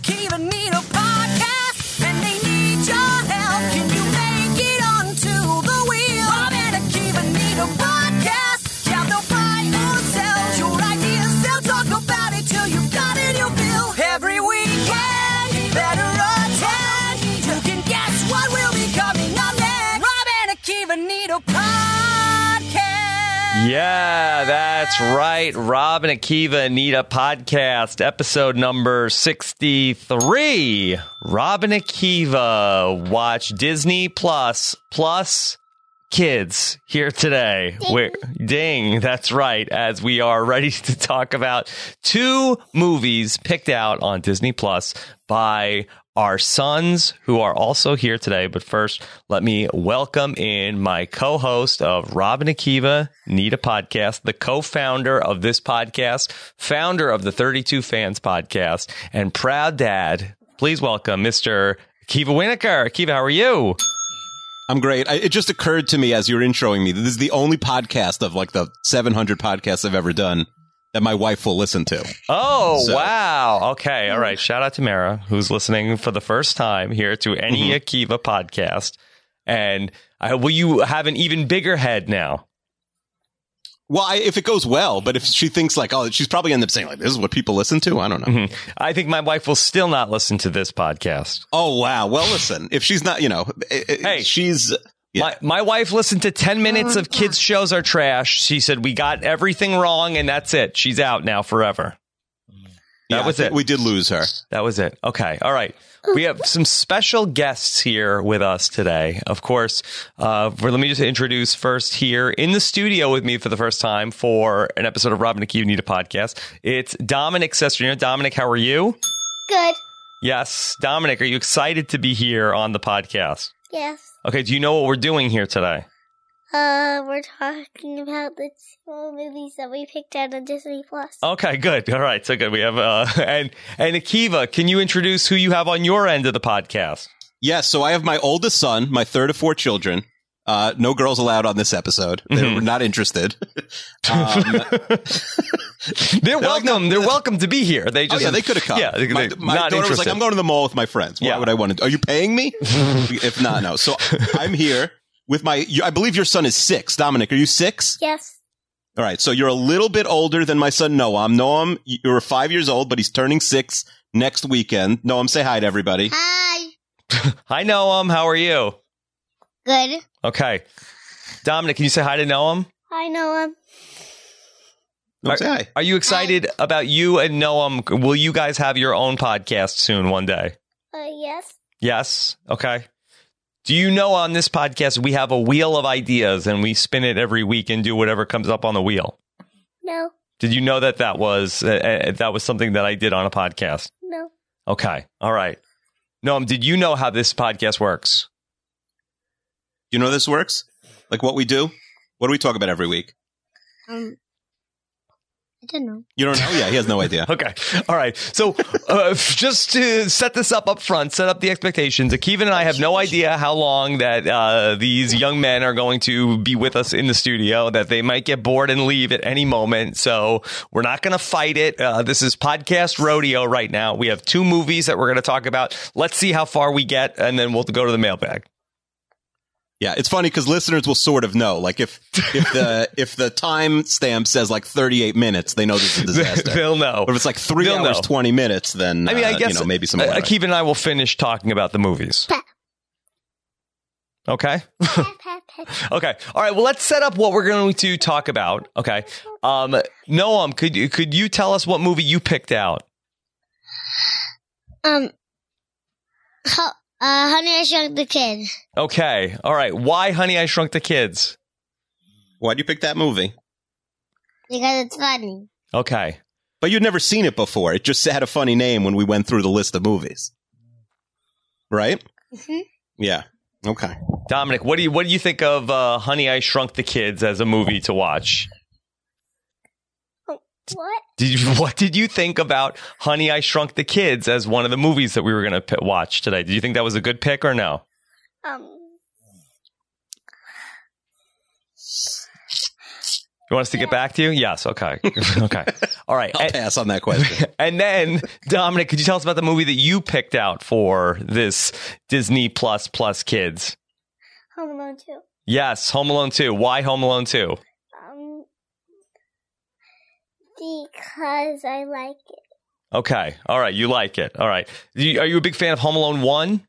need a podcast, and they need your help. Can you make it onto the wheel? Rob and Akiva need a podcast. Yeah, they'll buy or sell your ideas. They'll talk about it till you've got it, you'll bill. Every weekend, better attend. You can guess what will be coming up next. Rob and Akiva need a podcast. Yeah, that's right. Rob and Akiva need a podcast, episode number 63. Rob and Akiva watch Disney Plus plus kids here today. We're, ding, that's right, as we are ready to talk about two movies picked out on Disney Plus by our sons who are also here today. But first, let me welcome in my co host of Robin Akiva Need a Podcast, the co founder of this podcast, founder of the 32 Fans podcast, and proud dad. Please welcome Mr. Akiva Winokur. Akiva, how are you? I'm great. I, it just occurred to me as you were introing me that this is the only podcast of like the 700 podcasts I've ever done that my wife will listen to. Oh, So- Hmm. wow. Okay. All right. Shout out to Mara, who's listening for the first time here to any Mm-hmm. Akiva podcast. And I, will you have an even bigger head now? Well, I, if it goes well, but if she thinks like, oh, she's probably end up saying like, this is what people listen to. I don't know. I think my wife will still not listen to this podcast. Oh wow. Well, listen, if she's not, you know, Hey. hey, she's yeah. My, my wife listened to 10 minutes of kids' shows are trash. She said, We got everything wrong, and that's it. She's out now forever. That Yeah, I was think it. We did lose her. That was it. Okay. All right. We have some special guests here with us today. Of course, uh, for, let me just introduce first here in the studio with me for the first time for an episode of Robin and Need a Podcast. It's Dominic Sestrino. Dominic, how are you? Good. Yes. Dominic, are you excited to be here on the podcast? Yes. Okay. Do you know what we're doing here today? Uh, we're talking about the two movies that we picked out on Disney Plus. Oh. Okay. Good. All right. So good. We have, uh, and, and Akiva, can you introduce who you have on your end of the podcast? Yeah. So I have my oldest son, my third of four children. Uh, no girls allowed on this episode. They're Mhm. not interested. um, They're like, welcome. They're welcome to be here. They Oh just yeah, they could have come. Yeah, they, my, they- my not daughter interested. was like, "I'm going to the mall with my friends. Why Yeah. would I want to? Are you paying me? if not, no." So I'm here with my. you- I believe your son is six. Dominic, are you six? Yes. All right, so you're a little bit older than my son Noam. Noam, you're five years old, but he's turning six next weekend. Noam, say hi to everybody. Hi. hi Noam, how are you? Good. Okay, Dominic, can you say hi to Noam? Hi, Noah. Noam, say hi. Are you excited about you and Noam? Will you guys have your own podcast soon one day? Uh, yes. Yes. Okay. Do you know on this podcast we have a wheel of ideas and we spin it every week and do whatever comes up on the wheel? No. Did you know that that was uh, uh, that was something that I did on a podcast? No. Okay. All right. Noam, did you know how this podcast works? You know how this works? Like what we do? What do we talk about every week? Um, I don't know. You don't know? Yeah, he has no idea. Okay. All right. So, uh, f- just to set this up up front, set up the expectations. Akiva and I have no idea how long that uh, these young men are going to be with us in the studio. That they might get bored and leave at any moment. So we're not going to fight it. Uh, this is podcast rodeo right now. We have two movies that we're going to talk about. Let's see how far we get, and then we'll go to the mailbag. Yeah, it's funny because listeners will sort of know. Like if if the if the time stamp says like 38 minutes, they know this is a disaster. They'll know. or if it's like three They'll hours know. 20 minutes, then I mean, I uh, guess you know maybe some. uh, order. Akiva and I will finish talking about the movies. Pet. Okay. Pet, pet, pet. Okay. All right. Well, let's set up what we're going to talk about. Okay. Um, Noam, could you could you tell us what movie you picked out? Um, ho- uh, Honey, I Shrunk the Kid. Okay. All right. Why, Honey, I Shrunk the Kids? Why'd you pick that movie? Because it's funny. Okay. But you'd never seen it before. It just had a funny name when we went through the list of movies, right? Mhm. Yeah. Okay. Dominic, what do you what do you think of uh, Honey, I Shrunk the Kids as a movie to watch? What? Did you, what did you think about Honey, I Shrunk the Kids as one of the movies that we were going to p- watch today? Did you think that was a good pick or no? Um, You want us to get back to you? Yes. Okay. okay. All right. I'll And- pass on that question. and then, Dominic, could you tell us about the movie that you picked out for this Disney Plus Plus Kids? Home Alone 2. Yes, Home Alone 2. Why Home Alone 2? Um, because I like it. Okay. All right. You like it. All right. You, are you a big fan of Home Alone 1?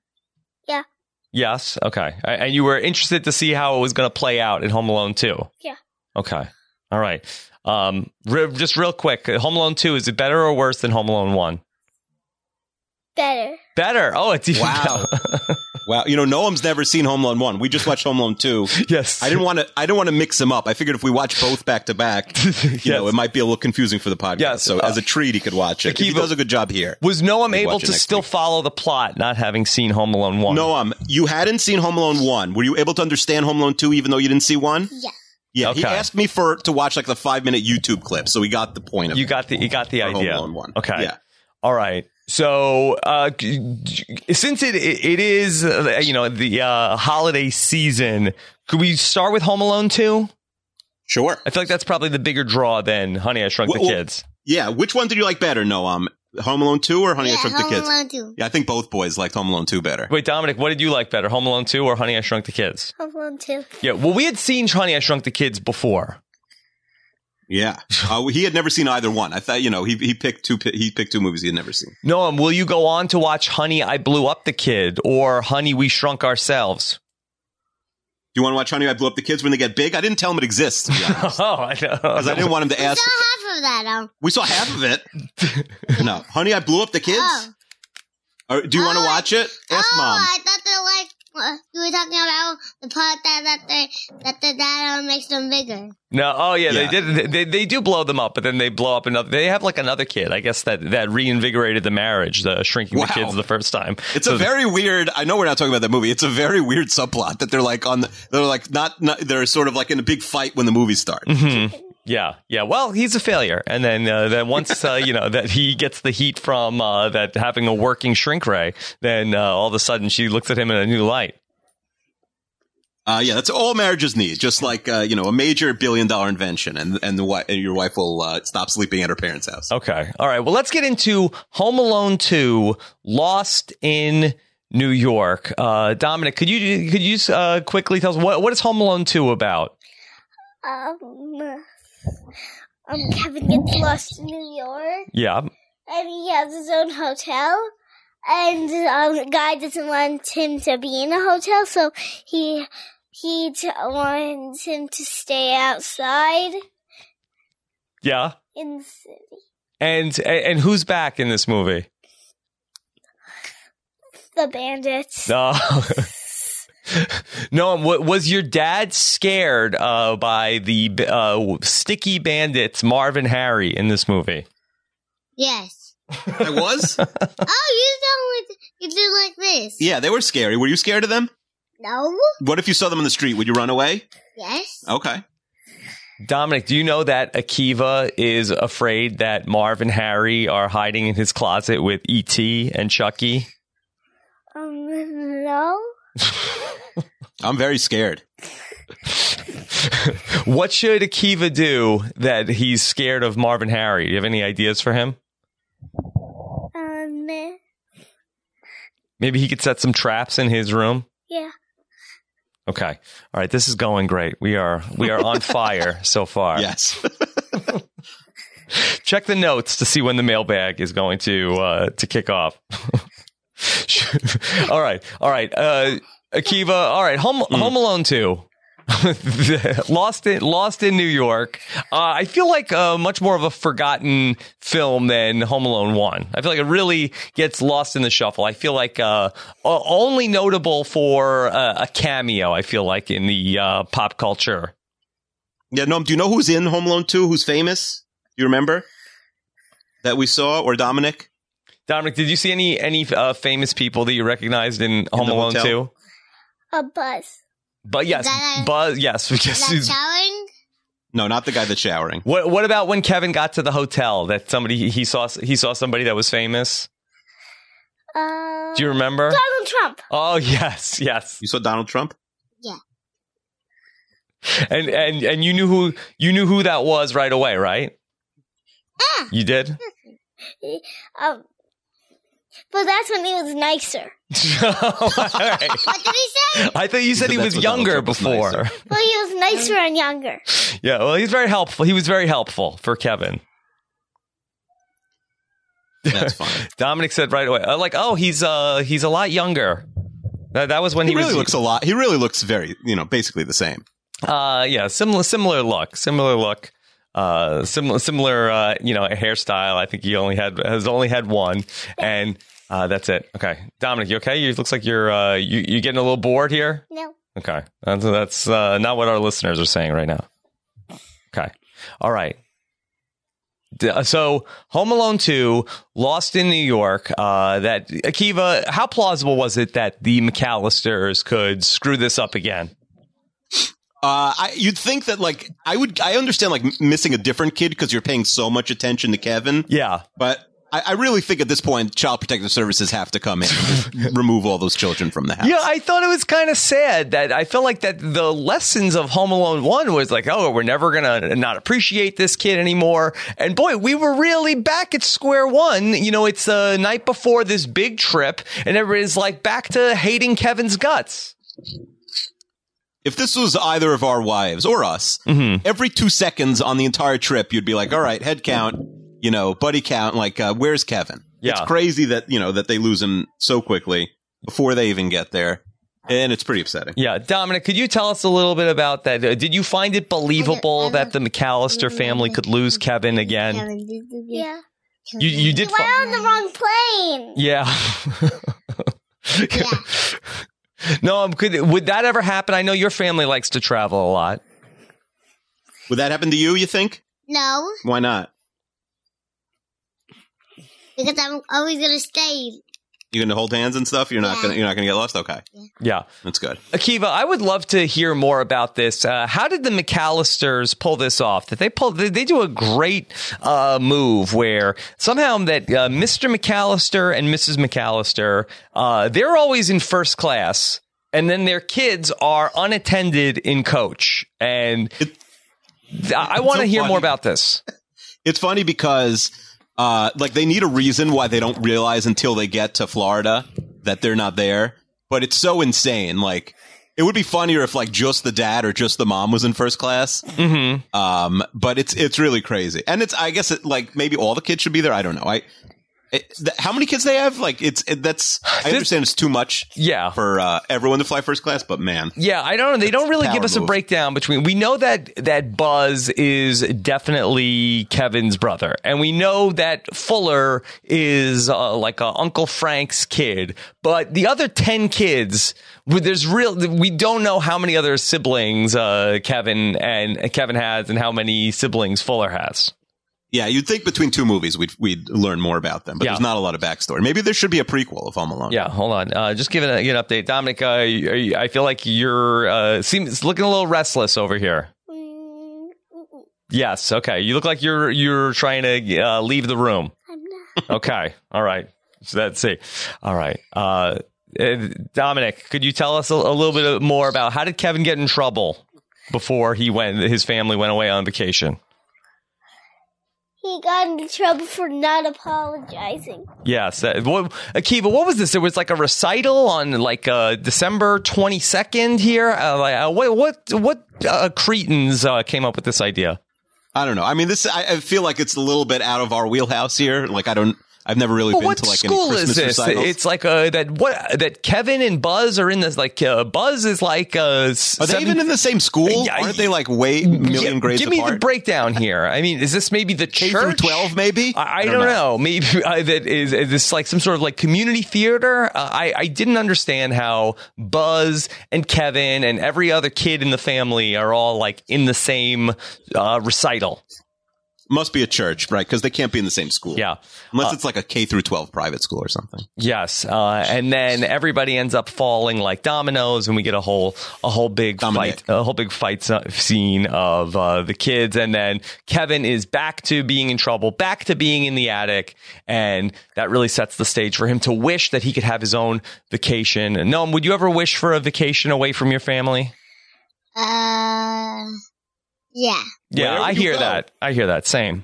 Yeah. Yes. Okay. A- And you were interested to see how it was going to play out in Home Alone 2? Yeah. Okay. All right. Um, re- just real quick Home Alone 2, is it better or worse than Home Alone 1? Better. Better. Oh, it's even Wow. wow. You know, Noam's never seen Home Alone 1. We just watched Home Alone 2. yes. I didn't want to. I didn't want to mix them up. I figured if we watch both back to back, you know, Yes. it might be a little confusing for the podcast. Yes, So uh, as a treat, he could watch it. He Akiva- does a good job here. Was Noam We'll able watch it to next still week. follow the plot, not having seen Home Alone one? Noam, you hadn't seen Home Alone one. Were you able to understand Home Alone two, even though you didn't see one? Yeah. Yeah. He Okay. asked me for to watch like the five minute YouTube clip, so we got the point of you it got the you got the for idea. Home Alone one. Okay. Yeah. All right. So, uh, g- g- since it it is uh, you know the uh, holiday season, could we start with Home Alone two? Sure. I feel like that's probably the bigger draw than Honey I Shrunk Well, the well- Kids. Yeah. Which one did you like better, Noam? Home Alone two or Honey yeah, I Shrunk Home the Kids? Alone 2. Yeah, I think both boys liked Home Alone two better. Wait, Dominic, what did you like better, Home Alone two or Honey I Shrunk the Kids? Home Alone 2. Yeah. Well, we had seen Honey I Shrunk the Kids before. Yeah. Uh, he had never seen either one. I thought you know he he picked two pi- he picked two movies he had never seen. Noam, will you go on to watch Honey I Blew Up the Kid or Honey We Shrunk Ourselves? Do you want to watch Honey, I Blew Up the Kids when they get big? I didn't tell him it exists because Oh, I know. I didn't want him to ask. half of that. Um, We saw half of it. No, Honey, I Blew Up the Kids. Oh. Or, do you want to Oh, I- watch it? Ask oh, mom. I thought they like uh, you were talking about the part that that they that the dad um, makes them bigger. No, oh yeah, Yeah. they did. They, they do blow them up, but then they blow up another. They have like another kid, I guess that that reinvigorated the marriage, the shrinking Wow. the kids the first time. It's So a very weird. I know we're not talking about that movie. It's a very weird subplot that they're like on. The, they're like not, not. They're sort of like in a big fight when the movie starts. Mhm. Yeah, yeah. Well, he's a failure, and then uh, then once uh, you know that he gets the heat from uh, that having a working shrink ray, then uh, all of a sudden she looks at him in a new light. Uh, yeah, that's all marriages need. Just like uh, you know, a major billion dollar invention, and and the wi- and your wife will uh, stop sleeping at her parents' house. Okay, all right. Well, let's get into Home Alone Two: Lost in New York. Uh, Dominic, could you could you uh, quickly tell us what what is Home Alone Two about? Um, um, Kevin gets lost in New York, Yeah. and he has his own hotel. And um, the guy doesn't want him to be in a hotel, so he he t- wants him to stay outside Yeah. in the city. And and who's back in this movie? The bandits. No. No, wa- was your dad scared uh, by the uh, sticky bandits Marv and Harry in this movie? Yes. I was. Oh, you don't. You do like this. Yeah, they were scary. Were you scared of them? No. What if you saw them on the street? Would you run away? Yes. Okay. Dominic, do you know that Akiva is afraid that Marv and Harry are hiding in his closet with E.T. and Chucky? Um, no. I'm very scared. What should Akiva do that he's scared of Marv and Harry? Do you have any ideas for him? Um, eh, Maybe he could set some traps in his room. yeah. Okay. All right. This is going great. We are we are on fire so far. Yes. Check the notes to see when the mailbag is going to uh, to kick off. all right. All right. Uh, Akiva. All right. Home Home Alone two. lost in Lost in New York. Uh, I feel like uh, much more of a forgotten film than Home Alone one. I feel like it really gets lost in the shuffle. I feel like uh, o- only notable for uh, a cameo. I feel like in the uh, pop culture. Yeah, Noam, do you know who's in Home Alone 2 who's famous? Do you remember? That we saw, or Dominic? Dominic, did you see any any uh, famous people that you recognized in Home the Alone hotel? two? A bus. But yes, That- but yes, Is yes. that he's- showering? No, not the guy that's showering. What what about when Kevin got to the hotel that somebody he saw he saw somebody that was famous? Uh, Do you remember? Donald Trump. Oh yes, yes. You saw Donald Trump? And and and you knew who you knew who that was right away, right? Ah. You did. Um, but that's when he was nicer. All right. What did he say? I thought you said he was That's what Donald younger Trump was before. nicer. Well, he was nicer and younger. Yeah, well, he's very helpful. He was very helpful for Kevin. That's fine. Dominic said right away, uh, like, oh, he's uh he's a lot younger. That, that was when He, he, really was, looks a lot. He really looks very, you know, basically the same. Uh, yeah, similar similar look, similar look, uh, similar similar uh, you know hairstyle. I think he only had has only had one, and uh, that's it. Okay, Dominic, you okay? You looks like you're uh you you getting a little bored here. No. Okay, that's that's uh, not what our listeners are saying right now. Okay, all right. D- uh, So, Home Alone 2, Lost in New York. Uh, that Akiva, how plausible was it that the McAllisters could screw this up again? Uh, I, you'd think that like I would I understand like m- missing a different kid because you're paying so much attention to Kevin, Yeah, but I, I really think at this point Child Protective Services have to come in and remove all those children from the house. Yeah, I thought it was kind of sad that I felt like that the lessons of Home Alone 1 was like, oh, we're never going to not appreciate this kid anymore. And boy, we were really back at square one. You know, it's the night before this big trip, and everybody's like back to hating Kevin's guts. If this was either of our wives or us, Mm-hmm. every two seconds on the entire trip, you'd be like, "All right, head count, you know, buddy count. Like, uh, where's Kevin? Yeah. It's crazy that you know that they lose him so quickly before they even get there, and it's pretty upsetting. Yeah, Dominic, could you tell us a little bit about that? Uh, Did you find it believable that the McAllister family could lose Kevin again? Kevin, did you get- Yeah. You you did. Why fi- on the wrong plane? Yeah. no, um, could would that ever happen? I know your family likes to travel a lot. Would that happen to you? You think? No, Why not? because I'm always gonna stay. You're gonna hold hands and stuff. You're not Yeah. gonna. You're not gonna get lost. Okay, Yeah. that's good. Akiva, I would love to hear more about this. Uh, how did the McAllisters pull this off? That they pull, they, they do a great uh, move where somehow that uh, Mr. McAllister and Mrs. McAllister, uh, they're always in first class, and then their kids are unattended in coach. And It- th- I, want to so hear more funny. about this. It's funny because, uh, like they need a reason why they don't realize until they get to Florida that they're not there. But it's so insane. Like it would be funnier if like just the dad or just the mom was in first class. hmm Um, but it's it's really crazy, and it's I guess it, like maybe all the kids should be there. I don't know. I. It, th- how many kids they have? Like it's it, that's I This- understand it's too much Yeah. for uh, everyone to fly first class, but man, Yeah, I don't know. They don't really power give us a move. breakdown between. We know that that Buzz is definitely Kevin's brother, and we know that Fuller is uh, like uh, Uncle Frank's kid. But the other ten kids, w- there's real. We don't know how many other siblings uh, Kevin and uh, Kevin has, and how many siblings Fuller has. Yeah, you'd think between two movies we'd we'd learn more about them, but Yeah. there's not a lot of backstory. Maybe there should be a prequel of Home Alone. Yeah, hold on. Uh, just giving a, give an update, Dominic. Uh, are you- I feel like you're uh, seems looking a little restless over here. Mm, mm, Yes. Okay. You look like you're you're trying to uh, leave the room. I'm not. Okay. All right. So that's see. All right. Uh, eh, Dominic, could you tell us a, a little bit more about how did Kevin get in trouble before he went? His family went away on vacation. He got into trouble for not apologizing. Yes. That, what, Akiva, what was this? There was like a recital on like uh, December twenty second here. Uh, like, uh, what what what uh, cretins uh, came up with this idea? I don't know. I mean, this I, I feel like it's a little bit out of our wheelhouse here. Like I don't, I've never really But been what to like school any is Christmas this? recitals. It's like uh, that. What that Kevin and Buzz are in this. Like uh, Buzz is like uh, s- Are they seven- even in the same school? Yeah, Aren't they like way million Yeah, grades Give me apart? the breakdown here. I mean, is this maybe the K church through twelve, maybe. I, I, don't, know. Maybe uh, that is, is this like some sort of like community theater? Uh, I I didn't understand how Buzz and Kevin and every other kid in the family are all like in the same uh, recital. Must be a church, right? Because they can't be in the same school. Yeah. Uh, unless it's like a K through twelve private school or something. Yes, uh, and then everybody ends up falling like dominoes, and we get a whole a whole big Dominic. fight, a whole big fight s- scene of uh, the kids, and then Kevin is back to being in trouble, back to being in the attic, and that really sets the stage for him to wish that he could have his own vacation. And Noam, would you ever wish for a vacation away from your family? Uh, yeah. Yeah, Wherever I you hear go. that. I hear that. Same.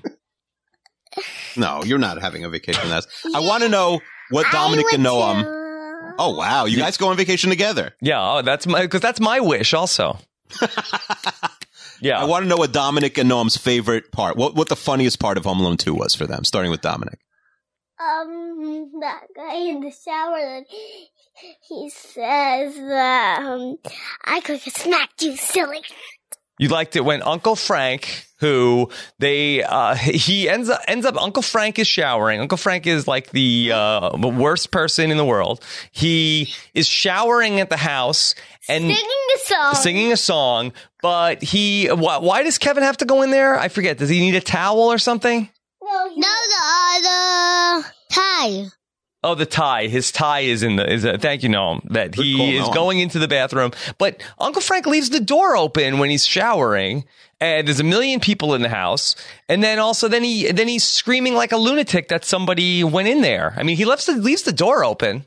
No, you're not having a vacation. That's. I want to know what Dominic I and went Noam. to- Oh wow, you guys go on vacation together. Yeah, oh, that's my because that's my wish also. yeah, I want to know what Dominic and Noam's favorite part. What what the funniest part of Home Alone Two was for them, starting with Dominic. um that guy in the shower that he says that um, I could have smacked you silly. you liked it when Uncle Frank, who they uh, he ends up ends up Uncle Frank is showering. Uncle Frank is like the uh, worst person in the world. He is showering at the house and Singing the song. singing a song, but he why, why does Kevin have to go in there? I forget. Does he need a towel or something? No, he- No, the uh, the tie. Oh, the tie. His tie is in the. Is uh thank you, Noam. That Good he call, is Noam. going into the bathroom, but Uncle Frank leaves the door open when he's showering, and there's a million people in the house. And then also, then he then he's screaming like a lunatic that somebody went in there. I mean, he left the, leaves the door open.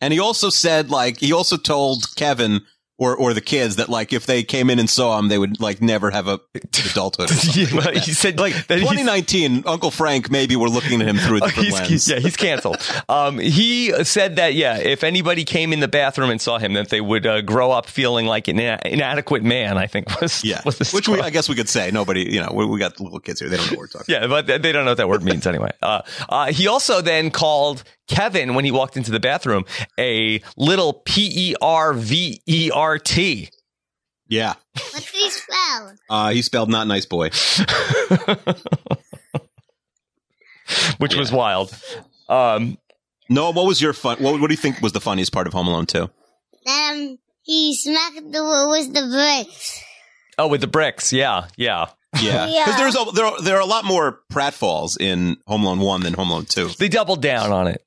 And he also said like he also told Kevin or or the kids that like if they came in and saw him, they would like never have a adulthood. or something. Yeah, but he said Like that he's- 2019, Uncle Frank maybe we're looking at him through a Oh, different he's, lens. Yeah, he's canceled. um, he said that, yeah, if anybody came in the bathroom and saw him, that they would uh, grow up feeling like an ina- inadequate man, I think was, Yeah, was his which we, quote. I guess we could say nobody. You know, we, we got little kids here; they don't know what we're talking. yeah, but they don't know what that word means anyway. Uh, uh, he also then called Kevin when he walked into the bathroom a little P E R V E R T. Yeah, What did he spell? uh, he spelled not nice boy. Which was wild. Um, No, what was your fun? What, what do you think was the funniest part of Home Alone Two? Um, he smacked the with the bricks. oh, with the bricks. Yeah, yeah. Yeah, Yeah. because there's a, there are, there are a lot more pratfalls in Home Alone One than Home Alone Two. They doubled down on it.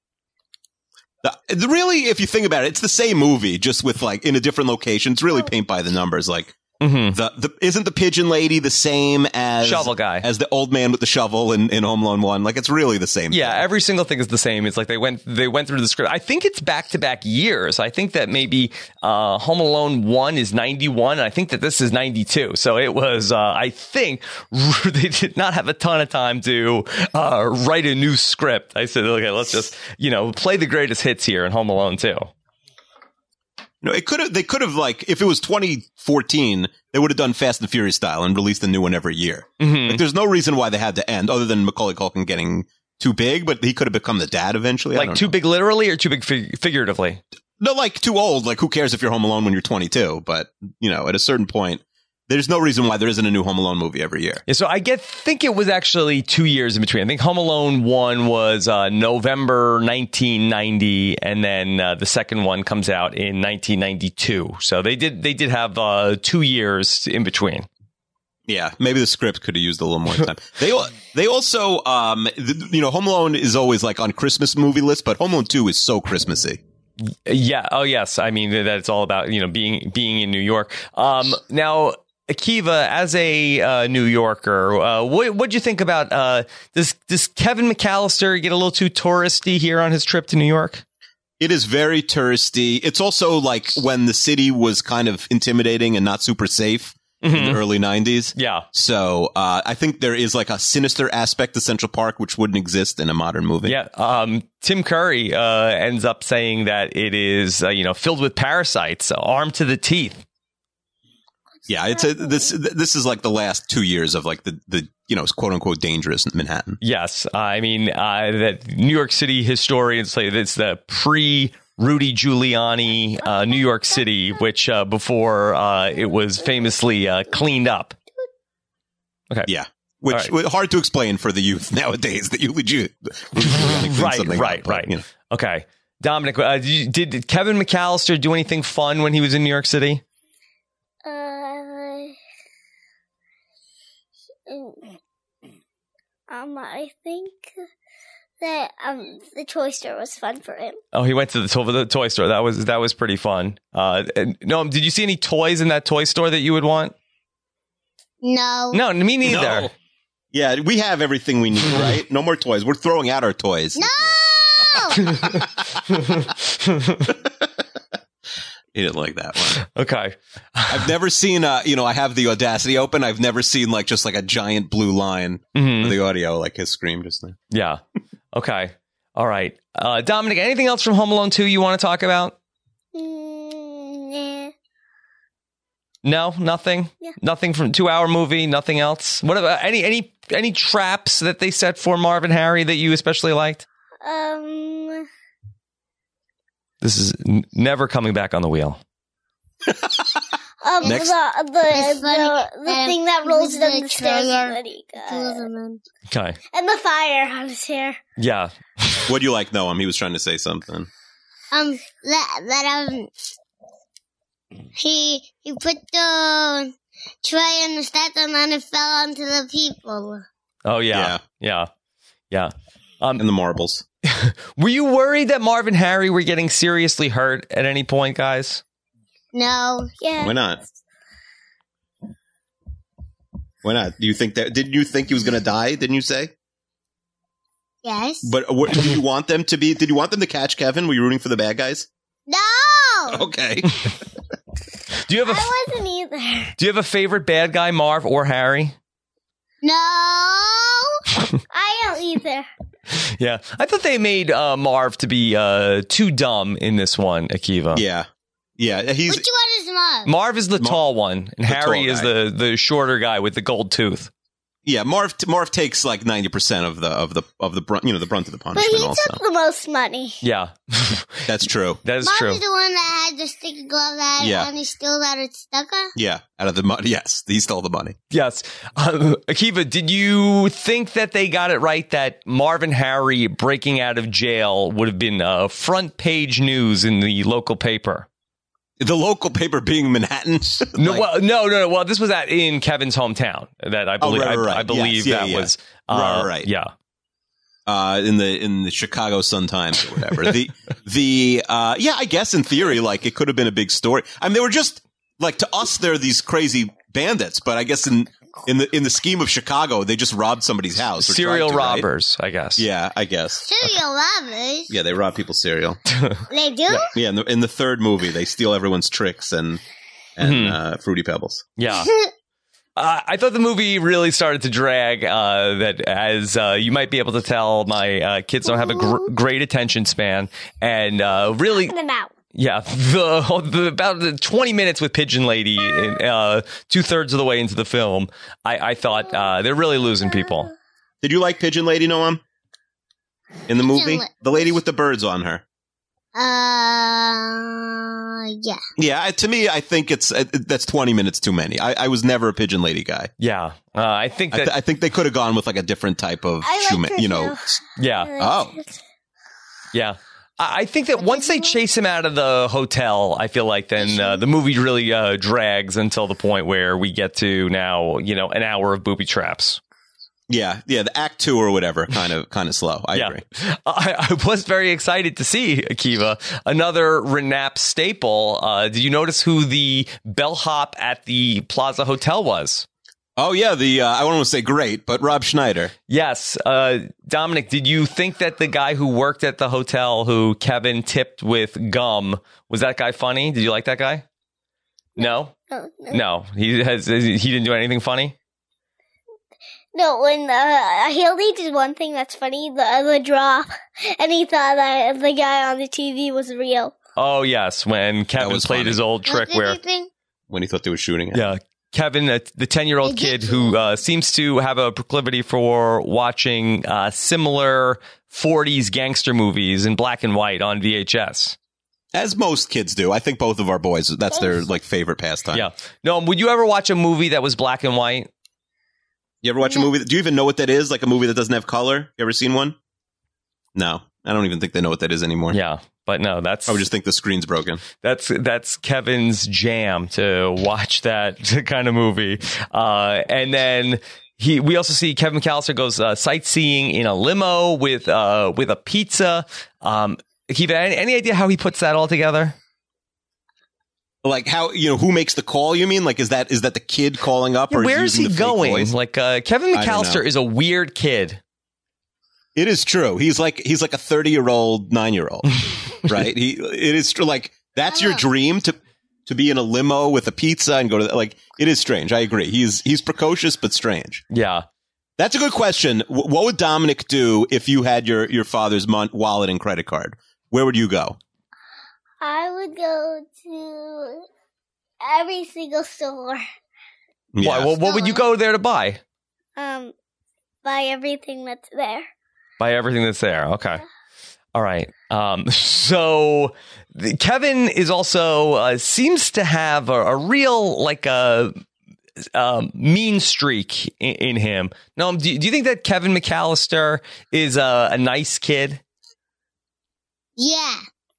The- the- really, if you think about it, it's the same movie, just with like in a different location. It's really paint by the numbers. Like hmm the, the isn't the pigeon lady the same as Shovel guy. as the old man with the shovel in, in Home Alone One? Like it's really the same. Yeah, every single thing is the same. It's like they went they went through the script. I think it's back to back years. I think that maybe uh, Home Alone one is ninety one, and I think that this is ninety two. So it was. Uh, I think they did not have a ton of time to uh, write a new script. I said, okay, let's just you know play the greatest hits here in Home Alone two. No, it could have. They could have like if it was 2014, they would have done Fast and Furious style and released a new one every year. Mm-hmm. Like, there's no reason why they had to end, other than Macaulay Culkin getting too big, but he could have become the dad eventually. I Like don't too big literally or too big fig- figuratively. know. no, like too old. Like who cares if you're Home Alone when you're 22? But you know, at a certain point, there's no reason why there isn't a new Home Alone movie every year. Yeah, so I get think it was actually two years in between. I think Home Alone one was uh, November 1990, and then uh, the second one comes out in 1992. So they did they did have uh, two years in between. Yeah, maybe the script could have used a little more time. they al- they also, um, th- you know, Home Alone is always like on Christmas movie lists, but Home Alone Two is so Christmassy. Uh, Yeah. Oh yes. I mean that it's all about you know being being in New York. Um, now. Akiva, as a uh, New Yorker, uh, what what'd you think about uh, does does Kevin McAllister get a little too touristy here on his trip to New York? It is very touristy. It's also like when the city was kind of intimidating and not super safe in the early 90s. Yeah, So uh, I think there is like a sinister aspect to Central Park, which wouldn't exist in a modern movie. Yeah, um, Tim Curry uh, ends up saying that it is uh, you know filled with parasites, armed to the teeth. yeah. It's a, this this is like the last two years of like the the you know quote unquote dangerous Manhattan. Yes, I mean uh, that New York City historians say that it's the pre. Rudy Giuliani, uh, New York City, which uh, before uh, it was famously uh, cleaned up. Yeah, which All hard to explain for the youth nowadays. That you legit Right, right, right. You know. Okay, Dominic, uh, did, you- did did Kevin McAllister do anything fun when he was in New York City? Uh, um, I think that um the toy store was fun for him. Oh, he went to the, to- the toy store. That was that was pretty fun. Uh, and- no, did you see any toys in that toy store that you would want? No. No, me neither. No. Yeah, we have everything we need, right? No more toys. We're throwing out our toys. No! He didn't like that one. Okay. I've never seen, uh, you know, I have the Audacity open. I've never seen like just like a giant blue line Mhm. of the audio, like his scream just now. Yeah. Okay. All right. Uh, Dominic, anything else from Home Alone 2 you want to talk about? Mm, nah. No, nothing. Yeah. Nothing from two hour movie. Nothing else. What about uh, any any any traps that they set for Marvin Harry that you especially liked? Um, This is n- never coming back on the wheel. um Next. the the, It's the, funny, the um, thing that rolls with down the the stairs. trailer. is pretty good. Doberman. Okay. And the fire on his hair. Yeah. What do you like, Noam? He was trying to say something. Um, that that um, he he put the tray in the statue and it fell onto the people. Oh yeah. Yeah. Yeah. And the marbles. Were you worried that Marvin Harry were getting seriously hurt at any point, guys? No, Yeah. Why not? Why not? Do you think that? Didn't you think he was going to die? Didn't you say? yes, But what, do you want them to be? Did you want them to catch Kevin? Were you rooting for the bad guys? no. Okay. Do you have a f- I wasn't either. Do you have a favorite bad guy, Marv or Harry? No. I don't either. Yeah, I thought they made uh, Marv to be uh, too dumb in this one, Akiva. yeah. Yeah. He's Which one is mom? Marv is the Mar- tall one, and The Harry tall is guy. the the shorter guy with the gold tooth. yeah. Marv Marv takes like ninety percent of the of the of the brunt you know the brunt of the But he punishment. Also, took the most money. Yeah, that's true. that is Mom true. is the one that had the sticky glove that Yeah. and he still got it stuck on. Yeah. Out of the money. Yes, he stole the money. Yes, uh, Akiva, did you think that they got it right that Marvin Harry breaking out of jail would have been uh, front page news in the local paper? The local paper being Manhattan. No, Like, well, no, no, no. Well, this was at in Kevin's hometown. That I Oh, believe. right, I- right, I, yes, believe yeah, that yeah. was Right, uh, right. Yeah, uh, in the in the Chicago Sun Times or whatever. the the uh, yeah, I guess in theory, like it could have been a big story. I mean, they were just like to us, they're these crazy bandits, but I guess in in the in the scheme of Chicago, they just robbed somebody's house. or serial tried to, right? robbers, I guess. Yeah, I guess. Serial robbers. Yeah, they rob people's cereal. They do. Yeah, in the, in the third movie, they steal everyone's tricks and and Mhm. uh, fruity pebbles. Yeah. Uh, I thought the movie really started to drag. Uh, that, as uh, you might be able to tell, my uh, kids don't have a gr- great attention span, and uh, really, Them out. yeah, the, the about the twenty minutes with Pigeon Lady, in, uh, two thirds of the way into the film, I, I thought uh, they're really losing people. Did you like Pigeon Lady, Noam? In the movie, La- the lady with the birds on her. Uh, yeah. Yeah, I- to me, I think it's uh, that's twenty minutes too many. I, I was never a pigeon lady guy. Yeah, uh, I think I, that. th- I think they could have gone with like a different type of I liked shuma- her you know. too. s- yeah, Uh, Oh. yeah. I I think that once they chase him out of the hotel, I feel like then uh, the movie really uh, drags until the point where we get to now, you know, an hour of booby traps. Yeah, yeah, the act two or whatever, kind of kind of slow. I yeah. agree. I, I was very excited to see Akiva, another Renap staple. Uh, did you notice who the bellhop at the Plaza Hotel was? Oh yeah, the uh, I don't want to say great, but Rob Schneider. Yes, uh, Dominic. Did you think that the guy who worked at the hotel, who Kevin tipped with gum, was that guy funny? Did you like that guy? No, No, no. no. He has. He didn't do anything funny. No, when uh, he only did one thing that's funny, the the drop, and he thought that the guy on the TV was real. Oh yes, when Kevin was played funny. his old What trick did where you think? When he thought they were shooting it. Yeah. Kevin, uh, the 10 year old kid who uh, seems to have a proclivity for watching uh, similar 40s gangster movies in black and white on VHS. As most kids do. I think both of our boys that's their like favorite pastime. Yeah. No, would you ever watch a movie that was black and white? You ever watch a movie that, do you even know what that is? Like a movie that doesn't have color? You ever seen one? No. I don't even think they know what that is anymore. Yeah. But no, that's I would just think the screen's broken. that's that's Kevin's jam to watch that kind of movie. Uh, and then he we also see Kevin McAllister goes uh, sightseeing in a limo with uh, with a pizza. Um, Akiva, any, any idea how he puts that all together? Like how you know who makes the call? You mean like is that is that the kid calling up? Yeah, or where is using he the fake going? voice? Like uh, Kevin I don't McAllister know. is a weird kid. It is true. He's like he's like a thirty year old nine year old, right? He it is true. Like that's your Hello. dream to to be in a limo with a pizza and go to like it is strange. I agree. He's he's precocious but strange. Yeah. That's a good question. W- what would Dominic do if you had your your father's mon- wallet and credit card? Where would you go? I would go to every single store, Why, Yes. well, what would you go there to buy? um, buy everything that's there. Buy everything that's there. Okay. All right. Um, so the, Kevin is also uh, seems to have a, a real like a um, mean streak in, in him. No, do, do you think that Kevin McAllister is a, a nice kid? Yeah.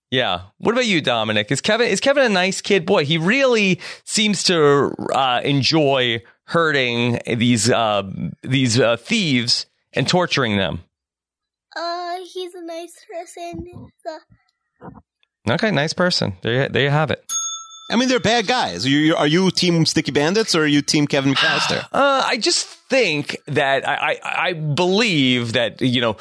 Yeah. What about you, Dominic? Is Kevin is Kevin a nice kid? Boy, he really seems to uh, enjoy hurting these uh, these uh, thieves and torturing them. Uh, he's a nice person. So Okay, nice person. There, you, there you have it. I mean, they're bad guys. Are you, are you team Sticky Bandits or are you team Kevin McAllister? Uh, I just think that I, I I believe that you know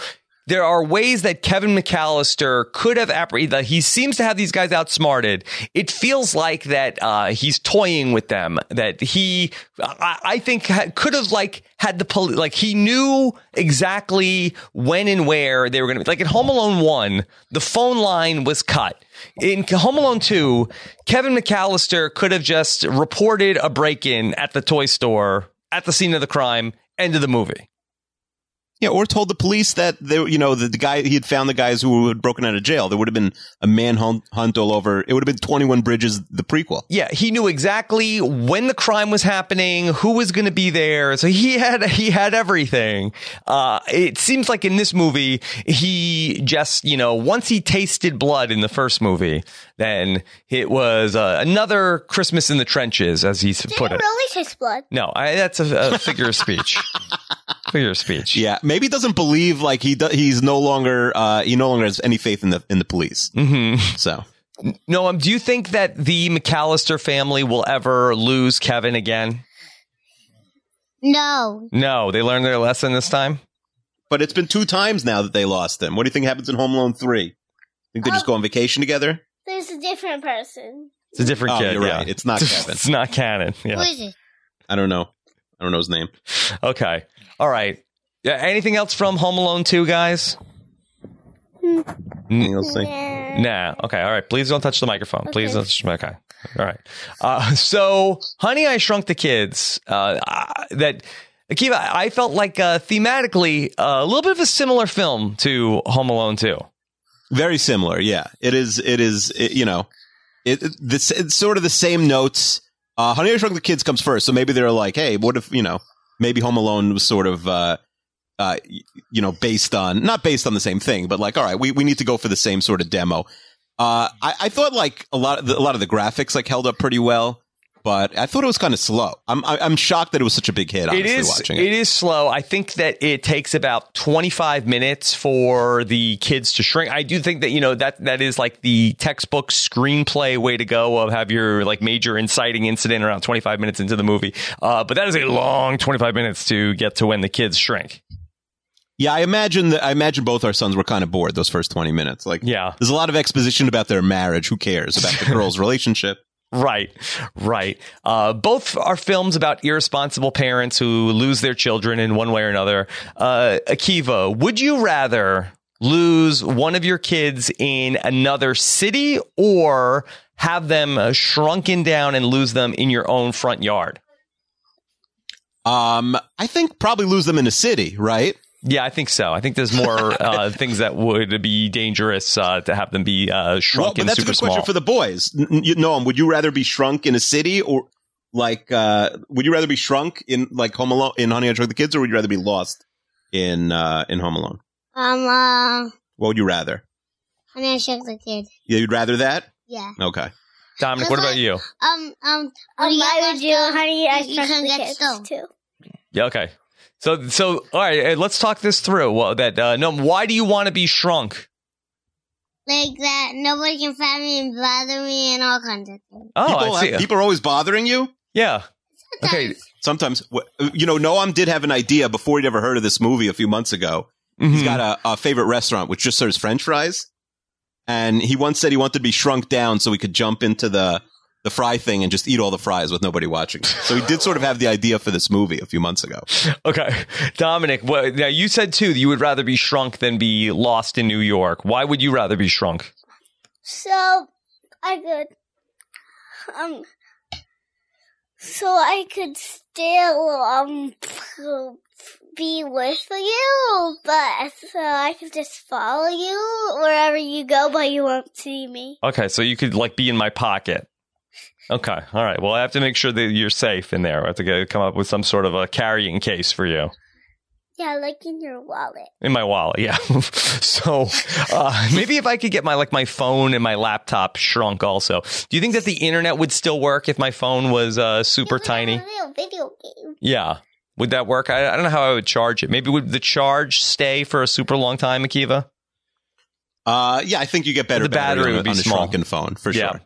there are ways that Kevin McAllister could have apprehended. That he seems to have these guys outsmarted. It feels like that uh, he's toying with them. That he I, I think ha- could have like had the poli- like he knew exactly when and where they were going to be. Like in Home Alone one, the phone line was cut. In Home Alone 2, Kevin McAllister could have just reported a break in at the toy store at the scene of the crime, end of the movie. Yeah, or told the police that they, you know, the, the guy he had found the guys who had broken out of jail. There would have been a manhunt hunt all over. It would have been Twenty One Bridges, the prequel. Yeah, he knew exactly when the crime was happening, who was going to be there. So he had he had everything. Uh, it seems like in this movie, he just you know once he tasted blood in the first movie, then it was uh, another Christmas in the trenches, as he s- put didn't it. really taste blood. No, I, that's a, a figure of speech. figure of speech. Yeah, maybe he doesn't believe like he do, he's no longer uh, he no longer has any faith in the in the police. hmm So No, um, do you think that the McAllister family will ever lose Kevin again? No. No, they learned their lesson this time. But it's been two times now that they lost him. What do you think happens in Home Alone 3? Think they just go on vacation together? There's a different person. It's a different Oh, kid. you're yeah. right. It's not Kevin. it's not canon. Who Yeah. is it? I don't know. I don't know his name. Okay. All right. Yeah. Anything else from Home Alone Two, guys? Anything else to say? Yeah. Nah. Okay. All right. Please don't touch the microphone. Please Okay. don't touch the Okay. All right. Uh, so, Honey, I Shrunk the Kids. Uh, I- that Akiva, I felt like uh, thematically uh, a little bit of a similar film to Home Alone Two. Very similar. Yeah. It is, it is, it, you know, it, it- this, it's sort of the same notes. Uh, Honey, I Shrunk the Kids comes first. So maybe they're like, hey, what if, you know, maybe Home Alone was sort of, uh, uh, y- you know, based on, not based on the same thing, but like, all right, we, we need to go for the same sort of demo. Uh, I, I thought like a lot, of the, a lot of the graphics like held up pretty well, but I thought it was kind of slow. I'm, I, I'm shocked that it was such a big hit. Honestly, it is watching it is slow. I think that it takes about 25 minutes for the kids to shrink. I do think that you know that that is like the textbook screenplay way to go of have your like major inciting incident around 25 minutes into the movie. Uh, but that is a long 25 minutes to get to when the kids shrink. Yeah, I imagine that. I imagine both our sons were kind of bored those first twenty minutes. Like, Yeah. there's a lot of exposition about their marriage. Who cares about the girl's relationship? Right, right. Uh, both are films about irresponsible parents who lose their children in one way or another. Uh, Akiva, would you rather lose one of your kids in another city or have them uh, shrunken down and lose them in your own front yard? Um, I think probably lose them in a city, right? Yeah, I think so. I think there's more uh, things that would be dangerous uh, to have them be uh, Well, shrunken but that's a super good small. question for the boys. N- n- you- Noam, would you rather be shrunk in a city or like uh, would you rather be shrunk in like Home Alone in Honey I Shrunk the Kids, or would you rather be lost in uh, in Home Alone? Um, uh, What would you rather? honey, I shook the kid. Yeah, you'd rather that. Yeah. Okay. Dominic, what about you? Um, um, Um, you I got would left do out? honey. I You- you shrunk can the get kids stoned. too. Yeah, okay. So, so all right, eh, let's talk this through. Well, that uh, no, why do you want to be shrunk? like that. Nobody can find me and bother me and all kinds of things. Oh, people, I see. have- people are always bothering you. yeah. Okay. Sometimes, wh- you know, Noam did have an idea before he'd ever heard of this movie a few months ago. He's Mhm. got a, a favorite restaurant which just serves French fries, and he once said he wanted to be shrunk down so he could jump into the the fry thing and just eat all the fries with nobody watching. So he did sort of have the idea for this movie a few months ago. Okay, Dominic. Well, now you said too that you would rather be shrunk than be lost in New York. Why would you rather be shrunk? So I could um so I could still um be with you, but so I could just follow you wherever you go, but you won't see me. Okay, so you could like be in my pocket. Okay, all right. Well, I have to make sure that you're safe in there. I have to go, come up with some sort of a carrying case for you Yeah, like in your wallet. in my wallet. Yeah. so uh, maybe if I could get my like my phone and my laptop shrunk also. Do you think that the internet would still work if my phone was uh, super You can have tiny? A real video game. Yeah. Would that work? I, I don't know how I would charge it. Maybe would the charge stay for a super long time, Akiva? Uh, yeah, I think you get better The battery on, would be on a small. shrunken phone for Yeah. sure.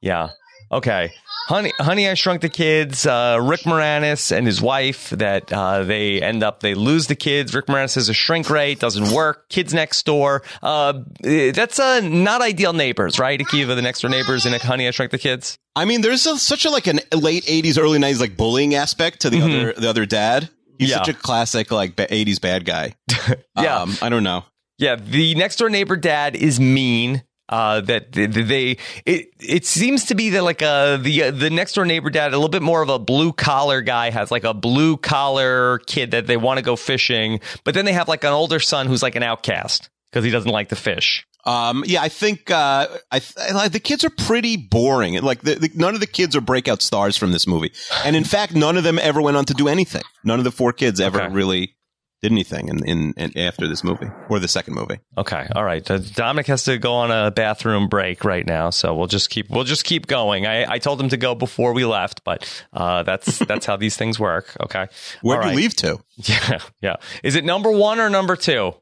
Yeah. Okay. Honey, honey, I shrunk the kids. Uh, Rick Moranis and his wife that uh, they end up they lose the kids. Rick Moranis has a shrink rate, doesn't work. Kids next door. Uh, eh, that's uh, not ideal neighbors, right? Akiva, the next door neighbors, and Honey, I shrunk the kids. I mean, there's a, such a like an late '80s, early '90s like bullying aspect to the other the other dad. He's Mm-hmm. Yeah. such a classic like ba- '80s bad guy. Yeah. um, I don't know. Yeah, the next door neighbor dad is mean. Uh, that th- th- they it it seems to be that like uh the uh, the next door neighbor dad a little bit more of a blue collar guy has like a blue collar kid that they want to go fishing, but then they have like an older son who's like an outcast because he doesn't like the fish. Um, yeah, I think uh, I th- like, the kids are pretty boring. Like the, the, none of the kids are breakout stars from this movie, and in fact, none of them ever went on to do anything. None of the four kids ever Okay. really did anything in, in, in after this movie or the second movie. Okay, all right. Uh, Dominic has to go on a bathroom break right now, so we'll just keep we'll just keep going. I, I told him to go before we left, but uh, that's that's how these things work. Okay, Where All do right. you leave to? Yeah, yeah. Is it number one or number two?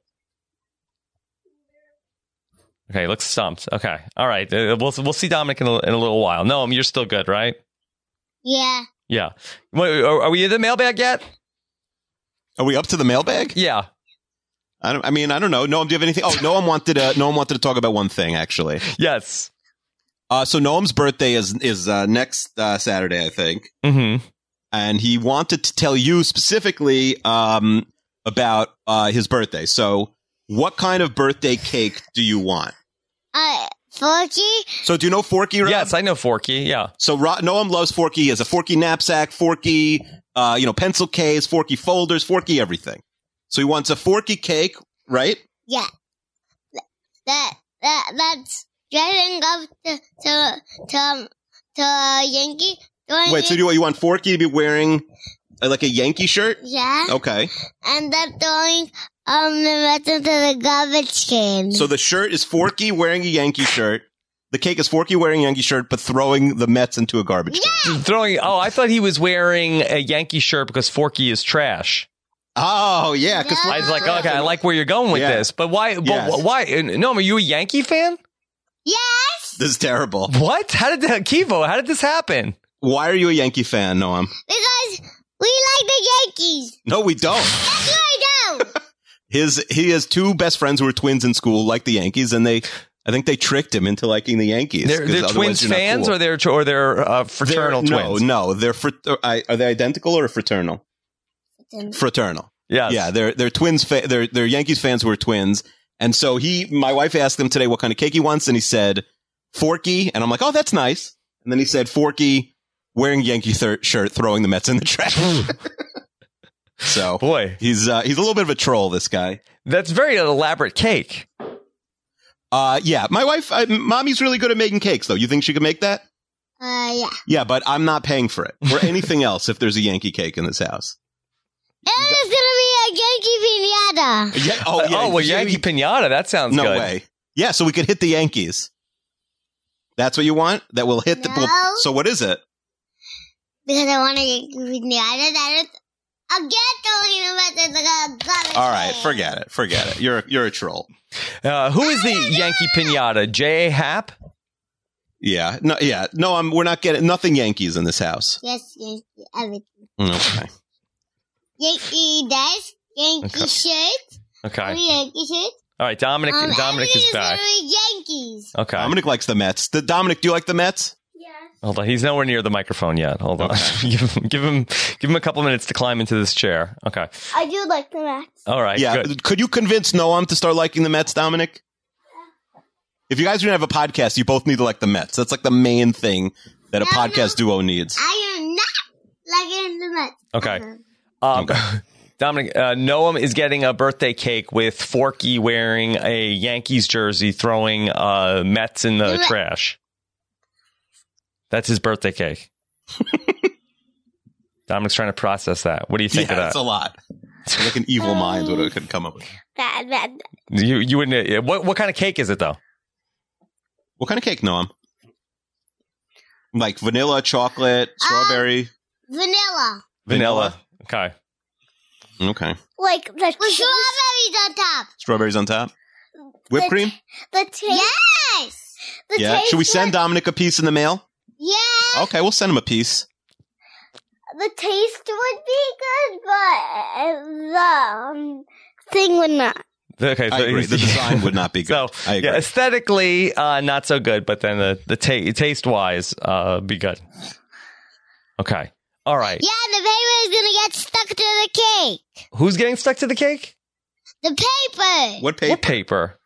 Okay, he looks stumped. Okay, all right. Uh, we'll we'll see Dominic in a, in a little while. No, um, you're still good, right? Yeah. Yeah. Wait, are, are we in the mailbag yet? Are we up to the mailbag? Yeah. I, don't, I mean, I don't know. Noam, do you have anything? Oh, Noam wanted to, Noam wanted to talk about one thing actually. Yes. Uh, so Noam's birthday is is uh, next uh, Saturday, I think, hmm and he wanted to tell you specifically um, about uh, his birthday. So, what kind of birthday cake do you want? Uh, Forky? So, do you know Forky? Rob? Yes, I know Forky. Yeah. So Ro- Noam loves Forky. He has a Forky knapsack, Forky, uh, you know, pencil case, Forky folders, Forky everything. So he wants a Forky cake, right? Yeah. That, that, that's driving up to, to, to, um, to uh, Yankee. Going Wait, so do you, you want Forky to be wearing uh, like a Yankee shirt? Yeah. Okay. And then throwing, um, the rest into the garbage can. So the shirt is Forky wearing a Yankee shirt. The cake is Forky wearing a Yankee shirt, but throwing the Mets into a garbage can. Throwing. Oh, I thought he was wearing a Yankee shirt because Forky is trash. Oh yeah, because Yeah. I was like, okay, I like where you're going with Yeah. this, but why? But Yes. wh- why? uh, Noam, are you a Yankee fan? yes! this is terrible. What? How did that, Kivo? How did this happen? Why are you a Yankee fan, Noam? Because we like the Yankees. No, we don't. That's what I know. His he has two best friends who were twins in school, like the Yankees, and they I think they tricked him into liking the Yankees. They're, 'cause they're otherwise twins you're not fans, cool. or they're or they're uh, fraternal They're- twins. No, no, they're frat- or I- are they identical or fraternal? Fraternal. Yes. Yeah, they're they're twins. Fa- they're they're Yankees fans who are twins, and so he, my wife asked him today what kind of cake he wants, and he said Forky, and I'm like, oh, that's nice. And then he said Forky wearing Yankee thir- shirt, throwing the Mets in the trash. so Boy, he's uh, he's a little bit of a troll, this guy. that's very elaborate cake. Uh, yeah, my wife, I, mommy's really good at making cakes, though. You think she could make that? Uh, yeah. Yeah, but I'm not paying for it or anything else if there's a Yankee cake in this house. And it's gonna be a Yankee pinata. Yeah, Uh, oh well, Yankee pinata. That sounds No good. way. Yeah, so we could hit the Yankees. That's what you want? That will hit the. No. well, so what is it? Because I want a Yankee pinata that is again talking about the, the garbage All right, can. forget it. Forget it. You're a, you're a troll. Uh, who is the Yankee pinata? J. A. Happ. Yeah. No. Yeah. No. I'm. We're not getting nothing Yankees in this house. Yes, Yankee, everything. Mm, Okay. Yankee desk, Yankee Okay. shirt, Okay. Yankee shirt. All right. Dominic. Um, Dominic everything is back. gonna be Yankees. Okay. Dominic likes the Mets. The, Dominic, do you like the Mets? Yes. Hold on, he's nowhere near the microphone yet. Hold on, give him, give him, give him a couple minutes to climb into this chair. Okay, I do like the Mets. all right, yeah. good. Could you convince Noam to start liking the Mets, Dominic? If you guys are gonna have a podcast, you both need to like the Mets. That's like the main thing that a No, no. podcast duo needs. I am not liking the Mets. Okay. Um, Dominic, uh, Noam is getting a birthday cake with Forky wearing a Yankees jersey, throwing uh, Mets in the Correct. trash. That's his birthday cake. Dominic's trying to process that. What do you think yeah, of it's that? a lot. It's like an evil mind, what it could come up with. Bad, bad. you you wouldn't. yeah, What what kind of cake is it though? What kind of cake, Noam? Like vanilla, chocolate, Um, strawberry, Vanilla Vanilla. Okay. Okay, Like the with taste- strawberries on top. strawberries on top. Whipped the- cream. The taste. Yes. The Yeah. Taste Should we send was, Dominic a piece in the mail? Yes. Okay, we'll send him a piece. the taste would be good, but uh, the um, thing would not. Okay. I agree. The design would not be So good. I agree. yeah, aesthetically uh, not so good, but then the the ta- taste wise uh, be good. Okay. All right. Yeah, the paper is gonna get stuck to the cake. Who's getting stuck to the cake? The paper. What paper? What paper?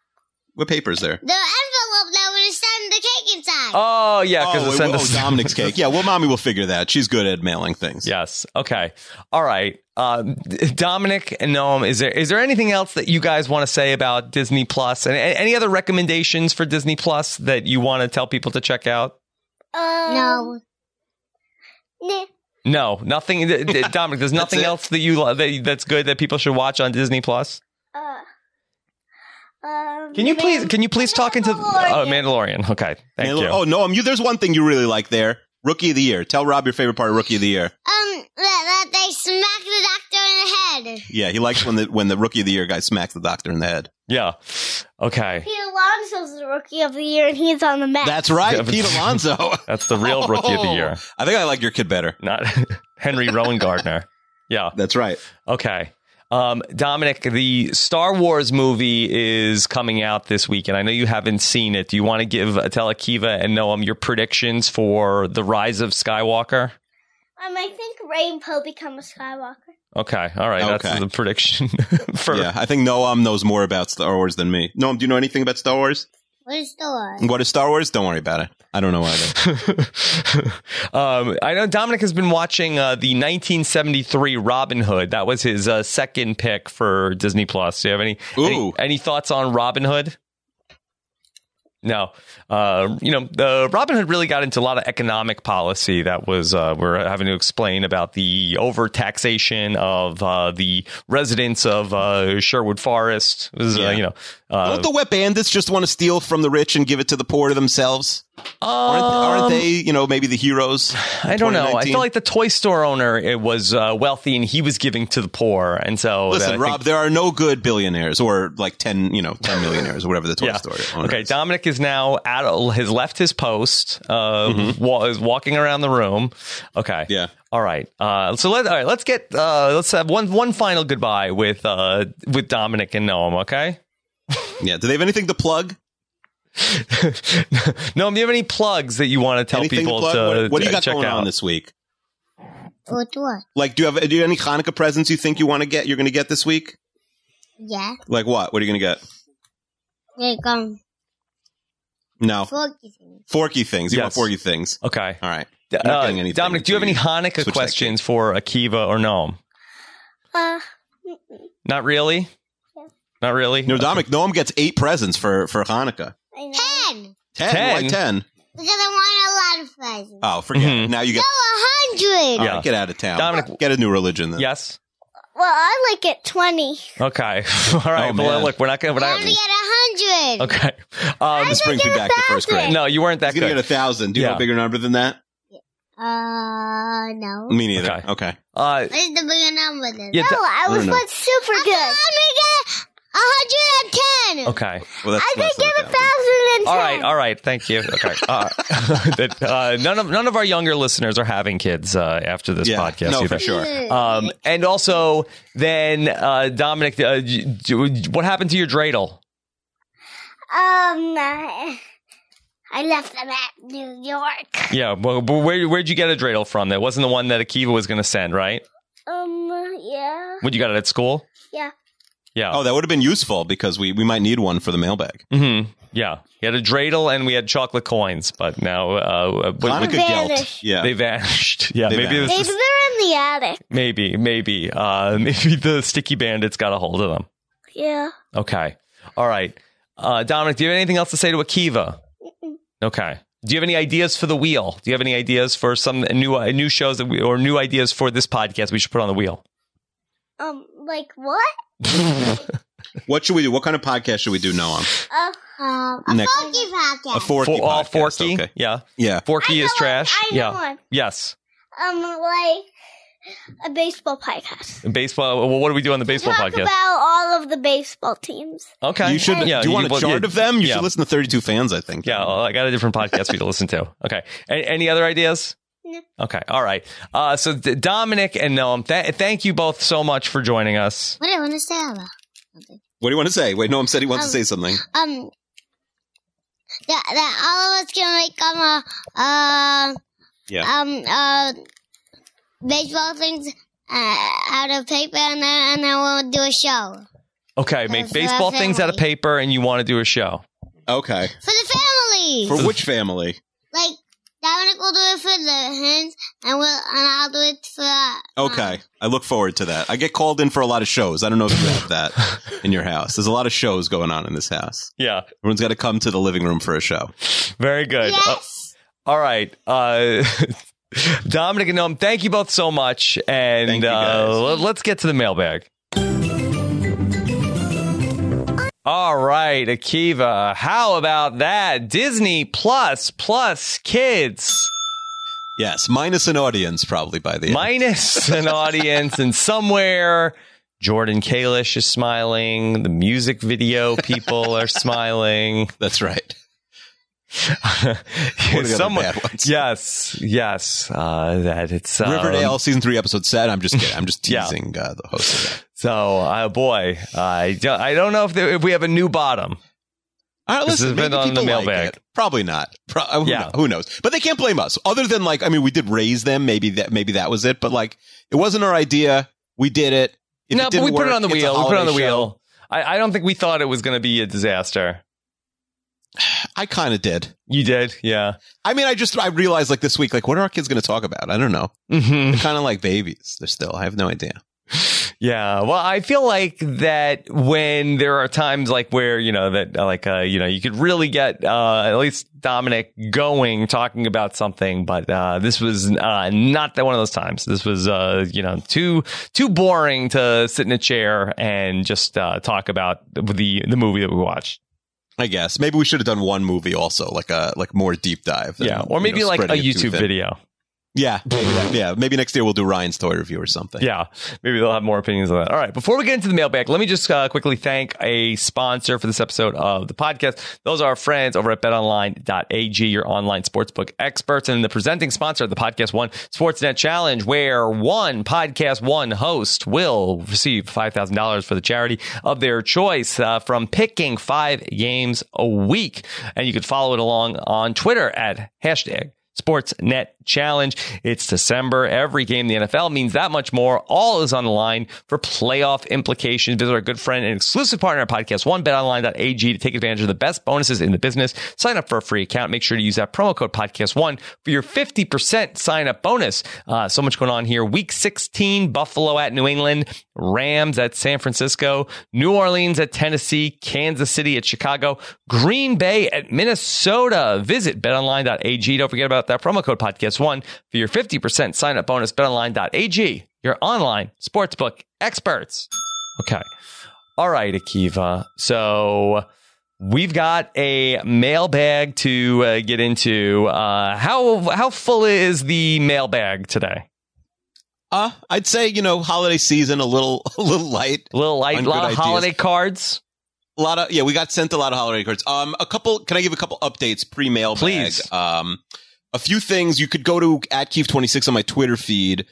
What paper is there? The envelope that would send the cake inside. Oh yeah, because oh, it's it- send oh, us Dominic's cake. Yeah, well, mommy will figure that. She's good at mailing things. Yes. Okay. All right. Uh, Dominic and Noam, is there is there anything else that you guys want to say about Disney Plus, and a- any other recommendations for Disney Plus that you want to tell people to check out? Um, no. nah. No, nothing. th- th- Dominic, there's nothing it. else that you lo- that, that's good that people should watch on Disney Plus. Uh, um, Can you please can you please talk into oh, Mandalorian? Okay, thank Mail- you. Oh, Noam, you, there's one thing you really like there. Rookie of the year. Tell Rob your favorite part of Rookie of the Year. Um, that, that they smack the doctor in the head. Yeah, he likes when the when the Rookie of the Year guy smacks the doctor in the head. Yeah. Okay. Pete Alonso's the rookie of the year, and he's on the Mets. That's right, Yeah, but- Pete Alonso. That's the real rookie of the Oh, year, I think I like your kid better. not Henry Rowan Gardner. Yeah. That's right. Okay. Um, Dominic, the Star Wars movie is coming out this week, and I know you haven't seen it. Do you want to give tell Akiva and Noam your predictions for the Rise of Skywalker? Um, I think Rainbow become a Skywalker. Okay, all right, that's Okay. the prediction for. Yeah, I think Noam knows more about Star Wars than me. Noam, do you know anything about Star Wars? What is the word? What is Star Wars? Don't worry about it. I don't know either. um, I know Dominic has been watching uh, the 1973 Robin Hood. That was his uh, second pick for Disney Plus. Do you have any any, Ooh. any thoughts on Robin Hood? No, uh, you know, the Robin Hood really got into a lot of economic policy that was uh, we're having to explain about the overtaxation of uh, the residents of uh, Sherwood Forest. It was, uh, Yeah. you know, uh, Don't the wet bandits just want to steal from the rich and give it to the poor themselves? Aren't, aren't they, you know, maybe the heroes? I don't know. I 2019? feel like the toy store owner it was uh, wealthy and he was giving to the poor, and so that I Listen, think- Rob, there are no good billionaires or like 10, you know, 10 millionaires or whatever the toy yeah. story. owner Okay, is. Dominic is now at has left his post. Uh, wa- is walking around the room. Okay. Mm-hmm. Yeah. All right. Uh, so let all right. Let's get uh, let's have one one final goodbye with uh, with Dominic and Noam. Okay. Yeah. Do they have anything to plug? Noam, do you have any plugs that you want to tell anything people to plug? to what, what do you to got check going out? on this week? What what? Like, do you have do you have any Hanukkah presents you think you want to get? You're going to get this week? Yeah. Like what? What are you going to get? Like um, No, forky things. forky things. You Yes. want forky things? Okay. All Uh, right. You're not getting anything Dominic, do you have any until switch Hanukkah that questions for Akiva or Noam? Uh, Not really. Not really. No, Dominic. Noam gets eight presents for for Hanukkah. I know. Ten. Ten. Why Ten? ten? Because I want a lot of presents. Oh, forget. it. Mhm. Now you get. No, a All hundred. right, Yeah. get out of town. Dominic- get a new religion. Then. Uh, Yes. Well, I like it twenty. Okay. All right. Oh, but man. look, we're not gonna. We're I want to get not, a hundred. okay. Um, This brings me back to first grade. no, you weren't that He's gonna get good. a thousand. Do you know Yeah. a bigger number than that? Uh, no. Me neither. Okay. Okay. Uh, What is the bigger number then? yeah. No, Do- I I was don't know. like super I good. can only get a hundred and ten. Oh. okay. Well, that's I less could than get a 1,000. thousand and ten. All right. All right. Thank you. Okay. Uh, that, uh, none of none of our younger listeners are having kids uh, after this Yeah. podcast No, either. for sure. Um, and also, then uh, Dominic, uh, d- d- what happened to your dreidel? Um, I, I I left them at New York. Yeah, well, but where where'd you get a dreidel from? That wasn't the one that Akiva was going to send, right? Um, yeah. What you got it at school? Yeah. Yeah. Oh, that would have been useful because we, we might need one for the mailbag. hmm Yeah. He had a dreidel and we had chocolate coins, but now uh, what- Hanukkah what- gelt. Vanish. Yeah. they vanished. Yeah, They maybe it was Maybe the- they're in the attic. maybe maybe uh, maybe the sticky bandits got a hold of them. Yeah. Okay. All right. Uh, Dominic, do you have anything else to say to Akiva? Okay. Do you have any ideas for the wheel? Do you have any ideas for some new uh, new shows that we, or new ideas for this podcast we should put on the wheel? Um, like what? what should we do? What kind of podcast should we do, Noam? Uh, Um, a Next. funky podcast. A forky For, all podcast, uh, Forky, Okay. yeah. Yeah. Forky I is know trash. One. I know yeah. one. Yes. Um, like a baseball podcast. Baseball. Well, what do we do on the baseball Talk podcast? about all of the baseball teams. okay. You should. Yeah. do you want a well, chart yeah, of them? You yeah. should listen to 32 fans. I think. Yeah, well, I got a different podcast for you to listen to. Okay. Any, any other ideas? No. Okay. All right. Uh, so D- Dominic and Noam, th- thank you both so much for joining us. What do I want to say about? What do you want to say? Wait, Noam said he wants Um, to say something. Um, that that all of us can make um a um Yeah. um uh baseball things uh, out of paper and then and then we'll do a show Okay. Make Those are baseball things out of family. paper, and you want to do a show. Okay. for the family. For which family? like Dominic will do it for the hens and we'll and I'll do it for uh, Okay. I look forward to that. I get called in for a lot of shows. I don't know if you have that in your house. There's a lot of shows going on in this house. Yeah. Everyone's got to come to the living room for a show. Very good. Uh, Yes. all right. Uh, Dominic and Noam, thank you both so much, and Thank you, guys. uh, let- let's get to the mailbag. All right, Akiva, how about that? Disney Plus plus kids. Yes, minus an audience probably by the end. minus an audience and somewhere Jordan Kalish is smiling. The music video people are smiling. That's right. One of the other Someone, bad ones. yes, yes. Uh, that it's um, Riverdale season three episode seven. I'm just kidding. I'm just Yeah. teasing uh, the host. Of that. So, uh, boy, I don't, I don't know if there, if we have a new bottom. All right, This has listen. been maybe on the people like mailbag. it. Probably not. Pro- uh, who, Yeah. know- who knows? But they can't blame us. Other than like, I mean, we did raise them. Maybe that. Maybe that was it. But like, it wasn't our idea. We did it. If no, it but didn't we put work, it on the it's a wheel. We put it on the holiday show. wheel. I, I don't think we thought it was going to be a disaster. I kind of did. You did, yeah. I mean, I just I realized like this week, like what are our kids going to talk about? I don't know. hmm They're kind of like babies. They're still. I have no idea. Yeah. Well, I feel like that when there are times like where, you know, that uh, like, uh, you know, you could really get, uh, at least Dominic going, talking about something, but, uh, this was, uh, not that one of those times. This was, uh, you know, too, too boring to sit in a chair and just, uh, talk about the, the movie that we watched. I guess maybe we should have done one movie also, like a like more deep dive. than, Yeah. Or you maybe know, like a spreading it too YouTube thin. video. Yeah, yeah. Maybe next year we'll do Ryan's toy review or something. Yeah, maybe they'll have more opinions on that. All right, before we get into the mailbag, let me just uh, quickly thank a sponsor for this episode of the podcast. Those are our friends over at betonline.ag, your online sportsbook experts, and the presenting sponsor of the Podcast One Sportsnet Challenge, where one Podcast One host will receive $5,000 for the charity of their choice uh, from picking five games a week. And you can follow it along on Twitter at hashtag Sportsnet Challenge. It's December. Every game in the NFL means that much more. All is on the line for playoff implications. Visit our good friend and exclusive partner at Podcast One, betonline.ag to take advantage of the best bonuses in the business. Sign up for a free account. Make sure to use that promo code Podcast One for your 50% sign up bonus. Uh, so much going on here. Week 16, Buffalo at New England, Rams at San Francisco, New Orleans at Tennessee, Kansas City at Chicago, Green Bay at Minnesota. Visit betonline.ag. Don't forget about that promo code podcast1 for your 50% sign up bonus. Betonline.ag, your online sportsbook experts. Okay. All right, Akiva. So we've got a mailbag to uh, get into. Uh, how how full is the mailbag today? Uh, I'd say you know holiday season a little a little light. A little light, On lot good of ideas. holiday cards. A lot of yeah, we got sent a lot of holiday cards. Um, a couple. Can I give a couple updates pre mail? Please. Um, a few things you could go to at Keefe twenty six on my Twitter feed.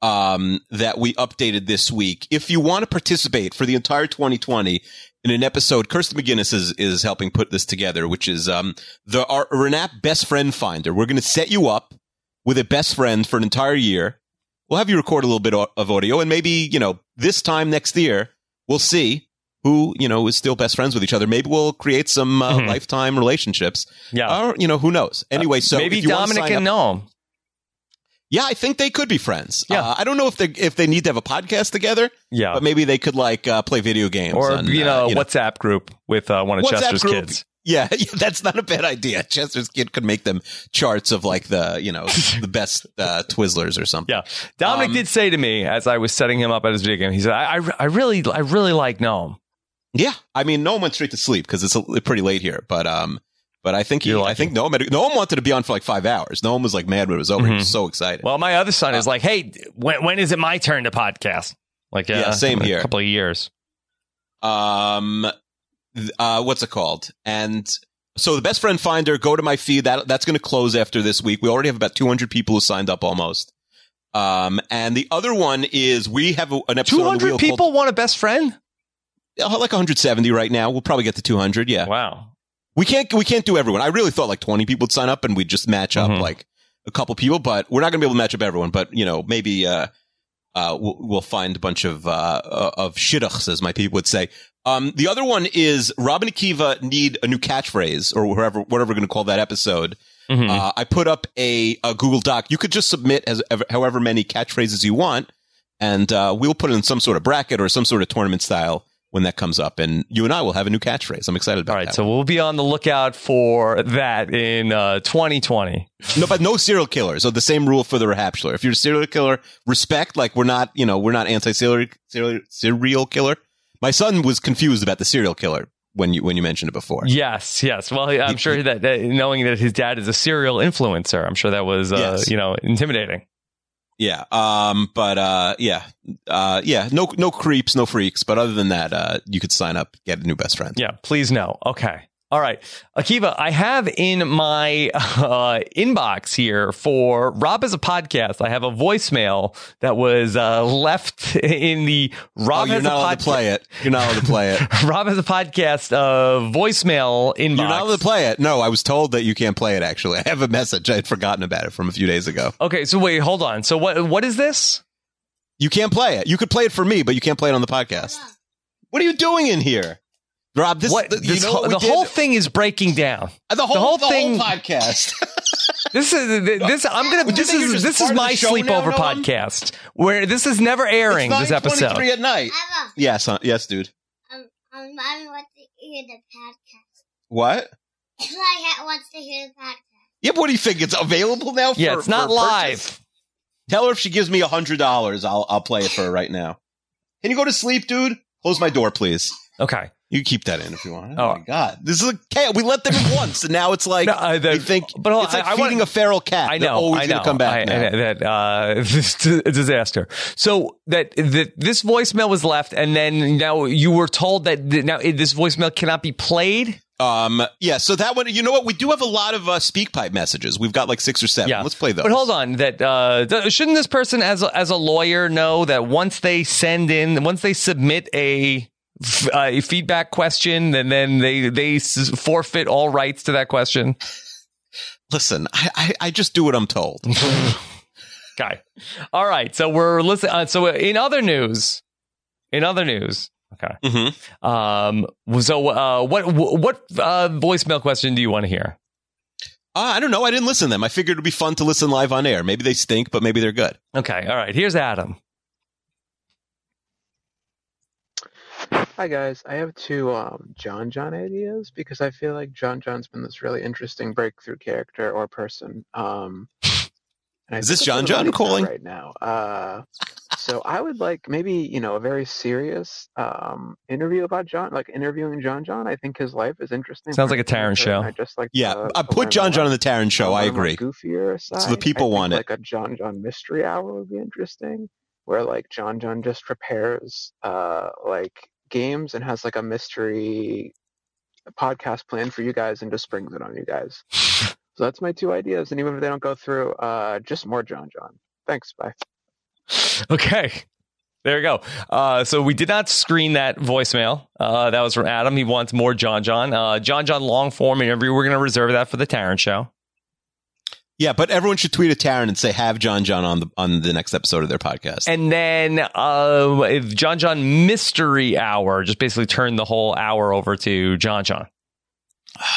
Um, that we updated this week. If you want to participate for the entire 2020 in an episode, Kirsten McGinnis is, is helping put this together, which is um, the our Renap Best Friend Finder. We're going to set you up with a best friend for an entire year. We'll have you record a little bit o- of audio, and maybe you know this time next year we'll see who you know is still best friends with each other. Maybe we'll create some uh, Mhm. lifetime relationships. Yeah. Uh, Or, you know who knows. Anyway, Um, so Maybe if you wanna Dominic sign and up- Noam. yeah, I think they could be friends. Yeah. Uh, I don't know if they if they need to have a podcast together, Yeah. but maybe they could like uh, play video games Or, on, you, know, uh, WhatsApp group with uh, one of WhatsApp Chester's group. kids. Yeah, yeah, that's not a bad idea. Chester's kid could make them charts of like the you know the best uh, Twizzlers or something. Yeah. Dominic Um, did say to me as I was setting him up at his video game, he said, I, I, I really, I really like Noam. Yeah, I mean, Noam went straight to sleep because it's a, pretty late here, but um, but I think he, You're lucky. I think Noam, had, Noam wanted to be on for like five hours. Noam was like mad when it was over. Mm-hmm. He was so excited. Well, my other Uh, son is like, hey, when, when is it my turn to podcast? Like, Yeah, uh, same in a here. couple of years. um, th- uh, what's it called? And so the best friend finder, go to my feed. That that's going to close after this week. We already have about two hundred people who signed up almost. Um, and the other one is we have a, an episode. on the 200 wheel people called- want a best friend? uh, like 170 right now. We'll probably get to 200. Yeah, Wow. we can't we can't do everyone. I really thought like 20 people would sign up and we'd just match up Mhm. like a couple people, but we're not going to be able to match up everyone. But you know, maybe uh, uh, we'll, we'll find a bunch of uh, uh, of shidduchs, as my people would say. Um, the other one is Robin and Akiva need a new catchphrase or wherever whatever we're going to call that episode. Mhm. Uh, I put up a, a Google Doc. You could just submit as ever- however many catchphrases you want, and uh, we'll put it in some sort of bracket or some sort of tournament style when that comes up. And you and I will have a new catchphrase. I'm excited about All right. that. So we'll be on the lookout for that in uh, 2020. no, but no serial killer. So the same rule for the Rehapshler. If you're a serial killer, respect. Like we're not, you know, we're not anti serial serial killer. My son was confused about the serial killer when you when you mentioned it before. Yes, yes. Well, I'm sure that, that knowing that his dad is a serial influencer, I'm sure that was, uh, Yes. you know, intimidating. Yeah. Um. But uh. Yeah. Uh. Yeah. No. No creeps. No freaks. But other than that, uh, you could sign up, get a new best friend. Yeah, please no. Okay. All right. Akiva, I have in my uh, inbox here for Rob as a podcast, I have a voicemail that was uh, left in the Oh, Rob you're has a not allowed to podcast. play it. You're not allowed to play it. Rob has a podcast uh, voicemail inbox. You're not allowed to play it. No, I was told that you can't play it. Actually, I have a message. I had forgotten about it from a few days ago. okay, so wait, hold on. So what what is this? You can't play it. You could play it for me, but you can't play it on the podcast. What are you doing in here, Rob? This, what th- you this know whole- what we the did? whole thing is breaking down. Uh, the whole, whole the thing- podcast. This is th- this. I'm gonna. Would you This think you're is this just part is of the my show now, sleepover Noam? podcast where this is never airing. It's This episode. 9:23 at night. Emma, Yes, uh, yes, dude. um, um, Mommy wants to hear the podcast. What? My hat wants to hear the podcast. Yeah, but what do you think? It's available now. For, Yeah, it's not for purchase? live. Tell her if she gives me a hundred dollars, I'll I'll play it for her right now. Can you go to sleep, dude? Close my door, please. Okay. You can keep that in if you want. Oh. Oh, my god, this is a cat. We let them in once, and now it's like No, I- that- we think. but hold on, it's like I- I wanna- feeding a feral cat. I They're know. always I know. gonna come back. I- now. I- that uh, this is a disaster. So that, that this voicemail was left, and then now you were told that th- now it- this voicemail cannot be played. Um, yeah, so that one, you know what? We do have a lot of uh, speak pipe messages. We've got like six or seven. Yeah. Let's play those. But hold on, that uh, th- shouldn't this person, as a, as a lawyer, know that once they send in, once they submit a f- a feedback question, and then they they s- forfeit all rights to that question. Listen, I, I, I just do what I'm told. Okay. All right. So we're listening. Uh, so in other news, in other news, okay. Mhm. Um. So uh, what what uh, voicemail question do you want to hear? Uh, I don't know. I didn't listen to them. I figured it'd be fun to listen live on air. Maybe they stink, but maybe they're good. Okay. All right. Here's Adam. Hi guys, I have two um, John John ideas because I feel like John John's been this really interesting breakthrough character or person. Um, and I Is think this it's John on John Lisa calling? right now? Uh, so I would like maybe you know a very serious um, interview about John, like interviewing John John. I think his life is interesting. Sounds like a particularly Taryn for him. show. I just like Yeah. to- I to put learn John John more on the Taryn show. I Uh, on, like, agree. goofier side. the people I think, want it. Like a John John mystery hour would be interesting, where like John John just prepares uh like games and has like a mystery podcast plan for you guys and just springs it on you guys. so that's my two ideas, and even if they don't go through, uh, just more John John. Thanks. Bye. Okay. There you go. Uh, so we did not screen that voicemail. Uh, that was from Adam. He wants more John John. Uh, John John long form interview. We're going to reserve that for the Taryn show. Yeah, but everyone should tweet at Taryn and say have John John on the on the next episode of their podcast. And then uh, if John John mystery hour. Just basically turn the whole hour over to John John.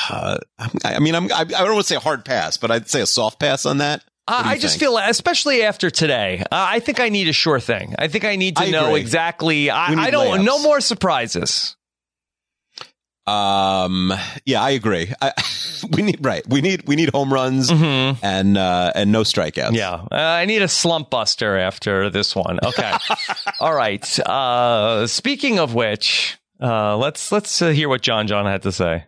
Uh, I'm- I I mean, I'm, I, I don't want to say a hard pass, but I'd say a soft pass on that. What I do you I just think? feel, especially after today, uh, I think I need a sure thing. I think I need to I know agree. exactly. I, We need I don't. layups. No more surprises. Um, yeah, I agree. I, we need right. We need we need home runs hmm and uh, and no strikeouts. Yeah, uh, I need a slump buster after this one. Okay, all right. Uh, speaking of which, uh, let's let's uh, hear what John John had to say.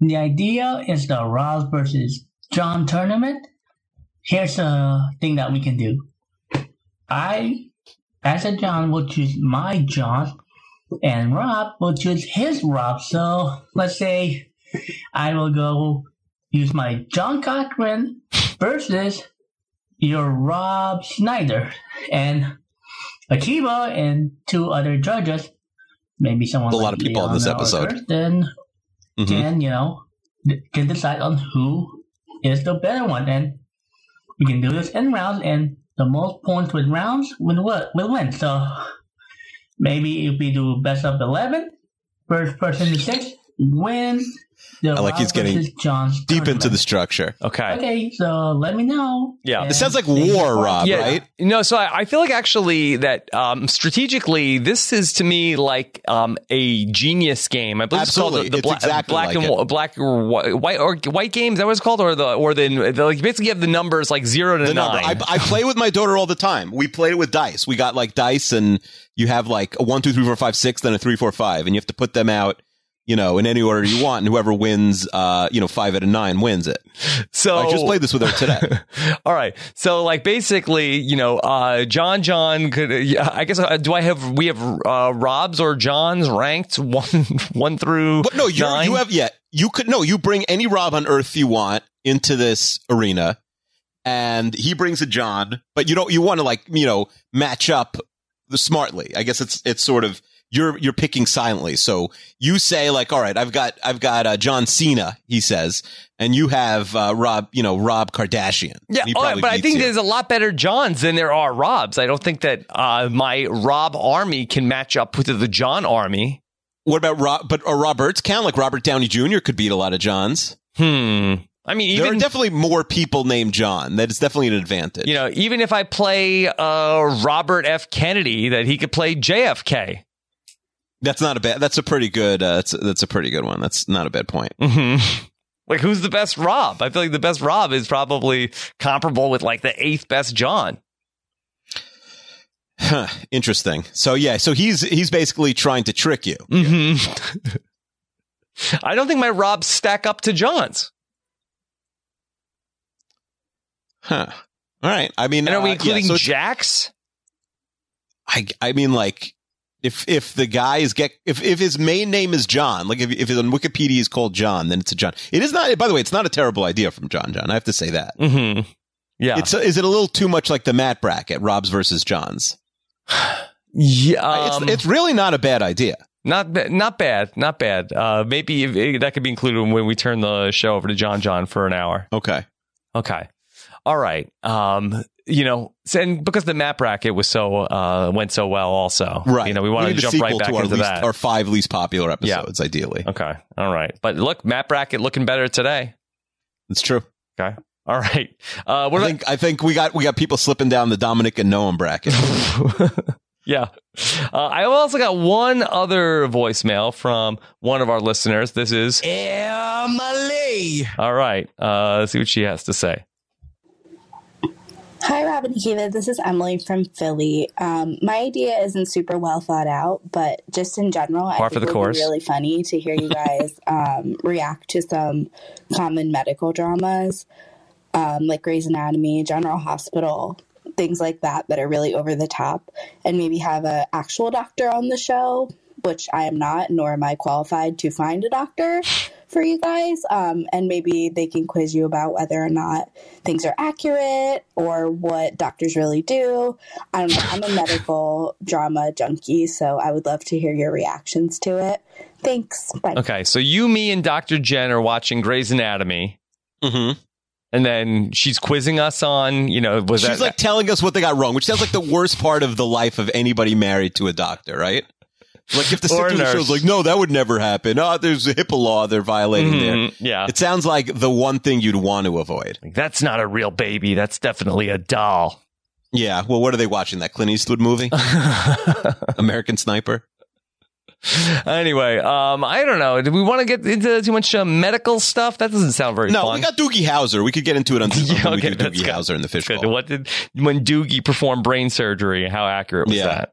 The idea is the Roz versus John tournament. Here's a thing that we can do. I, as a John, will choose my John, and Rob will choose his Rob. So let's say I will go use my John Cochran versus your Rob Snyder and Akiva and two other judges. Maybe someone A lot like of people on this Leona or episode. Kirsten Mhm. and you know th- can decide on who is the better one and we can do this in rounds and the most points with rounds will, wi- will win so maybe if we do best of 11 first person to six win the I like he's Rob getting versus John's Deep into the tournament. structure. Okay. okay so let me know Yeah. It and It sounds like thank you war, for- Rob. Uh, Right? No, so I, I feel like actually that um, strategically, this is to me like um, a genius game. I believe Absolutely. it's called the, the It's bla- exactly black like and it. wh- black or whi- white or white game. Is that what it's called? Or the or the, the like basically you have the numbers like zero to The number. nine. I, I play with my daughter all the time. We play it with dice. We got like dice, and you have like a one, two, three, four, five, six, then a three, four, five, and you have to put them out, you know, in any order you want, and whoever wins, uh, you know, five out of nine wins it. so I just played this with her today. All right. So like basically, you know, uh, John John could. yeah, I guess uh, do I have we have uh, Rob's or John's ranked one one through But no, you nine? you have yeah. You could no. You bring any Rob on Earth you want into this arena, and he brings a John. But you don't. You want to like you know match up the smartly. I guess it's it's sort of you're you're picking silently. So you say like, all right, I've got I've got uh, John Cena. He says, and you have uh, Rob. You know Rob Kardashian. Yeah, He all right, probably but I beats think you. there's a lot better Johns than there are Robs. I don't think that uh, my Rob army can match up with the John army. What about Rob? But or Roberts count like Robert Downey Jr. could beat a lot of Johns. Hmm. I mean, there even are definitely more people named John. That is definitely an advantage. you know, even if I play uh, Robert F. Kennedy, that he could play JFK. That's not a bad. That's a pretty good. Uh, that's that's a pretty good one. That's not a bad point. hmm Like, who's the best Rob? I feel like the best Rob is probably comparable with like the eighth best John. Huh, interesting. So yeah. So he's he's basically trying to trick you. hmm I don't think my Robs stack up to John's. Huh. All right. I mean, And are uh, we yeah, including so it's- Jack's? I I mean, like if if the guy is get if if his main name is John, like if if on Wikipedia he's called John, then it's a John. It is not. By the way, it's not a terrible idea from John. John, I have to say that. hmm Yeah. Mm-hmm. It's is it a little too much like the Matt bracket, Rob's versus John's? yeah. um, it's it's really not a bad idea. Not ba- not bad, not bad. Uh, maybe if, eh, that could be included when we turn the show over to John John for an hour. Okay. Okay, all right. Um, you know, s- and because the map bracket was so uh went so well, also, Right. You know, we want need to a jump right sequel back our into least, that. Our five least popular episodes, ideally. okay, all right. But look, map bracket looking better today. It's true. All right. Uh, what about- I think I think we got we got people slipping down the Dominic and Noam bracket. yeah. Uh, I also got one other voicemail from one of our listeners. This is Emily. All right. Uh, let's see what she has to say. Hi, Robin Kiva. This is Emily from Philly. Um, my idea isn't super well thought out, but just in general, I Par for think the it would course. be really funny to hear you guys um, react to some common medical dramas um, like Grey's Anatomy, General Hospital, things like that that are really over the top, and maybe have an actual doctor on the show, which I am not, nor am I qualified to find a doctor. for you guys. Um, and maybe they can quiz you about whether or not things are accurate or what doctors really do. I don't know. I'm a medical drama junkie, so I would love to hear your reactions to it. Thanks. Bye. Okay, so you, me, and Dr. Jen are watching Grey's Anatomy, Mm-hmm. and then she's quizzing us on, you know, was She's that like telling us what they got wrong, which sounds like the worst part of the life of anybody married to a doctor, right? Like if the Or a situation nurse. shows like, no, that would never happen. Oh, there's a HIPAA law they're violating there. Mhm, yeah. It sounds like the one thing you'd want to avoid. Like, that's not a real baby. That's definitely a doll. Yeah. Well, what are they watching? That Clint Eastwood movie, American Sniper. anyway, um, I don't know. Do we want to get into too much uh, medical stuff? That doesn't sound very No, fun. we got Doogie Howser. We could get into it on Yeah, when okay, we do that's Doogie good. Howser in the Good. fishbowl. What did when Doogie performed brain surgery? How accurate was Yeah. that?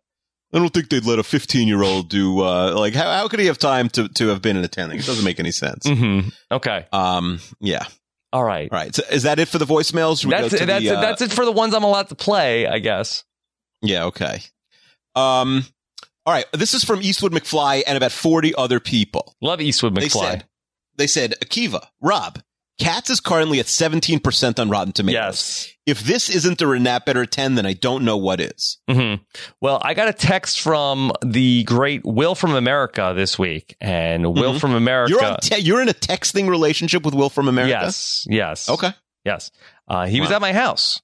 I don't think they'd let a 15 year old do uh, like how, how could he have time to to have been in attending? It doesn't make any sense. hmm Okay. Um, yeah. All right. All right. So is that it for the voicemails? Should we That's go to it, that's the, it, uh, that's it for the ones I'm allowed to play, I guess. Yeah, okay. Um all right, this is from Eastwood McFly and about 40 other people. Love Eastwood They McFly. said They said Akiva, Rob, Cats is currently at 17% on Rotten Tomatoes. yes. If this isn't a Renat better at 10, then I don't know what is. hmm Well, I got a text from the great Will from America this week, and Will Mhm. from America. You're on te- you're in a texting relationship with Will from America. Yes. Yes. Okay. Yes. Uh, he was Wow. at my house.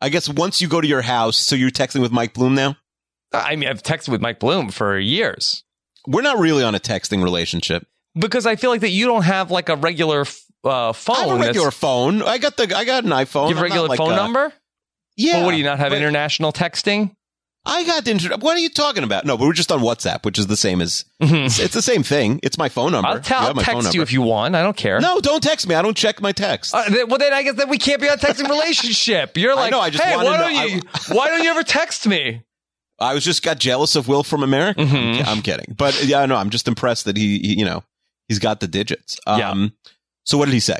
I guess once you go to your house, so you're texting with Mike Bloom now? I mean, I've texted with Mike Bloom for years We're not really on a texting relationship. because I feel like that you don't have like a regular f- uh, phone. I have a that's- regular phone. I got the I got an iPhone. You have I'm a not regular like phone a- number? Yeah. Well, what do you not have but- international texting? I got the inter- What are you talking about? No, but we're just on WhatsApp, which is the same as Mhm. it's, it's the same thing. It's my phone Mm-hmm. number. I'll, tell, You I'll have my phone text you number. if you want. I don't care. No, don't text me. I don't check my text. Uh, then- well, then I guess that we can't be on a texting relationship. You're I like, know, I just hey, wanna why know- don't you? I- why don't you ever text me? I was just got jealous of Will from America. I'm Mhm. ki- I'm, kidding, but yeah, no, I'm just impressed that he, he you know, he's got the digits. Um, Yeah. So what did he say?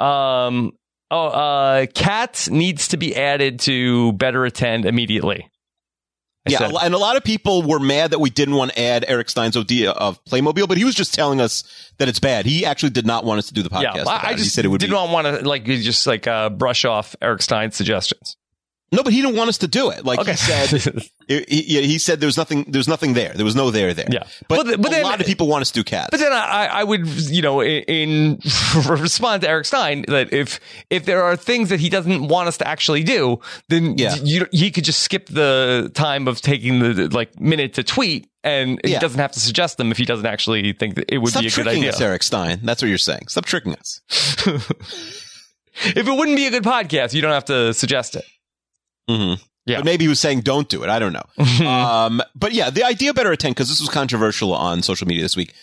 Um. Oh, uh, cats needs to be added to better attend immediately. I yeah, said- a lo- and a lot of people were mad that we didn't want to add Eric Stein's idea of Playmobil, but he was just telling us that it's bad. He actually did not want us to do the podcast. yeah. about I- I it. just he said it would did be not want to like you just like uh, brush off Eric Stein's suggestions. no, but he didn't want us to do it. Like okay. he said, he, he, he said there was nothing, there was nothing there. There was no there there. Yeah. but, But th- but a then- lot of people want us to do cats. But then I, I would, you know, in, in respond to Eric Stein that if if there are things that he doesn't want us to actually do, then Yeah. you, he could just skip the time of taking the like minute to tweet, and he Yeah. doesn't have to suggest them if he doesn't actually think that it would Stop be a good tricking idea. us, Eric Stein. That's what you're saying. Stop tricking us. if it wouldn't be a good podcast, you don't have to suggest it. Mm-hmm. Yeah. But maybe he was saying don't do it. I don't know. Hmm. um, but yeah, the idea better attend because this was controversial on social media this week.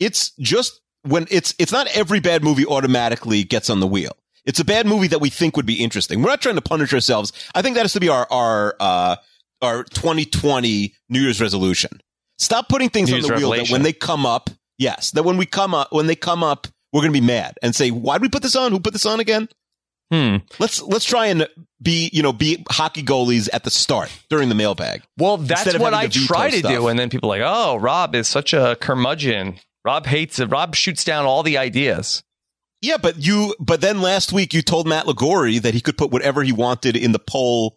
It's just when it's it's not every bad movie automatically gets on the wheel. It's a bad movie that we think would be interesting. We're not trying to punish ourselves. I think that has to be our our uh, our 2020 New Year's resolution. Stop putting things New on Year's the wheel that revelation. when they come up, yes, that when we come up when they come up, we're going to be mad and say, "Why did we put this on? Who put this on again?" Hmm. Let's let's try and be you know be hockey goalies at the start during the mailbag. Well, that's Instead of what I having to veto try to do, stuff. and then people are like, oh, Rob is such a curmudgeon. Rob hates it. Rob shoots down all the ideas. Yeah, but you but then last week you told Matt Lagori that he could put whatever he wanted in the poll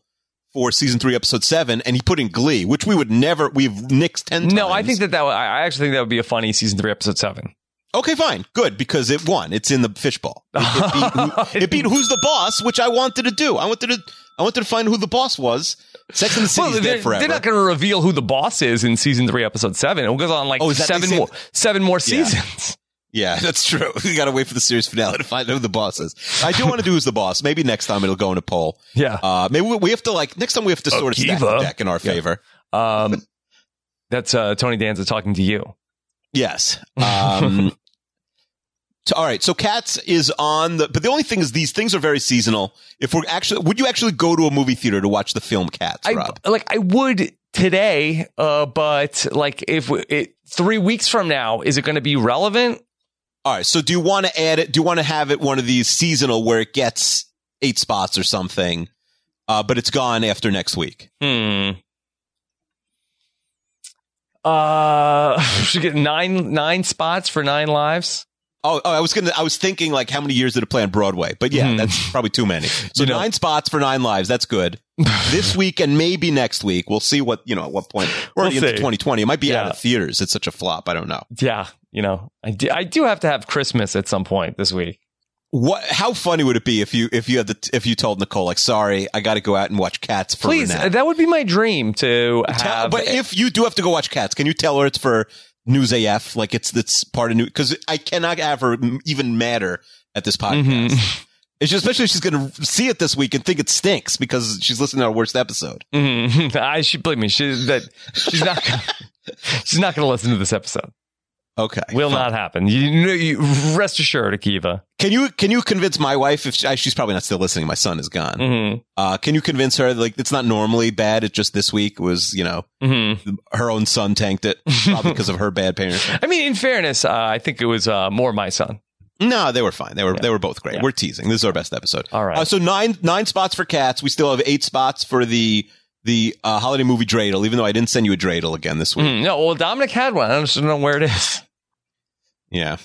for season three, episode seven, and he put in Glee, which we would never we've nixed ten. No, I times. think that that would- I I actually think that would be a funny season three, episode seven. okay, fine, good because it won. It's in the fishbowl. It, it beat, who, it beat Who's the Boss, which I wanted to do. I wanted to I wanted to find who the boss was. Sex in the City Well, is they're, dead forever. they're not going to reveal who the boss is in season three, episode seven. It goes on like Oh, seven is that the same- more seven more Yeah. seasons. Yeah, that's true. We got to wait for the series finale to find out who the boss is. I do want to do who's the boss. Maybe next time it'll go in a poll. Yeah. Uh, maybe we- we have to like next time we have to sort of stack the Akiva. deck in our Yeah. favor. Um, that's uh, Tony Danza talking to you. Yes. Um, so- all right. So Cats is on the, but the only thing is these things are very seasonal. If we're actually, would you actually go to a movie theater to watch the film Cats, I Rob? like I would today, uh, but like if we, it, three weeks from now, is it going to be relevant? All right. So do you want to add it? Do you want to have it one of these seasonal where it gets eight spots or something? Uh, but it's gone after next week. Hmm. Uh, should get nine nine spots for nine lives. Oh, oh, I was gonna. I was thinking like how many years did it play on Broadway? But yeah, Hmm. that's probably too many. So You know- nine spots for nine lives. That's good. this week and maybe next week. We'll see what you know at what point. We're already We'll see. into 2020. It might be out Yeah. of theaters. It's such a flop. I don't know. Yeah, you know, I do, I do have to have Christmas at some point this week. What? How funny would it be if you if you had the if you told Nicole like, sorry, I got to go out and watch Cats for Please, uh, Renat. that would be my dream to Tell, have. but if you do have to go watch Cats, can you tell her it's for News AF? Like it's it's part of new because I cannot have her m- even matter at this podcast. Mhm. It's just- especially if she's going to see it this week and think it stinks because she's listening to our worst episode. Mhm. I should believe me. She that she's not. gonna- she's not going to listen to this episode. Okay, Will fine. not happen. You, you, you rest assured, Akiva. Can you can you convince my wife if she, she's probably not still listening? My son is gone. Mm-hmm. Uh, can you convince her like it's not normally bad? It's just this week was you know Mm-hmm. her own son tanked it probably because of her bad parenting. I mean, in fairness, uh, I think it was uh, more my son. No, they were fine. They were Yeah. they were both great. Yeah. We're teasing. This is our best episode. All right. Uh, so nine nine spots for cats. We still have eight spots for the the uh, holiday movie dreidel. Even though I didn't send you a dreidel again this week. Mhm. No, well, Dominic had one. I just don't know where it is. Mm-hmm. Yeah.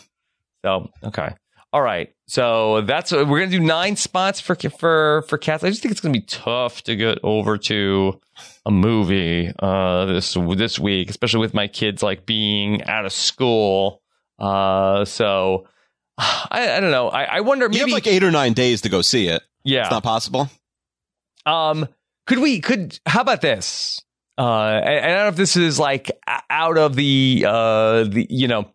So okay, all right. So that's uh, we're gonna do nine spots for for for cats. I just think it's gonna be tough to get over to a movie uh, this this week, especially with my kids like being out of school. Uh, so I, I don't know. I, I wonder you maybe have like eight or nine days to go see it. yeah. It's not possible. Um, could we? Could how about this? Uh, and, and I don't know if this is like o- out of the uh, the you know,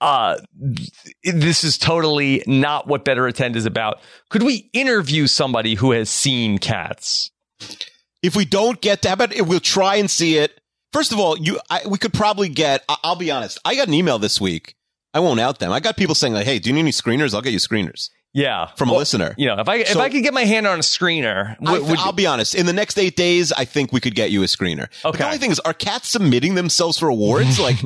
uh, th- this is totally not what Better Attend is about. Could we interview somebody who has seen cats? If we don't get to, how about it, we'll try and see it. First of all, you I, we could probably get. I, I'll be honest. I got an email this week. I won't out them. I got people saying like, "Hey, do you need any screeners? I'll get you screeners Yeah, from Well, a listener." You know, if I if So- I could get my hand on a screener, I would, would will be honest. In the next eight days, I think we could get you a screener. But Okay. the only thing is, are cats submitting themselves for awards? like,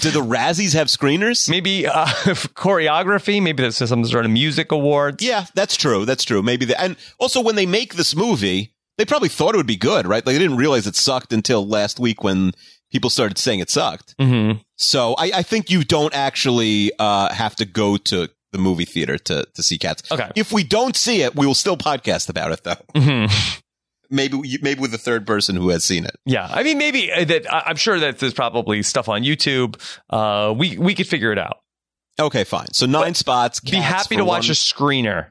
do the Razzies have screeners? maybe uh, choreography? Maybe there's some sort of music awards. Yeah, that's true. That's true. Maybe the, and also when they make this movie, they probably thought it would be good, right? Like they didn't realize it sucked until last week when people started saying it sucked. hmm So I, I think you don't actually uh, have to go to the movie theater to to see cats. Okay. If we don't see it, we will still podcast about it though. hmm Maybe you- maybe with the third person who has seen it. Yeah, I mean, maybe uh, that. I- I'm sure that there's probably stuff on YouTube. Uh, we we could figure it out. Okay, fine. So nine spots. Be Cats happy for to watch one- a screener.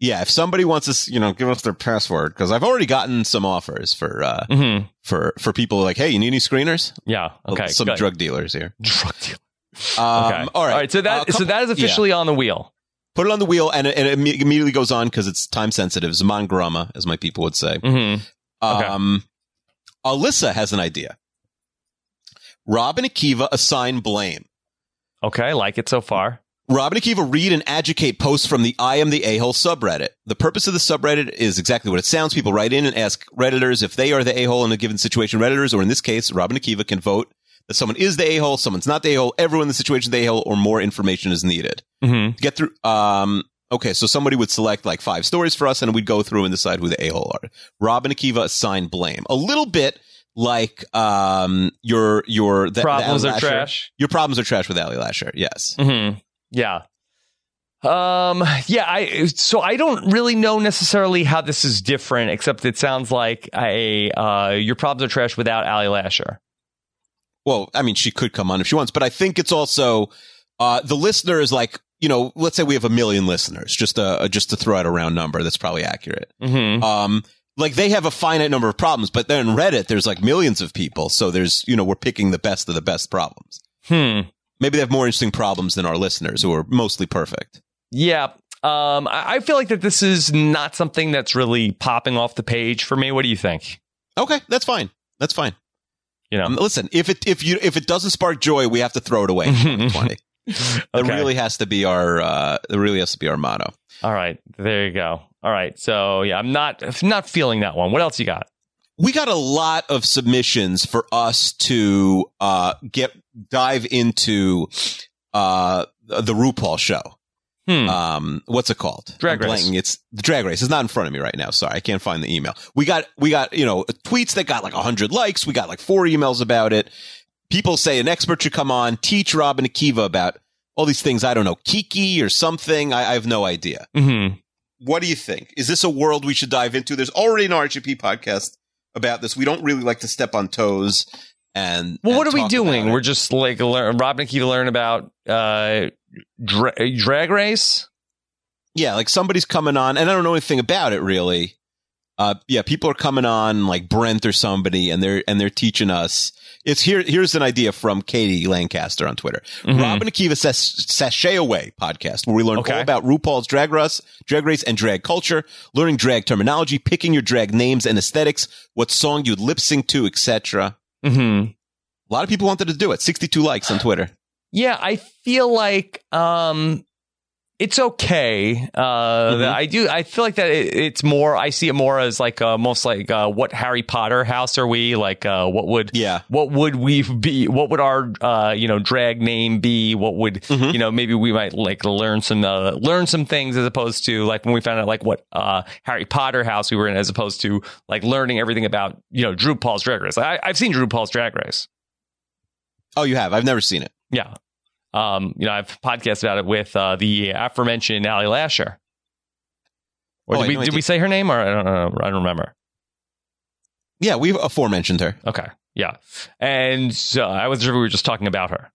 Yeah, if somebody wants us, you know, give us their password because I've already gotten some offers for uh, hmm for for people like, hey, you need any screeners? Yeah. Okay. some good. drug dealers here. Drug deal. Um, okay. All right. So that Uh, couple- so that is officially on the wheel. put it on the wheel, and, it- and it imme- immediately goes on because it's time sensitive. Zaman grama, as my people would say. hmm Okay. Um, Alyssa has an idea. Rob and Akiva assign blame. Okay, I like it so far. Rob and Akiva read and educate posts from the I Am the A Hole subreddit. The purpose of the subreddit is exactly what it sounds. People write in and ask Redditors if they are the a hole in a given situation. Redditors, or in this case, Rob and Akiva, can vote that someone is the a hole, someone's not the a hole, everyone in the situation is the a hole, or more information is needed. hmm To get through, um, okay, so somebody would select like five stories for us and we'd go through and decide who the a hole are. Rob and Akiva assign blame. A little bit like um, your, your, the, the Problems Ally are Lasher- trash. Your problems are trash with Ali Lasher, yes. hmm Yeah. Um. Yeah. I. So I don't really know necessarily how this is different, except it sounds like a uh, your problems are trash without Ali Lasher. well, I mean, she could come on if she wants, but I think it's also uh, the listener is like, you know, let's say we have a million listeners, just uh just to throw out a round number that's probably accurate. hmm Um, like they have a finite number of problems, but then in Reddit, there's like millions of people, so there's you know we're picking the best of the best problems. Hmm. Maybe they have more interesting problems than our listeners, who are mostly perfect. Yeah. Um, I, I feel like that this is not something that's really popping off the page for me. What do you think? Okay, that's fine. That's fine. You know, Um, listen, if it if you if it doesn't spark joy, we have to throw it away. in 2020. That Okay. really has to be our uh, that really has to be our motto. All right, there you go. All right, so yeah, I'm not I'm not feeling that one. What else you got? we got a lot of submissions for us to uh, get dive into uh, the RuPaul show. Hmm. Um, what's it called? Drag I'm Race. blanking. It's the drag race. It's not in front of me right now. Sorry, I can't find the email. We got we got you know tweets that got like hundred likes. We got like four emails about it. People say an expert should come on teach Rob and Akiva about all these things. I don't know, Kiki or something. I, I have no idea. Mm-hmm. What do you think? Is this a world we should dive into? There's already an RGP podcast about this. We don't really like to step on toes. And Well, what and are we talk about doing? it. We're just like learn, Rob and Akiva learn about uh, dra- drag race. yeah, like somebody's coming on, and I don't know anything about it really. Uh, yeah, people are coming on like Brent or somebody, and they're and they're teaching us. It's here. Here's an idea from Katie Lancaster on Twitter. Mhm. Robin Akiva says Sashay Away podcast, where we learn Okay. all about RuPaul's drag race, drag race and drag culture, learning drag terminology, picking your drag names and aesthetics, what song you'd lip sync to, etc. Mm-hmm. A lot of people wanted to do it. 62 likes on Twitter. Yeah, I feel like um it's okay. Uh Mhm. I do I feel like that it, it's more I see it more as like uh, most like uh what Harry Potter house are we? Like uh what would Yeah. what would we be what would our uh you know drag name be? What would Mhm. you know maybe we might like learn some uh, learn some things as opposed to like when we found out like what uh Harry Potter house we were in as opposed to like learning everything about you know Drew Paul's drag race. I, I've seen Drew Paul's drag race. Oh, you have. I've never seen it. Yeah. Um, you know, I've podcast about it with uh, the aforementioned Allie Lasher. Or Oh, I did we know I did we did. say her name or I don't know, I don't remember. Yeah, we've aforementioned her. Okay. Yeah. And so I was sure we were just talking about her.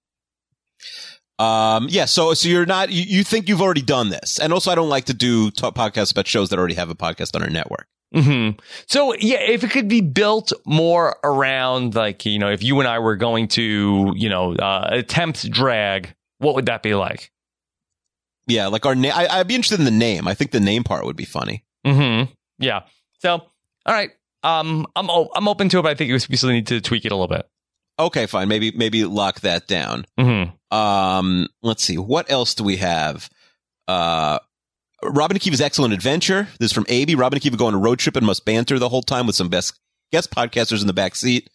Um, yeah, so so you're not you, you think you've already done this, and also I don't like to do t- podcasts about shows that already have a podcast on our network. hmm So yeah, if it could be built more around like, you know, if you and I were going to, you know, uh, attempt drag, what would that be like? Yeah, like our name. I'd be interested in the name. I think the name part would be funny. hmm Yeah. So, all right. Um, I'm, o- I'm open to it, but I think we still need to tweak it a little bit. Okay, fine. Maybe maybe lock that down. hmm Um, let's see. What else do we have? Uh, Robin Akiva's excellent adventure. This is from AB. Robin Akiva go on a road trip and must banter the whole time with some best guest podcasters in the back seat.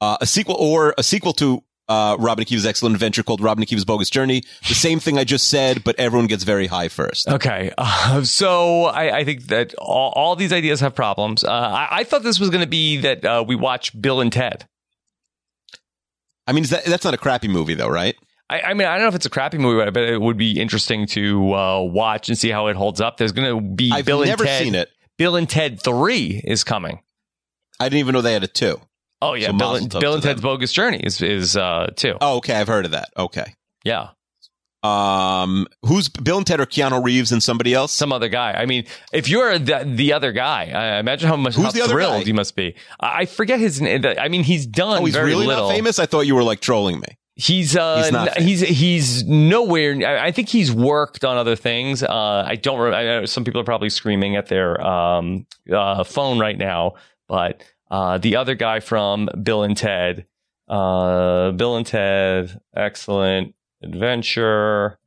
Uh, a sequel or a sequel to uh, Robin Akiva's excellent adventure called Robin Akiva's bogus journey. The same thing I just said, but everyone gets very high first. Okay, uh, so I, I think that all, all these ideas have problems. Uh, I, I thought this was going to be that uh, we watch Bill and Ted. I mean, is that, that's not a crappy movie though, right? I, I mean, I don't know if it's a crappy movie, but it would be interesting to uh, watch and see how it holds up. There's going to be I've Bill never and Ted. seen it. Bill and Ted Three is coming. I didn't even know they had a two. Oh yeah, So Bill, mazel and, tov Bill to and Ted's Bogus Journey is is uh, too. Oh, okay. I've heard of that. Okay. Yeah, Um, who's Bill and Ted or Keanu Reeves and somebody else? some other guy. I mean, if you're the, the other guy, I imagine how much Who's how the other thrilled guy? you must be. I, I forget his name. I mean, he's done oh, he's very really little. not famous. I thought you were like trolling me. He's uh He's not n- he's, he's nowhere. I I think he's worked on other things. Uh, I don't. Re- I know some people are probably screaming at their um uh, phone right now. But uh, the other guy from Bill and Ted, uh, Bill and Ted, excellent adventure.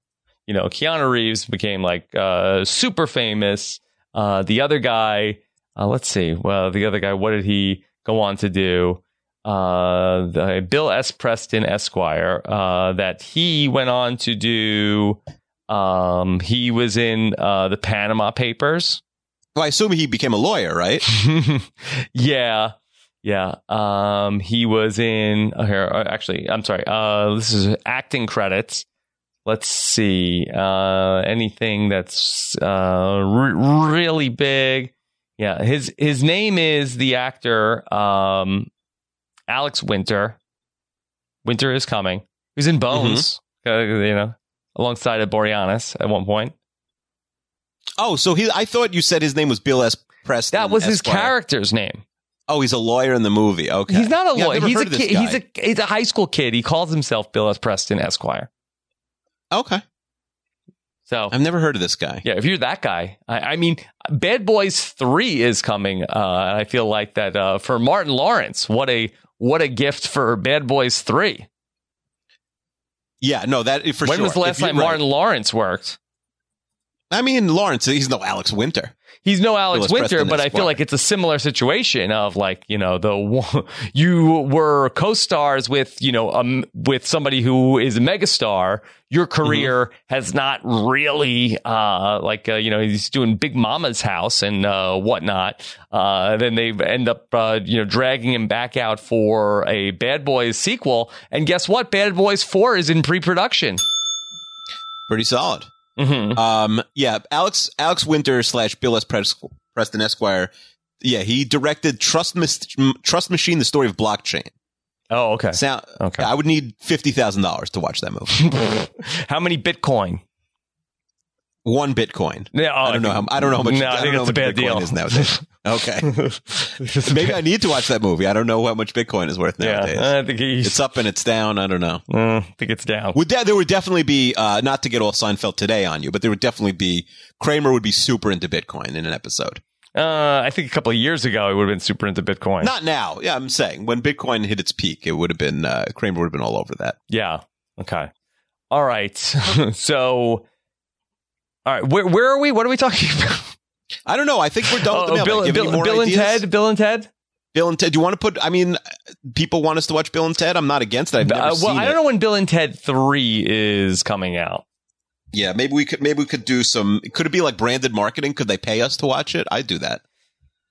You know, Keanu Reeves became like uh super famous. Uh, the other guy, uh, let's see. Well, the other guy, what did he go on to do? uh, the, Bill S. Preston Esquire, uh, that he went on to do. Um, he was in uh, the Panama Papers. Well, I assume he became a lawyer, right? yeah, yeah. Um, he was in oh, here. uh, Actually, I'm sorry. Uh, this is acting credits. Let's see. Uh, anything that's uh, re- really big. Yeah, his his name is the actor um, Alex Winter. Winter is coming. He's in Bones. uh, you know, alongside of Boreanaz at one point. Oh, so he. I thought you said his name was Bill S. Preston. That was his Esquire. character's name. Oh, he's a lawyer in the movie. Okay, He's not a Yeah, lawyer. I've never He's a heard of this kid. He's guy. a he's a high school kid. He calls himself Bill S. Preston Esquire. okay. So I've never heard of this guy. yeah, if you're that guy, I, I mean, Bad Boys Three is coming. Uh, and I feel like that uh, for Martin Lawrence. What a what a gift for Bad Boys Three. Yeah, no, that for when sure. was the last If you- time right. Martin Lawrence worked? I mean, Lawrence. He's no Alex Winter. He's no Alex Phyllis Winter, Preston but I feel Esquire. like it's a similar situation of like you know the one- you were co-stars with you know um with somebody who is a megastar. Your career has not really uh like uh, you know he's doing Big Mama's House and uh, whatnot. Uh, then they end up uh, you know dragging him back out for a Bad Boys sequel, and guess what? Bad Boys Four is in pre-production. Pretty solid. Mm-hmm. Um, yeah, Alex Alex Winter slash Bill S. Pres- Preston Esquire. Yeah, he directed Trust Mis- M- Trust Machine: The Story of Blockchain. Oh, okay. Sound. Okay. I would need fifty thousand dollars to watch that movie. how many Bitcoin? One Bitcoin. Yeah, oh, I don't know think- how- I don't know how much- No, I I, don't think know it's a how bad much Bitcoin deal. is nowadays. Okay. Maybe I need to watch that movie. I don't know how much Bitcoin is worth nowadays. Yeah, uh, I think he's, it's up and it's down. I don't know. Uh, I think it's down. Would that there would definitely be uh, not to get all Seinfeld today on you, but there would definitely be Kramer would be super into Bitcoin in an episode. Uh, I think a couple of years ago, I would have been super into Bitcoin. Not now. Yeah, I'm saying when Bitcoin hit its peak, it would have been uh, Kramer would have been all over that. yeah. Okay. All right. so, all right. Where where are we? What are we talking about? Oh, I don't know. I think we're done with the mailbag. Bill, Give any Bill, more Bill and ideas? Ted. Bill and Ted. Bill and Ted. Do you want to put? I mean, people want us to watch Bill and Ted. I'm not against it. I've never Uh, well, seen I it. don't know when Bill and Ted Three is coming out. Yeah, maybe we could. Maybe we could do some. Could it be like branded marketing? Could they pay us to watch it? I'd do that.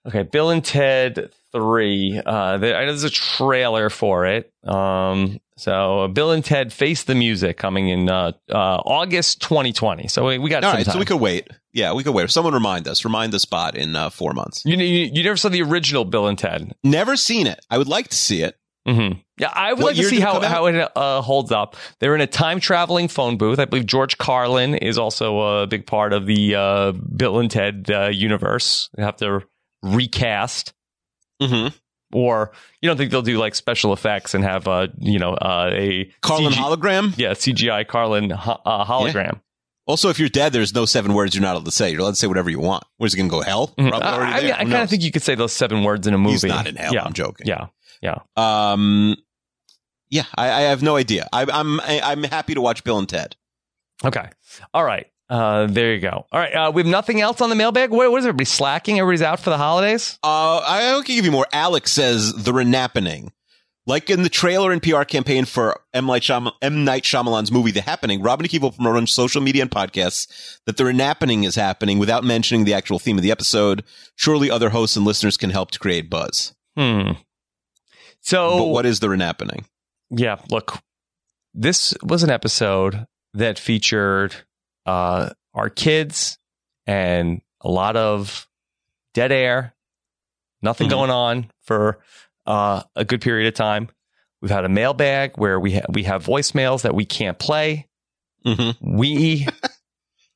Okay, Bill and Ted Three. Uh, there- there's a trailer for it. Um, so Bill and Ted Face the Music coming in uh, uh, August 2020. So we, we got All some right, time. so we could wait. Yeah, we could wait. Someone remind us. Remind the spot in uh, four months. you, you you never saw the original Bill and Ted. Never seen it. I would like to see it. hmm Yeah, I would What like to year see did it how come out? how it uh, holds up. They're in a time traveling phone booth. I believe George Carlin is also a big part of the uh, Bill and Ted uh, universe. They have to recast. Mm-hmm. or you don't think they'll do like special effects and have uh you know uh, a Carlin CG hologram. yeah CGI Carlin ho- uh, hologram. Also, if you're dead, there's no seven words you're not allowed to say. You're allowed to say whatever you want. Where's it going to go? Hell? Mhm. Probably I- already I, there. Who kind of knows? think you could say those seven words in a movie. he's not in hell. Yeah, I'm joking. yeah, Um. Yeah, I, I have no idea. I, I'm I, I'm happy to watch Bill and Ted. okay, all right. Uh, there you go. All right, uh, we have nothing else on the mailbag. What, what is everybody slacking? Everybody's out for the holidays. Uh, I I can give you more. Alex says the renappening. Like in the trailer and PR campaign for M. Night, Shyam- M. Night Shyamalan's movie The Happening, Robin Akiva promoted on social media and podcasts that the renappening is happening without mentioning the actual theme of the episode. Surely other hosts and listeners can help to create buzz. Hmm. So But what is the renappening? yeah, look, this was an episode that featured uh, our kids and a lot of dead air, nothing Mhm. going on for uh, a good period of time. We've had a mailbag where we ha- we have voicemails that we can't play. Mm-hmm. We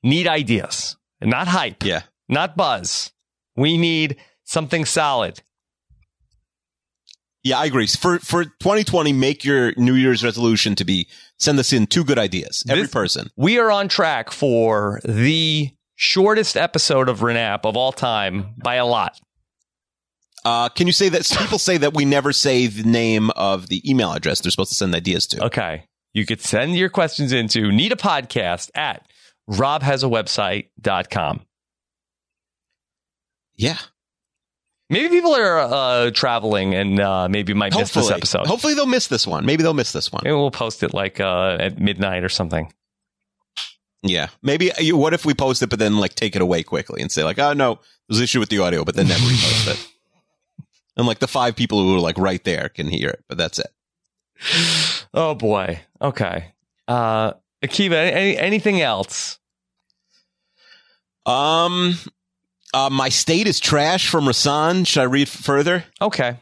need ideas, not hype, Yeah. not buzz. We need something solid. Yeah, I agree. For for 2020, make your New Year's resolution to be send us in two good ideas. Every This- person. we are on track for the shortest episode of Renap of all time by a lot. Uh, can you say that people say that we never say the name of the email address they're supposed to send ideas to? Okay. You could send your questions into need a podcast at robhasawebsite.com. Yeah, Maybe people are uh, traveling and uh, maybe might miss hopefully, this episode. hopefully they'll miss this one. Maybe they'll miss this one. Maybe we'll post it like uh, at midnight or something. Yeah, maybe. uh, You, what if we post it, but then like take it away quickly and say like, oh no, there's an issue with the audio, but then never repost it. And like the five people who are like right there can hear it, but that's it. Oh boy. Okay. Uh, Akiva, any, anything else? Um, uh, my state is trash from Rasan. Should I read further? Okay.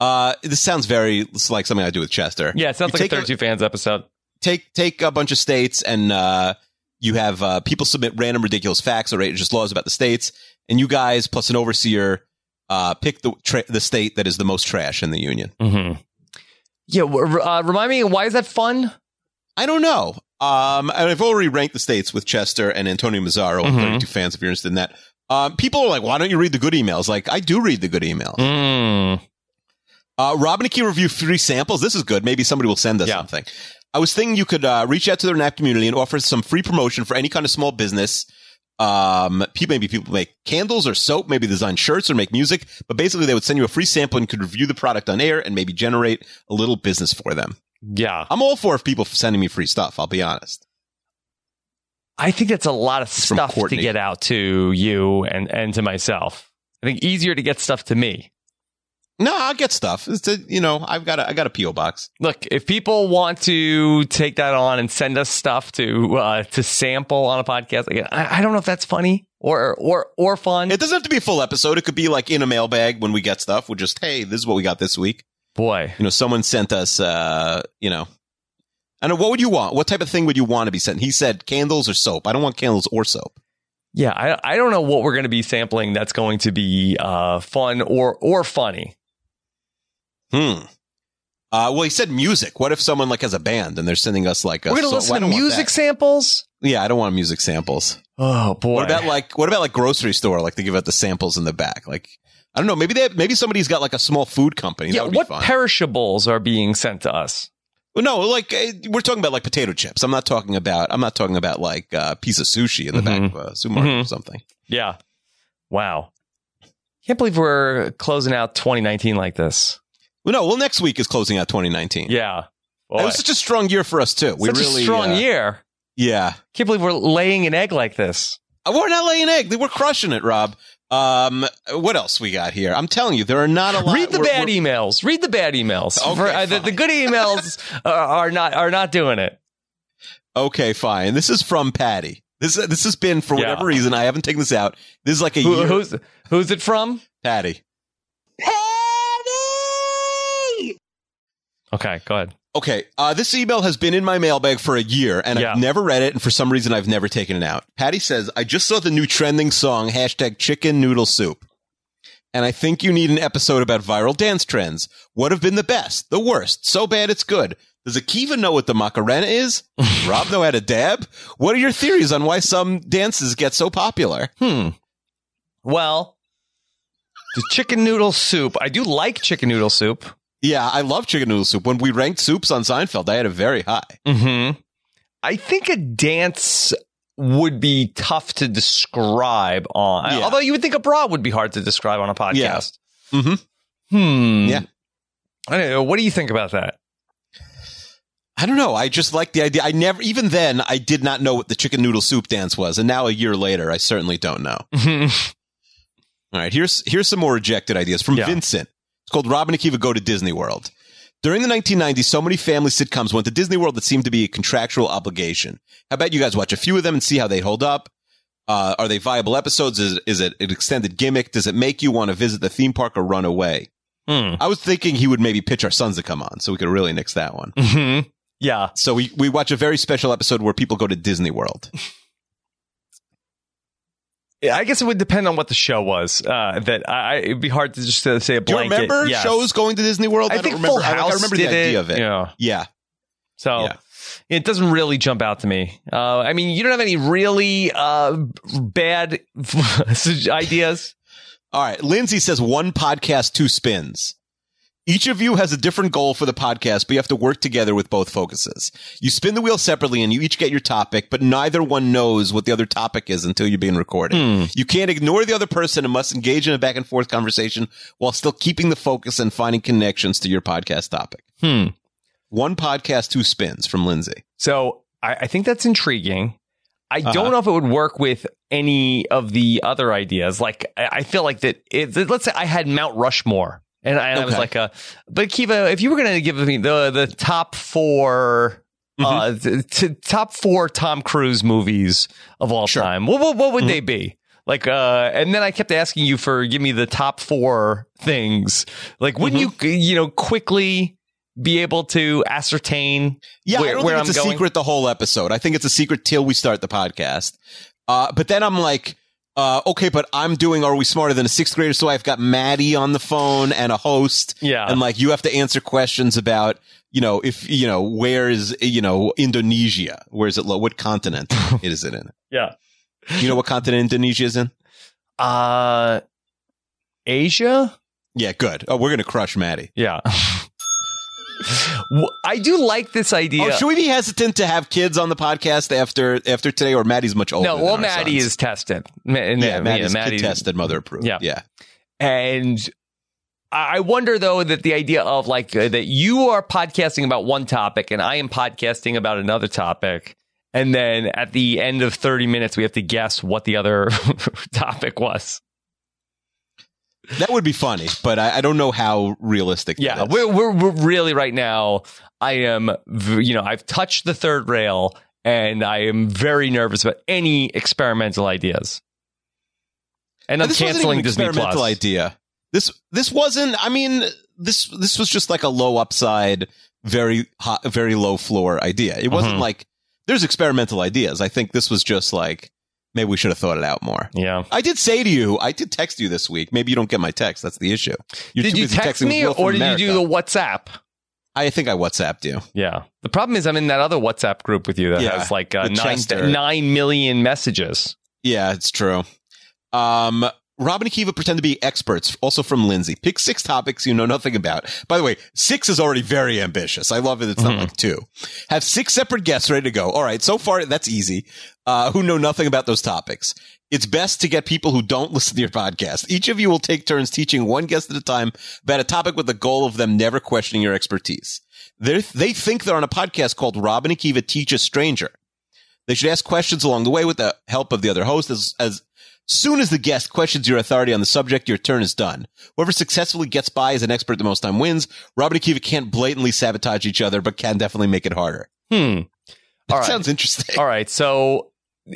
Uh, this sounds very it's like something I do with Chester. Yeah, it sounds You like a take a- 32 fans episode. Take take a bunch of states and uh, you have uh, people submit random ridiculous facts or outrageous laws about the states, and you guys plus an overseer uh, pick the tra- the state that is the most trash in the union. hmm Yeah. w- Uh, remind me, why is that fun? I don't know. Um, and I've already ranked the states with Chester and Antonio Mazzaro and Mhm. 32 fans if you're interested in that. Um, people are like, why don't you read the good emails? Like, I do read the good emails. Mm. Uh, Robin and Key review free samples. This is good. Maybe somebody will send us Yeah. something. I was thinking you could uh, reach out to the NAP community and offer some free promotion for any kind of small business. Um, people, maybe people make candles or soap, maybe design shirts or make music, but basically they would send you a free sample and could review the product on air and maybe generate a little business for them. Yeah. I'm all for if people sending me free stuff. I'll be honest. I think that's a lot of from stuff to Courtney. get out to you and, and to myself. I think easier to get stuff to me. No, I'll get stuff. It's a, you know, I've got a, I got a PO box. Look, if people want to take that on and send us stuff to uh, to sample on a podcast, again, I, I don't know if that's funny or or or fun. It doesn't have to be a full episode. It could be like in a mailbag when we get stuff. We're just, hey, this is what we got this week. Boy, You know, someone sent us, uh, you know, I don't know. What would you want? What type of thing would you want to be sent? He said candles or soap. I don't want candles or soap. yeah, I I don't know what we're going to be sampling that's going to be uh, fun or or funny. Hmm. Uh, well, he said music. What if someone like has a band and they're sending us like a we're going so- to listen I to don't want music that. samples. Yeah, I don't want music samples. Oh boy, What about like what about like grocery store? Like they give out the samples in the back. Like I don't know. Maybe they maybe somebody's got like a small food company. yeah, that would what be fun. perishables are being sent to us? Well, no, like eh, we're talking about like potato chips. I'm not talking about I'm not talking about like a piece of sushi in the Mm-hmm. back of a supermarket or something. Yeah, wow, can't believe we're closing out 2019 like this. Well, no, well next week is closing out 2019. Yeah, It Boy. was such a strong year for us too. we Such really a strong uh, year. Yeah, Can't believe we're laying an egg like this. Uh, we're not laying egg. We're crushing it, Rob. Um, what else we got here? I'm telling you, there are not a lot. Read the we're- bad we're- emails. Read the bad emails. Okay, For- uh, the, the fine. good emails are, are not are not doing it. Okay, fine. This is from Patty. This this has been for Yeah. whatever reason. I haven't taken this out. This is like a Who, year. who's who's it from? Patty. Okay, go ahead. Okay, uh, this email has been in my mailbag for a year, and Yeah. I've never read it, and for some reason, I've never taken it out. Patty says, "I just saw the new trending song hashtag Chicken Noodle Soup, and I think you need an episode about viral dance trends. What have been the best, the worst, so bad it's good? Does Akiva know what the Macarena is? Rob know how to dab? What are your theories on why some dances get so popular? Hmm. Well, the chicken noodle soup. I do like chicken noodle soup. Yeah, I love chicken noodle soup. When we ranked soups on Seinfeld, I had it very high. Hmm. Mm-hmm. I think a dance would be tough to describe on. Yeah. Although you would think a bra would be hard to describe on a podcast. Mm-hmm. Hmm. Yeah. I don't know. What do you think about that? I don't know. I just like the idea. I never, even then, I did not know what the chicken noodle soup dance was, and now a year later, I certainly don't know. Mm-hmm. All right, here's here's some more rejected ideas from Yeah. Vincent. It's called Robin and Akiva Go to Disney World. During the 1990s, so many family sitcoms went to Disney World that seemed to be a contractual obligation. How about you guys watch a few of them and see how they hold up? Uh, are they viable episodes? Is, is it an extended gimmick? Does it make you want to visit the theme park or run away? Hmm. I was thinking he would maybe pitch our sons to come on, so we could really nix that one. hmm Mm-hmm. Yeah. So we, we watch a very special episode where people go to Disney World. Yeah, I guess it would depend on what the show was. Uh, that I, I- it'd be hard to just uh, say a Do you blanket. remember yes. shows going to Disney World? I, don't think remember. Full I- like, House I, remember did the idea it. of it. Yeah. Yeah. So Yeah. it doesn't really jump out to me. Uh, I mean, you don't have any really uh, bad ideas. All right. Lindsay says one podcast, two spins. Each of you has a different goal for the podcast, but you have to work together with both focuses. You spin the wheel separately and you each get your topic, but neither one knows what the other topic is until you're being recorded. Hmm. You can't ignore the other person and must engage in a back and forth conversation while still keeping the focus and finding connections to your podcast topic. Hmm. One podcast, two spins from Lindsay. So I, I think that's intriguing. I Uh-huh. don't know if it would work with any of the other ideas. Like I, I feel like that. It, that- let's say I had Mount Rushmore, and I, and I was Okay. like, uh, "But Kiva, if you were going to give me the the top 4 uh, Mm-hmm. t- t- top four Tom Cruise movies of all Sure. Mm-hmm. time, what what, what would they be?" Like, uh, and then I kept asking you for give me the top four things. Like, wouldn't Mm-hmm. you, you know, quickly be able to ascertain Yeah, where, I don't where think I'm it's a going? secret the whole episode. I think it's a secret till we start the podcast. Uh, but then I'm like, uh, okay, but I'm doing Are We Smarter Than a Sixth Grader? So I've got Maddie on the phone and a host. Yeah. And like, you have to answer questions about, you know, if, you know, where is, you know, Indonesia? Where is it? Lo- what continent is it in? Yeah. You know what continent Indonesia is in? Uh, Asia. Yeah, good. Oh, we're going to crush Maddie. Yeah. Wh- I do like this idea. Oh, should we be hesitant to have kids on the podcast after after today, or Maddie's much older? no, than well, our Maddie sons? is tested. Ma- and- Yeah, Maddie's yeah, Maddie- kid tested, mother approved. Yeah. yeah. And I I wonder though that the idea of like uh, that you are podcasting about one topic and I am podcasting about another topic. And then at the end of 30 minutes, we have to guess what the other topic was. That would be funny, but I, I don't know how realistic. that Yeah, is. we're, we're, we're really right now. I am, v- you know, I've touched the third rail and I am very nervous about any experimental ideas. And I'm this wasn't even canceling an Disney experimental Plus. idea. This this wasn't. I mean this this was just like a low upside, very hot, very low floor idea. It wasn't Mhm. like there's experimental ideas. I think this was just like maybe we should have thought it out more. Yeah. I did say to you, I did text you this week. Maybe you don't get my text. That's the issue. You're did too you busy text texting with me Will from or did you do America. the WhatsApp? I think I WhatsApped you. Yeah. The problem is I'm in that other WhatsApp group with you that Yeah, has like uh, the nine, Chester. nine million messages. Yeah, it's true. Um, Robin and Kiva pretend to be experts, also from Lindsay. Pick six topics you know nothing about. By the way, six is already very ambitious. I love it. It's Mhm. not like two. Have six separate guests ready to go. All right, so far that's easy. Uh, who know nothing about those topics. It's best to get people who don't listen to your podcast. Each of you will take turns teaching one guest at a time about a topic with the goal of them never questioning your expertise. They're, they think they're on a podcast called Robin and Kiva Teach a Stranger. They should ask questions along the way with the help of the other host. As, as soon as the guest questions your authority on the subject, your turn is done. Whoever successfully gets by as an expert the most time wins. Robin and Kiva can't blatantly sabotage each other, but can definitely make it harder. Hmm. That All right. sounds interesting. All right. So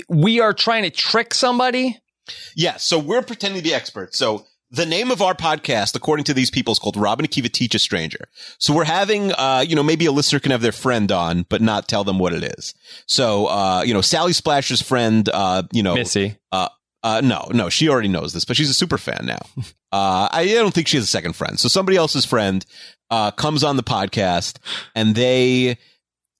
we are trying to trick somebody. Yeah, so we're pretending to be experts. So the name of our podcast, according to these people, is called Robin Akiva Teach a Stranger. So we're having, uh, you know, maybe a listener can have their friend on, but not tell them what it is. So, uh, you know, Sally Splash's friend, uh, you know, Missy. uh, no, no, she already knows this, but she's a super fan now. Uh, I don't think she has a second friend. So somebody else's friend uh, comes on the podcast, and they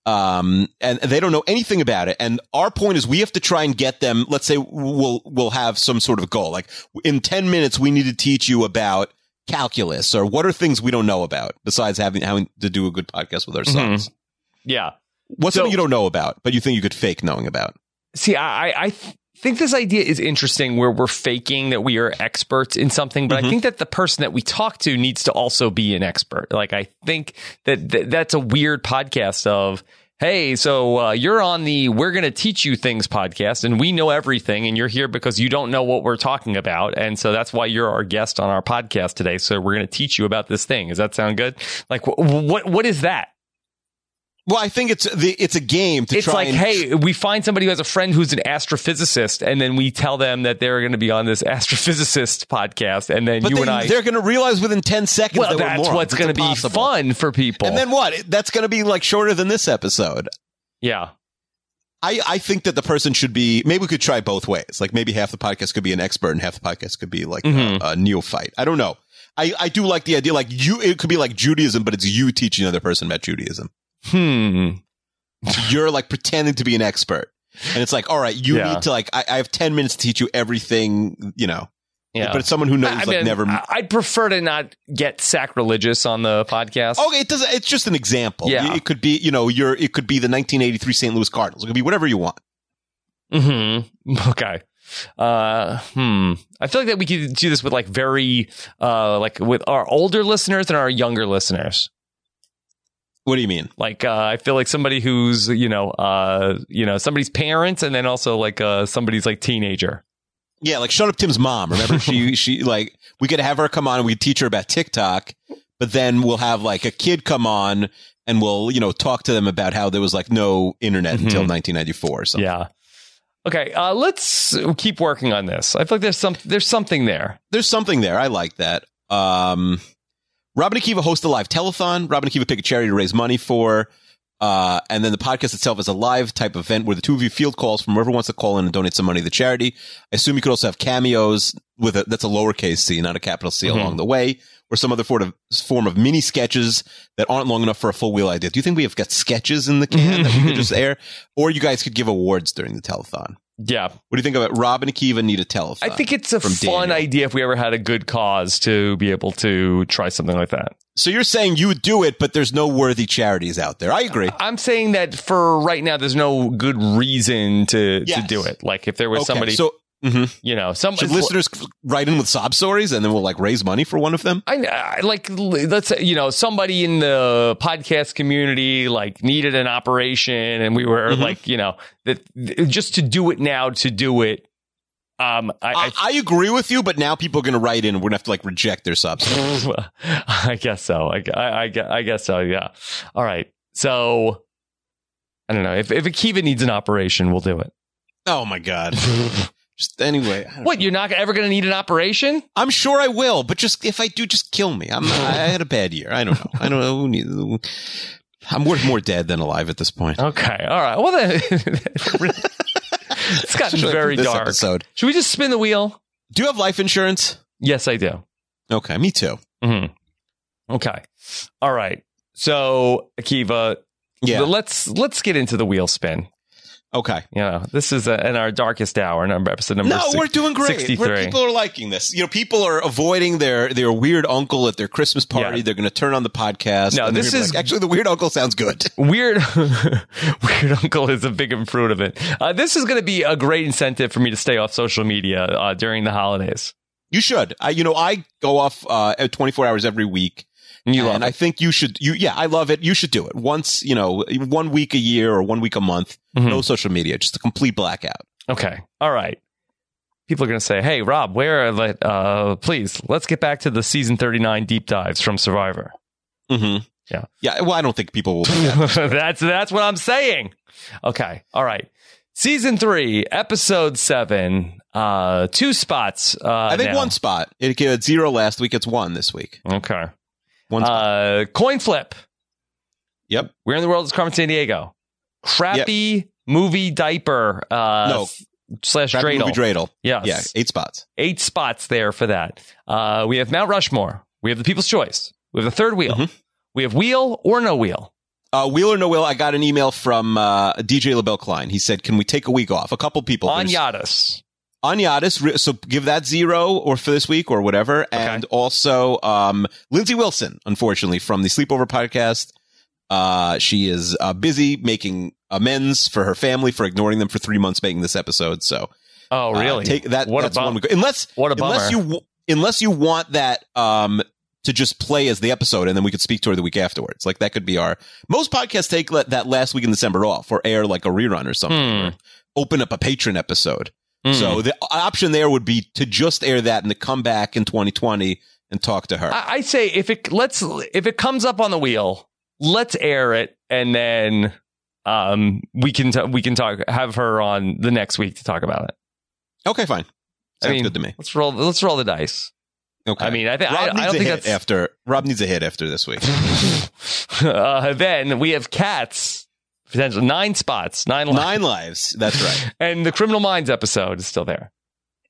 um and they don't know anything about it. And our point is, we have to try and get them. Let's say we'll we'll have some sort of goal. Like in ten minutes, we need to teach you about calculus or what are things we don't know about besides having having to do a good podcast with ourselves. Yeah. What's Mm-hmm. So- something you don't know about, but you think you could fake knowing about? See, I, I- I th- think this idea is interesting where we're faking that we are experts in something, but I Mhm. think that the person that we talk to needs to also be an expert. Like, I think that th- that's a weird podcast of, hey, so uh, you're on the We're Going to Teach You Things podcast, and we know everything, and you're here because you don't know what we're talking about. And so that's why you're our guest on our podcast today. So we're going to teach you about this thing. Does that sound good? Like, wh- what what is that? Well, I think it's the it's a game to it's try like, and hey, we find somebody who has a friend who's an astrophysicist, and then we tell them that they're going to be on this astrophysicist podcast, and then But you they, and I. they're going to realize within 10 seconds Well, that we're that's morons. what's It's going to be impossible. fun for people. And then what? It- That's going to be like shorter than this episode. yeah, I, I think that the person should be, maybe we could try both ways. Like maybe half the podcast could be an expert and half the podcast could be like Mhm. a, a neophyte. I don't know. I, I do like the idea, like you, it could be like Judaism, but it's you teaching another person about Judaism. hmm, You're like pretending to be an expert. And it's like, all right, you Yeah. need to like, I, I have 10 minutes to teach you everything, you know, yeah. but it's someone who knows I- I like mean, never. I- I'd prefer to not get sacrilegious on the podcast. Okay, it doesn't. It's just an example. Yeah. it could be you know your it could be the 1983 St. Louis Cardinals. It could be whatever you want. Mm-hmm. Okay. Uh, hmm. I feel like that we could do this with like very, uh, like with our older listeners and our younger listeners. What do you mean? like uh, I feel like somebody who's you know uh, you know somebody's parents and then also like uh, somebody's like teenager. Yeah, like shut up, Tim's mom. Remember she she like we could have her come on and we could teach her about TikTok, but then we'll have like a kid come on and we'll you know talk to them about how there was like no internet until Mhm. 1994. Or something. Yeah. Okay, uh, let's keep working on this. I feel like there's some there's something there. there's something there. I like that. Um, Robin Akiva hosts a live telethon. Robin Akiva pick a charity to raise money for. Uh, and then the podcast itself is a live type event where the two of you field calls from whoever wants to call in and donate some money to the charity. I assume you could also have cameos with a, that's a lowercase c, not a capital C Mhm. along the way, or some other form of, form of mini sketches that aren't long enough for a full wheel idea. Do you think we have got sketches in the can that we could just air? Or you guys could give awards during the telethon. Yeah, What do you think about Robin Akiva need a telethon? I think it's a From fun Daniel. idea if we ever had a good cause to be able to try something like that. So you're saying you would do it, but there's no worthy charities out there. I agree. I'm saying that for right now, there's no good reason to to Yes. do it. Like if there was somebody, So mhm. you know, some should listeners write in with sob stories, and then we'll like raise money for one of them? I, I like l- let's say you know somebody in the podcast community like needed an operation and we were Mhm. like you know that th- just to do it now to do it Um, I, I I, I agree with you, but now people are going to write in. and We're going to have to like reject their substance. I guess so. I, I, I gue- I guess so. Yeah. All right. So I don't know if if Akiva needs an operation, we'll do it. oh my god. Just anyway, I don't- What? You're not ever going to need an operation? I'm sure I will, but just if I do, just kill me. I'm. I had a bad year. I don't know. I don't know. Who need- I'm worth more dead than alive at this point. Okay. All right. Well then, it's gotten Should I put very this dark. episode? Should we just spin the wheel? Do you have life insurance? Yes, I do. Okay, me too. hmm Okay. All right. So Akiva, Yeah. let's let's get into the wheel spin. Okay. You know, this is uh in our darkest hour, number episode number. No, six- we're doing great. 63. We're, people are liking this. You know, people are avoiding their their weird uncle at their Christmas party. Yeah. They're going to turn on the podcast. No, and they're this gonna be is- like, actually the weird uncle sounds good. Weird, Weird Uncle is a big improvement. Uh, this is going to be a great incentive for me to stay off social media uh, during the holidays. You should. I, you know, I go off uh, at 24 hours every week. And you and love I it. think you should. You yeah, I love it. You should do it once. You know, one week a year or one week a month. Mhm. No social media, just a complete blackout. Okay. All right. People are going to say, hey, Rob, where are the, uh, please, let's get back to the season 39 deep dives from Survivor. Mm-hmm. Yeah. Yeah. Well, I don't think people will. do that. that's, that's what I'm saying. Okay. All right. Season three, episode seven, uh, two spots. Uh, I think now. one spot. It had zero last week. It's one this week. Okay. One. spot. Uh, coin flip. Yep. We're in the world is Carmen San Diego. Crappy movie diaper. Uh, No. f- slash Crappy dreidel. movie dreidel. Yes. Yeah. Eight spots. Eight spots there for that. Uh, we have Mount Rushmore. We have the People's Choice. We have the third wheel. Mhm. We have wheel or no wheel. Uh, wheel or no wheel, I got an email from uh, DJ LaBelle Klein. He said, "Can we take a week off?" A couple people. On There's- Yadas. on Yadas, re- so give that zero or for this week or whatever. And also, um, Lindsay Wilson, unfortunately, from the Sleepover podcast. Uh, she is uh, busy making amends for her family for ignoring them for three months making this episode. So Oh, uh, really? take that. What a that's bum- one we go. Unless What a bummer. unless you w- unless you want that um to just play as the episode and then we could speak to her the week afterwards like that could be our most podcasts take le- that last week in december off or air like a rerun or something Hmm. or open up a patron episode Hmm. so the option there would be to just air that and to come back in 2020 and talk to her I, I say if it let's if it comes up on the wheel, let's air it, and then um we can t- we can talk have her on the next week to talk about it. okay fine I sounds mean, good to me Let's roll let's roll the dice. okay I mean, I think rob I, needs I don't a think hit that's after rob needs a hit after this week uh, then we have cats potential nine spots, nine, li- nine lives that's right and the Criminal Minds episode is still there.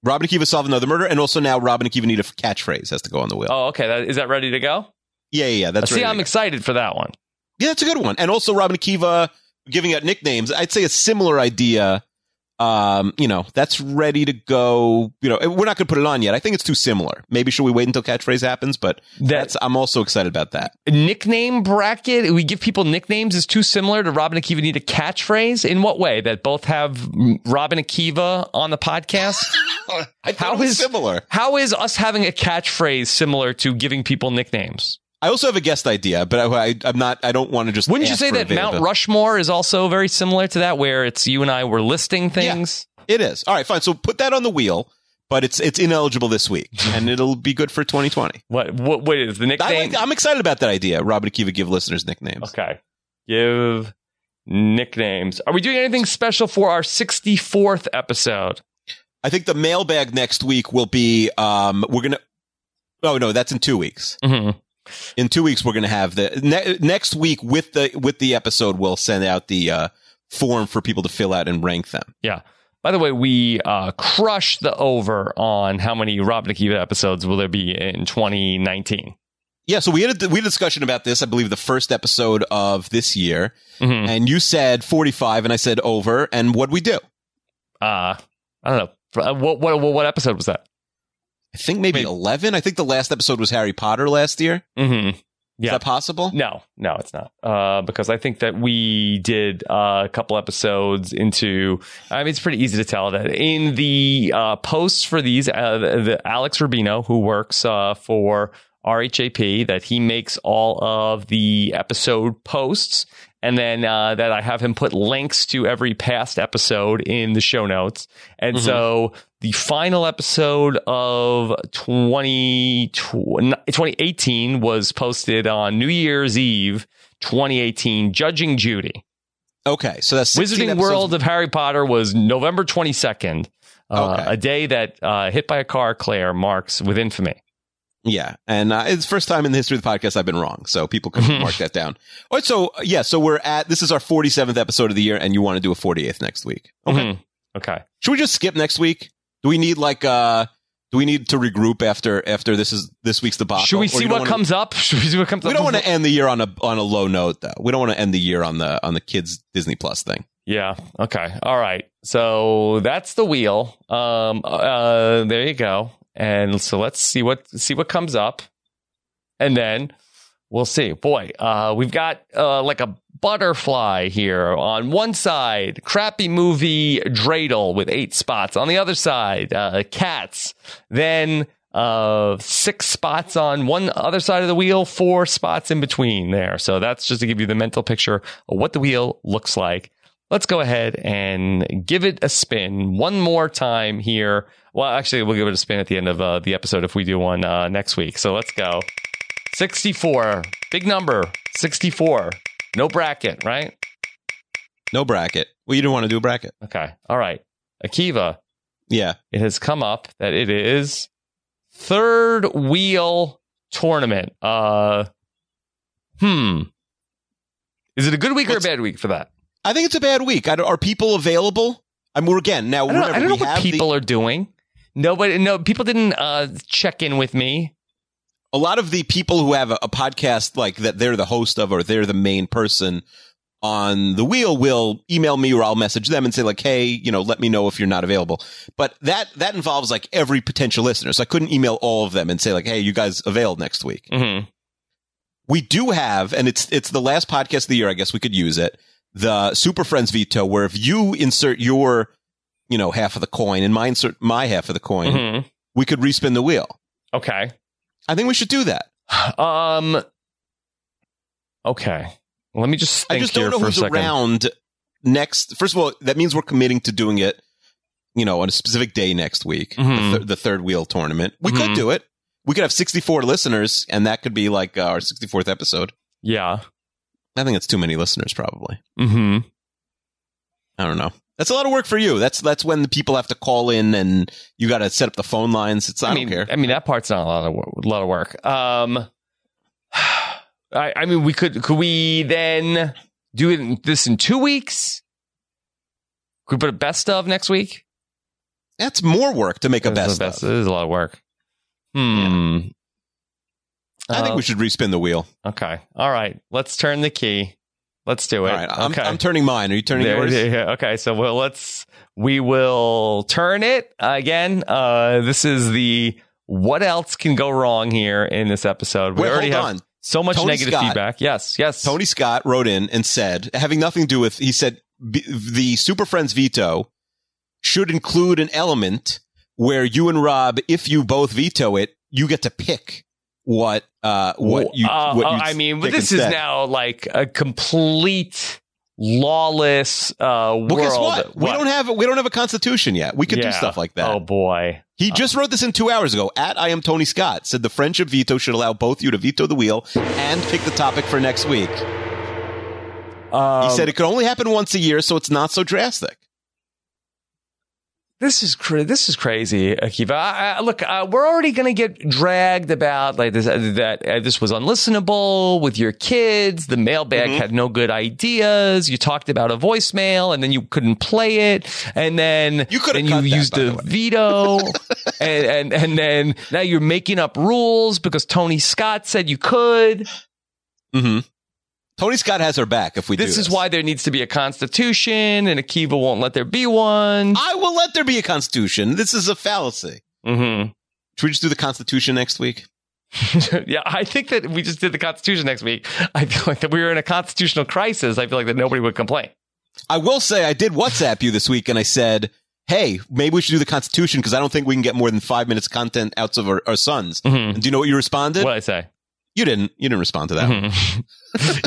robin akiva solved another murder and also now robin akiva need a catchphrase has to go on the wheel Oh, okay, that, is that ready to go? yeah yeah yeah that's See, right I'm excited for that one. Yeah, that's a good one. And also Robin Akiva giving out nicknames. I'd say a similar idea. Um, you know, that's ready to go. You know, we're not going to put it on yet. I think it's too similar. Maybe should we wait until catchphrase happens? But That that's I'm also excited about that. nickname bracket we give people nicknames is too similar to Robin Akiva need a catchphrase. In what way? That both have mm, Robin Akiva on the podcast. I How How is is- similar? How is us having a catchphrase similar to giving people nicknames? I also have a guest idea, but I, I, I'm not. I don't want to just. Wouldn't you ask say for that Mount availability. Rushmore is also very similar to that, where it's you and I were listing Yeah. things? It is all right. Fine. So put that on the wheel, but it's it's ineligible this week, and it'll be good for 2020. What what what is the I nickname? like, I'm excited about that idea. Robin Akiva give listeners nicknames. okay, give nicknames. Are we doing anything special for our sixty fourth episode? I think the mailbag next week will be um we're gonna oh no that's in two weeks hmm in two weeks we're gonna have the ne- next week with the with the episode we'll send out the uh form for people to fill out and rank them By the way, we uh, crushed the over on how many Rob Nikiva episodes will there be in 2019. yeah so we had a, we had a discussion about this I believe the first episode of this year Mhm. and you said 45 and I said over and what we do Uh, I don't know. Uh, What, what, what episode was that? I think maybe Maybe. 11 I think the last episode was Harry Potter last year hmm is Yeah. that possible No, no, it's not. Uh, because I think that we did uh, a couple episodes into. I mean, it's pretty easy to tell that in the uh, posts for these, uh, the, the Alex Rubino, who works uh, for RHAP, that he makes all of the episode posts, and then uh, that I have him put links to every past episode in the show notes, and so the final episode of 20, 2018 was posted on New Year's Eve 2018, Judging Judy. Okay, so that's 16 Wizarding episodes. World of Harry Potter was November 22nd, uh, Okay. a day that uh, Hit by a Car Claire marks with infamy. Yeah, and uh, it's the first time in the history of the podcast I've been wrong, so people can Mm-hmm. mark that down. All right, so uh, yeah, so we're at this is our 47th episode of the year, and you want to do a 48th next week? Okay, Mhm. Okay. should we just skip next week? Do we need like uh, do we need to regroup after after this is this week's debacle? Should Or we you see don't what wanna- comes up? Should we see what comes We up? don't want to before- end the year on a on a low note though. We don't want to end the year on the on the kids Disney Plus thing. Yeah. Okay. All right. So that's the wheel. Um. Uh. There you go. And so let's see what see what comes up, and then we'll see. Boy, uh, we've got uh like a butterfly here on one side. Crappy movie dreidel with eight spots on the other side. Uh, cats. Then uh six spots on one other side of the wheel four spots in between there so that's just to give you the mental picture of what the wheel looks like let's go ahead and give it a spin one more time here. Well, actually, we'll give it a spin at the end of uh, the episode if we do one uh, next week. So let's go. 64. Big number. 64. No bracket, right? No bracket. Well, you didn't want to do a bracket. Okay. All right. Akiva, Yeah. it has come up that it is third wheel tournament. Uh, hmm. Is it a good week What's- or a bad week for that? I think it's a bad week. I don't- are people available? I mean, we're again now. I don't, know- whenever I don't we know what have the- people are doing. Nobody, no, people didn't uh, check in with me. a lot of the people who have a, a podcast like that they're the host of or they're the main person on the wheel will email me or I'll message them and say like, hey, you know, let me know if you're not available. But that that involves like every potential listener. So I couldn't email all of them and say like, hey, you guys availed next week. Mm-hmm. We do have, and it's it's the last podcast of the year. I guess we could use it. The Super Friends veto, where if you insert your, you know, half of the coin and my insert my half of the coin, Mm-hmm. we could respin the wheel. Okay. I think we should do that. Um. Okay. Let me just I think just here don't know for a who's second. around next. First of all, that means we're committing to doing it, you know, on a specific day next week, Mhm. the, thir- the third wheel tournament. We Mhm. could do it. We could have 64 listeners, and that could be like uh, our 64th episode. Yeah. I think that's too many listeners, probably. Mm-hmm. I don't know. That's a lot of work for you. That's that's when the people have to call in, and you got to set up the phone lines. It's I, mean, don't care. I mean, that part's not a lot of wo- lot of work. Um. I, I mean, we could could we then do it in, this in two weeks? Could we put a best of next week? That's more work to make a That's best. the of. This is a lot of work. Hmm. I think Uh, we should respin the wheel. Okay. All right. Let's turn the key. Let's do it. All right, I'm, okay. I'm turning mine. Are you turning There- yours? there- yeah, okay. So well, let's we will turn it again. Uh, this is the what else can go wrong here in this episode. We Wait, already hold have on. so much Tony negative Scott. feedback. Yes. Yes. Tony Scott wrote in and said, having nothing to do with, he said "B- the Super Friends veto should include an element where you and Rob, if you both veto it, you get to pick what uh what you. Uh, what uh, you I mean, but pick this instead. is now like a complete lawless uh, world. Well, guess what? We don't have we don't have a constitution yet. We could Yeah. do stuff like that. Oh boy. he just wrote this in two hours ago. At I am Tony Scott said the friendship veto should allow both you to veto the wheel and pick the topic for next week. Um, He said it could only happen once a year, so it's not so drastic. This is cra- this is crazy, Akiva. I, I, look, uh, we're already going to get dragged about like this uh, that uh, this was unlistenable with your kids. The mailbag Mhm. had no good ideas. You talked about a voicemail, and then you couldn't play it, and then You could have then cut you that, used by a the way. veto, and, and and then now you're making up rules because Tony Scott said you could. hmm Tony Scott has her back if we do This is why there needs to be a constitution, and Akiva won't let there be one. I will let there be a constitution. This is a fallacy. hmm Mm-hmm. Should we just do the constitution next week? yeah, I think that we just did the Constitution next week. I feel like that we were in a constitutional crisis. I feel like that nobody would complain. I will say I did WhatsApp you this week and I said, hey, maybe we should do the constitution because I don't think we can get more than five minutes content out of our, our sons. Mhm. And do you know what you responded? What I say? You didn't. You didn't respond to that. Mhm.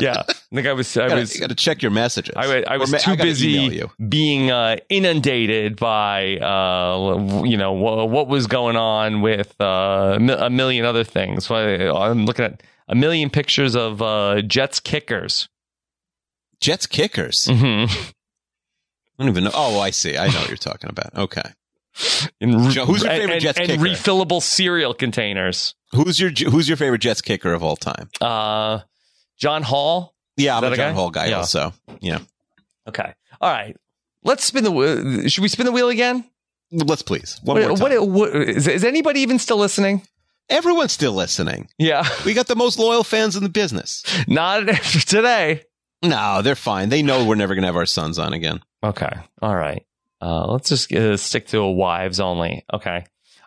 yeah, Like I was, Mm-hmm. I You gotta, was, you gotta check your messages. I, wa- I Or was ma- too gotta email busy you. being uh, inundated by, uh, you know, wh- what was going on with uh, mi- a million other things. So I, I'm looking at a million pictures of uh, Jets kickers. Jets kickers. hmm I don't even know. Oh, I see. I know what you're talking about. Okay. And, re- Joe, who's your and- favorite and- Jets and kicker? refillable cereal containers. Who's your Who's your favorite Jets kicker of all time? Uh, John Hall. Yeah, I'm that a a John guy? Hall guy. Yeah. Also, Okay. All right. Let's spin the wheel. Should we spin the wheel again? let's please one what, more time. what- what- is, is anybody even still listening? Everyone's still listening. Yeah. We got the most loyal fans in the business. Not after today. No, they're fine. They know we're never gonna have our sons on again. Okay. All right. Uh, let's just uh, stick to a wives only. Okay.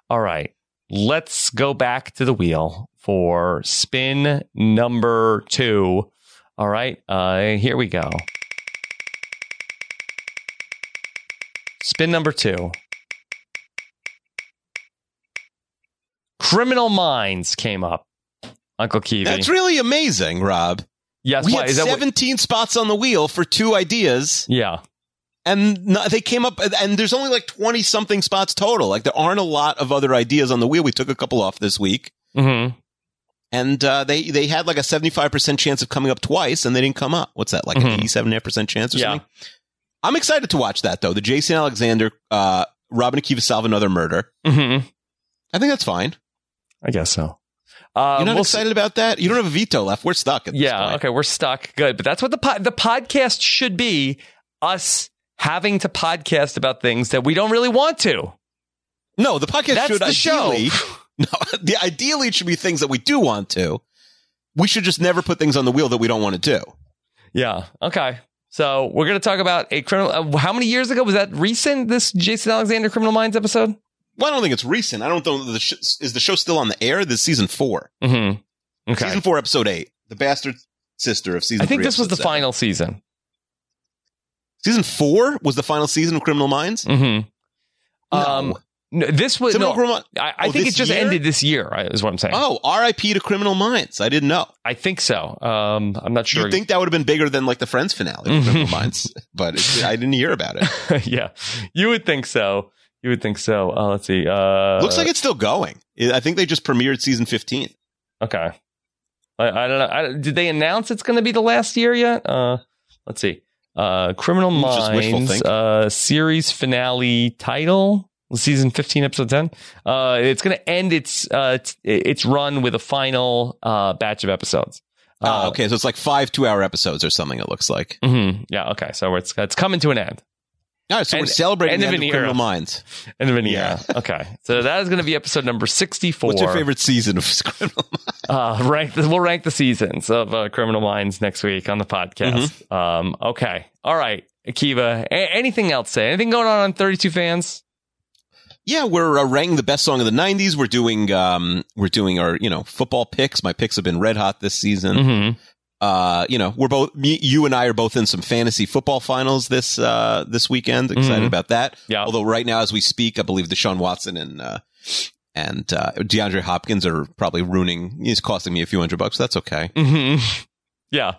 All right. Let's go back to the wheel for spin number two. All right. Uh, here we go. Spin number two. Criminal Minds came up. Uncle Keevy. That's really amazing, Rob. yes. we why? had Is that what- 17 spots on the wheel for two ideas, yeah. and no, they came up. And there's only like 20 something spots total. Like there aren't a lot of other ideas on the wheel. We took a couple off this week, Mm-hmm. and uh, they they had like a 75 percent chance of coming up twice, and they didn't come up. What's that? Like Mhm. an 87 percent chance or Yeah. something. I'm excited to watch that though. The Jason Alexander, uh, Robin Akiva solve another murder. Mm-hmm. I think that's fine. I guess so. Uh, You're not we'll s- excited about that? You don't have a veto left. We're stuck at this yeah point. okay we're stuck good but that's what the po- the podcast should be us having to podcast about things that we don't really want to No, the podcast That's should the show. ideally. No, the ideally it should be things that we do want to. We should just never put things on the wheel that we don't want to do. yeah okay so we're going to talk about a criminal uh, how many years ago was that recent this jason alexander criminal minds episode Well, I don't think it's recent. I don't know. The sh- is the show still on the air? This is season four, mm-hmm okay season four, episode eight, the bastard sister of season. i think three, this was the episode seven. final season Season four was the final season of Criminal Minds. mm-hmm No. um no, this was Criminal- no, Criminal- I, I oh, think it this just year? ended this year right, is what i'm saying oh, R.I.P. to Criminal Minds. I didn't know. i think so um i'm not sure You'd think that would have been bigger than like the Friends finale of Criminal Mhm. Minds, but it's, I didn't hear about it. yeah you would think so you would think so uh, let's see uh Looks like it's still going. I think they just premiered season fifteen. Okay. I, I don't know. I, did they announce it's going to be the last year yet? Uh, let's see. Uh, Criminal It's just wishful Minds thinking. uh, series finale title, season fifteen, episode ten. Uh, it's going to end its uh, t- its run with a final uh, batch of episodes. Oh, Uh, okay. So it's like five two hour episodes or something, it looks like. mhm. Yeah. Okay. So it's it's coming to an end. All right. So And- we're celebrating end the of end an of era. Criminal Minds. End of an Yeah. era. Okay. So that is going to be episode number sixty-four. What's your favorite season of Criminal Minds? uh, rank the, we'll rank the seasons of uh, Criminal Minds next week on the podcast. Um, okay, all right, Akiva. A- anything else? Say anything going on on Thirty Two Fans? Yeah, we're uh, ranking the best song of the '90s. We're doing um, we're doing our you know football picks. My picks have been red hot this season. Mm-hmm. Uh, you know, we're both me, you and I are both in some fantasy football finals this uh this weekend. Excited Mhm. about that. Yeah. Although right now, as we speak, I believe Deshaun Watson and uh, and uh, DeAndre Hopkins are probably ruining. He's costing me a few hundred bucks. That's okay. Mm-hmm. Yeah.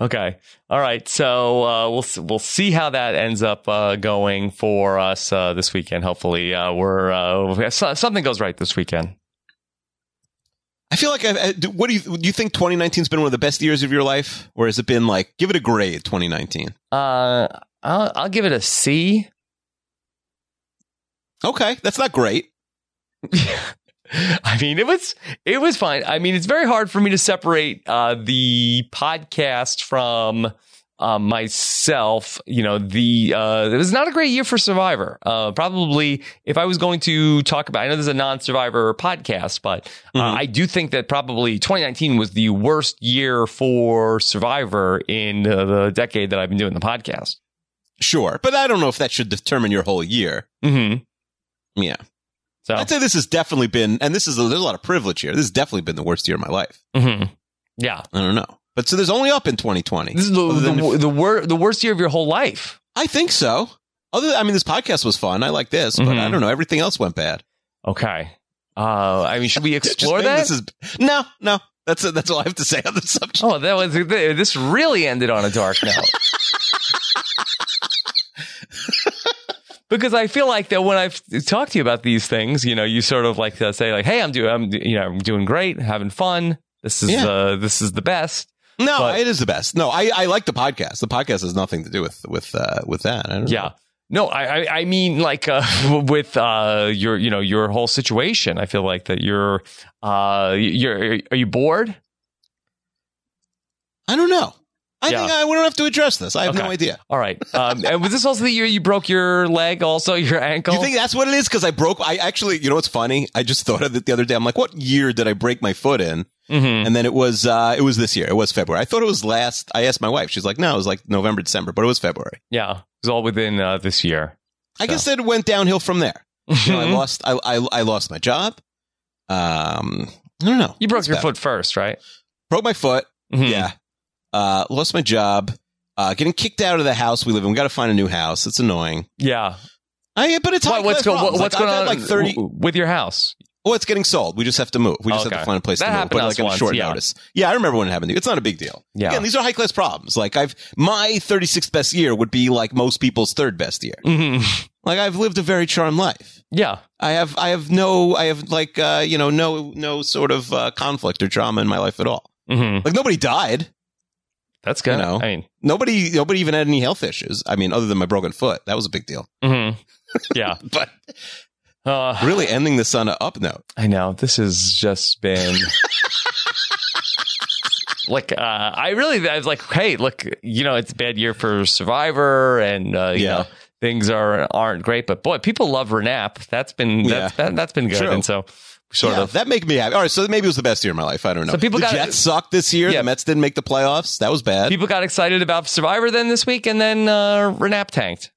Okay. All right. So uh, we'll s- we'll see how that ends up uh, going for us uh, this weekend. Hopefully, uh, we're uh, so- something goes right this weekend. I feel like I, I, do- what do you do? You think 2019's been one of the best years of your life, or has it been like give it a grade 2019? Uh, I'll, I'll give it a C. Okay, that's not great. I mean, it was it was fine. I mean, it's very hard for me to separate uh, the podcast from uh, myself. You know, the uh, it was not a great year for Survivor. Uh, probably, if I was going to talk about, I know this is a non-Survivor podcast, but uh, Mhm. I do think that probably 2019 was the worst year for Survivor in uh, the decade that I've been doing the podcast. Sure, but I don't know if that should determine your whole year. hmm Yeah, Oh. So I'd say this has definitely been, and this is a, there's a lot of privilege here. This has definitely been the worst year of my life. mhm. yeah, I don't know, but so there's only up in 2020. this is the Other the, than if- wor- the, wor- the worst year of your whole life. I think so. Other, I mean, this podcast was fun. I like this, but I Mhm. don't know. Everything else went bad. Okay. Uh, I mean, should we Just explore think that? This is no, no. That's that's all I have to say on the subject. Oh, that was this really ended on a dark note. because I feel like that when I've talked to you about these things, you know, you sort of like to say like, "Hey, I'm doing, I'm you know, I'm doing great, having fun. This is Yeah. uh, this is the best." No, But- it is the best. No, I, I like the podcast. The podcast has nothing to do with with uh, with that. I don't know. Yeah. No, I, I I mean like uh, with uh, your you know your whole situation. I feel like that you're uh you're are you bored? I don't know. I Yeah. think I we don't have to address this. I have no Okay. idea. All right. Um, and was this also the year you broke your leg? Also your ankle? You think that's what it is? Because I broke. I actually, you know, what's funny? I just thought of it the other day. I'm like, what year did I break my foot in? Mhm. And then it was uh, it was this year. It was February. I thought it was last. I asked my wife. She's like, no, it was like November, December, but it was February. Yeah, it was all within uh, this year. I guess that it went downhill from there. You know, I Mhm. lost. I, I I lost my job. Um, I don't know. You broke It's your bad. foot first, right? Broke my foot. Mhm. Yeah. Uh, lost my job. Uh, getting kicked out of the house we live in. We got to find a new house. It's annoying. Yeah. I, but it's What, high what's class go, what, problems. what's like, going I've on had Like thirty. w- with your house? Well, it's getting sold. We just have to move. We just have Okay. to find a place That to move, happened to but us like on once, short yeah. notice. Yeah, I remember when it happened to you. It's not a big deal. Yeah. Again, these are high class problems. Like I've my thirty sixth best year would be like most people's third best year. Mhm. Like I've lived a very charmed life. Yeah. I have I have no I have like uh, you know no no sort of uh, conflict or drama in my life at all. hmm Like nobody died. That's good. You know. I mean, Nobody nobody even had any health issues. I mean, other than my broken foot, that was a big deal. mhm. yeah. But Uh, really, ending this on an up note. I know this has just been like uh, I really I was like, hey, look, you know, it's a bad year for Survivor, and uh, you Yeah. know things are aren't great, but boy, people love Renap. That's been that's that, that's been good, True. and so sort Yeah, of that make me happy. All right, so maybe it was the best year of my life. I don't know. So people the got- Jets sucked this year. Yeah. The Mets didn't make the playoffs. That was bad. people got excited about Survivor then this week, and then uh, Renap tanked.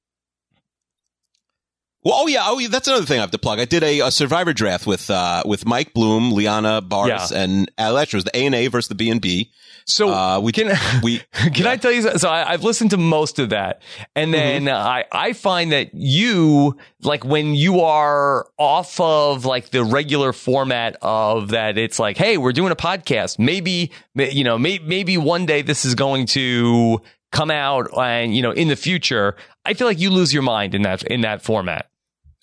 well, oh yeah, oh yeah, that's another thing I have to plug. I did a, a Survivor draft with uh, with Mike Bloom, Liana Barnes, and Alex. It was the A and A versus the B and B. So Uh, we can we Can I tell you? So, so I, I've listened to most of that, and then I I find that you like when you are off of like the regular format of that. It's like, hey, we're doing a podcast. Maybe may- you know, may, maybe one day this is going to come out, and you know, in the future, I feel like you lose your mind in that in that format.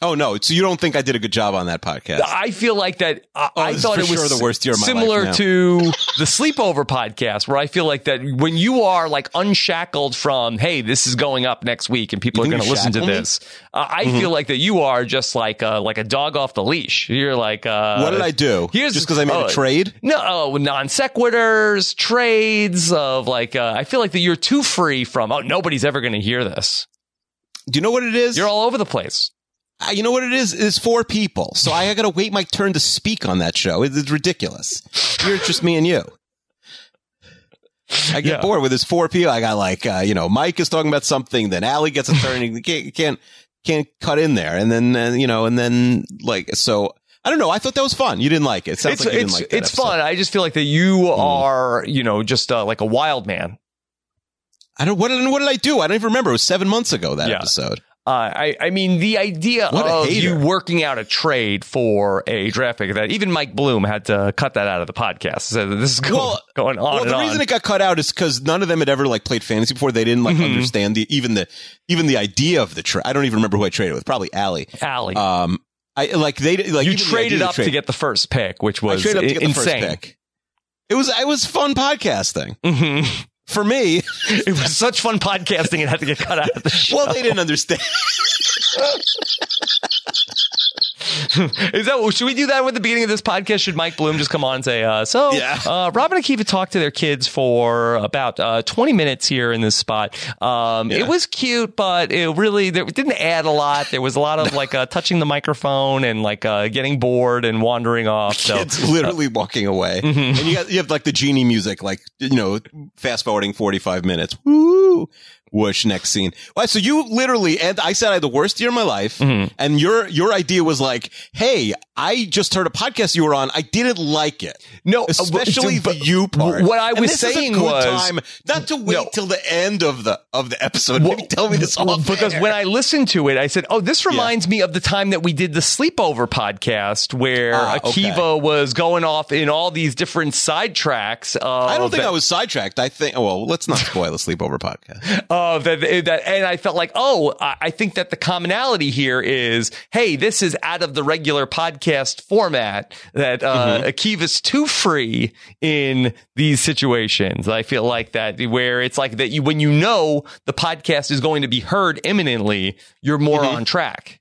Oh no, so you don't think I did a good job on that podcast? I feel like that. I, Oh, I this is thought for it was sure the worst year of my life similar now. to the sleepover podcast, where I feel like that when you are like unshackled from, hey, this is going up next week, and people You are think Mm-hmm. going to you listen to shackle me? this. Uh, I feel like that you are just like uh, like a dog off the leash. You're like, uh, what did I do? here's- just because I made oh, a trade. No, oh, non sequiturs, trades of like. Uh, I feel like that you're too free from. Oh, nobody's ever going to hear this. Do you know what it is? You're all over the place. Uh, you know what it is? It's four people. So I got to wait my turn to speak on that show. It- It's ridiculous. You're just me and you. I get Yeah. bored with this four people. I got like, uh, you know, Mike is talking about something, then Allie gets a turn. and you can't, can't, can't cut in there. And then, uh, you know, and then like, so I don't know. I thought that was fun. You didn't like it. it sounds it's like you it's, didn't like that it's episode. Mm. fun. I just feel like that you are, you know, just uh, like a wild man. I don't, what, did- what did I do? I don't even remember. It was seven months ago, that Yeah. episode. Uh, I, I mean, the idea What a of you hater. working out a trade for a draft pick that even Mike Bloom had to cut that out of the podcast. So this is going, Well- going on well, and the on. reason it got cut out is because none of them had ever like played fantasy before. They didn't like Mhm. understand the even the even the idea of the trade. I don't even remember who I traded with. Probably Allie. Allie, Um, I like they like you even the idea traded of up trade- to get the first pick, which I was traded up to i- get the insane. first pick. It was it was fun podcasting Mhm. for me. it was such fun podcasting. It had to get cut out of the show. Well, they didn't understand. Is that should we do that with the beginning of this podcast? Should Mike Bloom just come on and say, uh, "So, Yeah. uh, Robin and Akiva talked to their kids for about uh, twenty minutes here in this spot. Um, Yeah. It was cute, but it really there, it didn't add a lot. There was a lot of like uh, touching the microphone and like uh, getting bored and wandering off. So, It's literally walking away, Mm-hmm. and you got, you have like the genie music, like you know, fast forwarding forty five minutes. Woo! Whoosh, next scene. Wow, so you literally, and I said I had the worst year of my life, Mm-hmm. and your your idea was like, "Hey, I just heard a podcast you were on. I didn't like it, No, uh, especially but- the you part." what I And was this is a saying good was- time not to wait No. till the end of the of the episode. Well, Maybe tell me this all well, because when I listened to it, I said, "Oh, this reminds me of the time that we did the sleepover podcast where Ah, okay. Akiva was going off in all these different sidetracks." Of I don't think Oh, that, I was sidetracked. I think. Well, let's not spoil the sleepover podcast. of Uh, that, that, and I felt like, "Oh, I, I think that the commonality here is, hey, this is out of the regular podcast format that uh, Mm-hmm. Akiva's too free in these situations." I feel like that where it's like that you when you know the podcast is going to be heard imminently, you're more Mhm. on track.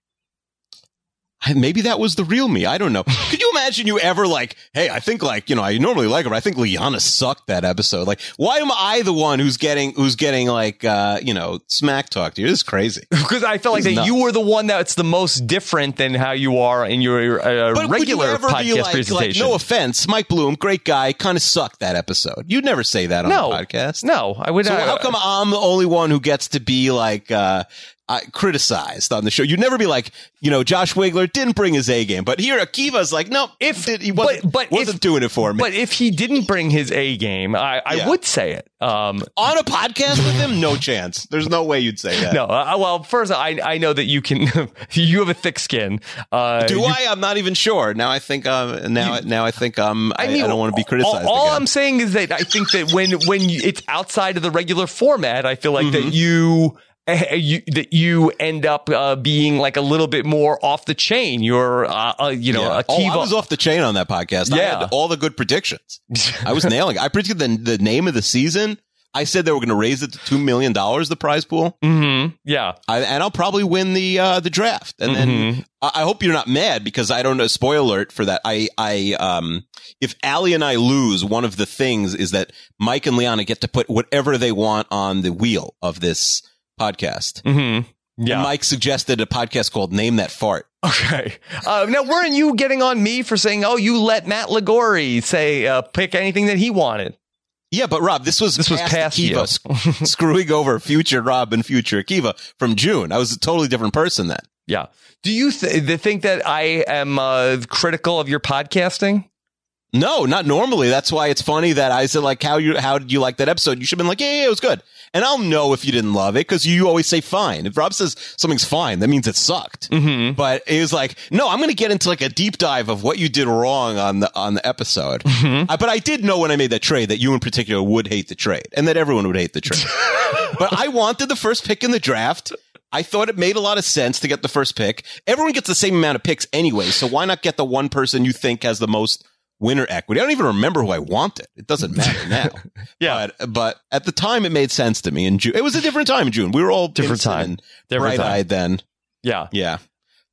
I- Maybe that was the real me. I don't know. Could you imagine you ever like, hey, I think like, you know, I normally like her, but I think Liana sucked that episode. Like, why am I the one who's getting who's getting like uh, you know, smack talk to you? This is crazy. Because I felt like that He's you were the one that's the most different than how you are in your uh, But would you regular ever be podcast like, like, presentation. no offense, Mike Bloom, great guy, kind of sucked that episode. You'd never say that on no, the podcast. No, I would uh, So not. how come I'm the only one who gets to be like uh, uh, criticized on the show? You'd never be like, you know, Josh Wiggler didn't bring his A game, but here Akiva's like, no, If- did- he but- wasn't, but if- wasn't doing it for me But if he didn't bring his A game, I, I Yeah. would say it. Um, on a podcast with him. No chance. There's no way you'd say that. No, uh, well, first I I know that you can. you have a thick skin. Uh, Do you- I? I'm not even sure. Now I think. Um, now, now I think. Um, I, I don't want to be all- criticized. All, again. I'm saying is that I think that when when you, it's outside of the regular format, I feel like Mm-hmm. that you. eh, You, that you end up uh, being like a little bit more off the chain. You're, uh, uh, you know, Yeah. a oh, Kiva. I was off the chain on that podcast. I Yeah. had all the good predictions. I was nailing. it. I predicted the, the name of the season. I said they were going to raise it to two million dollars, the prize pool, Mhm. Yeah. I, and I'll probably win the uh, the draft. And Mm-hmm. then I, I hope you're not mad because I don't know. Spoiler alert for that. I I um if Allie and I lose, one of the things is that Mike and Liana get to put whatever they want on the wheel of this podcast. Mm-hmm. Yeah. And Mike suggested a podcast called "Name That Fart." okay. Uh, now, weren't you getting on me for saying, "Oh, you let Matt Ligori say uh, pick anything that he wanted"? Yeah, but Rob, this was This was past Akiva you. sc- screwing over future Rob and future Akiva from June. I was a totally different person then. Yeah. Do you th- th- think that I am uh, critical of your podcasting? No, not normally. That's why it's funny that I said like, how you how did you like that episode? You should have been like, yeah, yeah, it was good. And I'll know if you didn't love it because you always say fine. If Rob says something's fine, that means it sucked. Mm-hmm. But it was like, no, I'm going to get into like a deep dive of what you did wrong on the on the episode. Uh, but I did know when I made that trade that you in particular would hate the trade and that everyone would hate the trade. but I wanted the first pick in the draft. I thought it made a lot of sense to get the first pick. Everyone gets the same amount of picks anyway, so why not get the one person you think has the most winner equity? I don't even remember who I wanted. It doesn't matter now. Yeah. But, but at the time, it made sense to me in June. It was a different time in June. We were all Different innocent time. and Different time. bright-eyed then. Yeah. Yeah.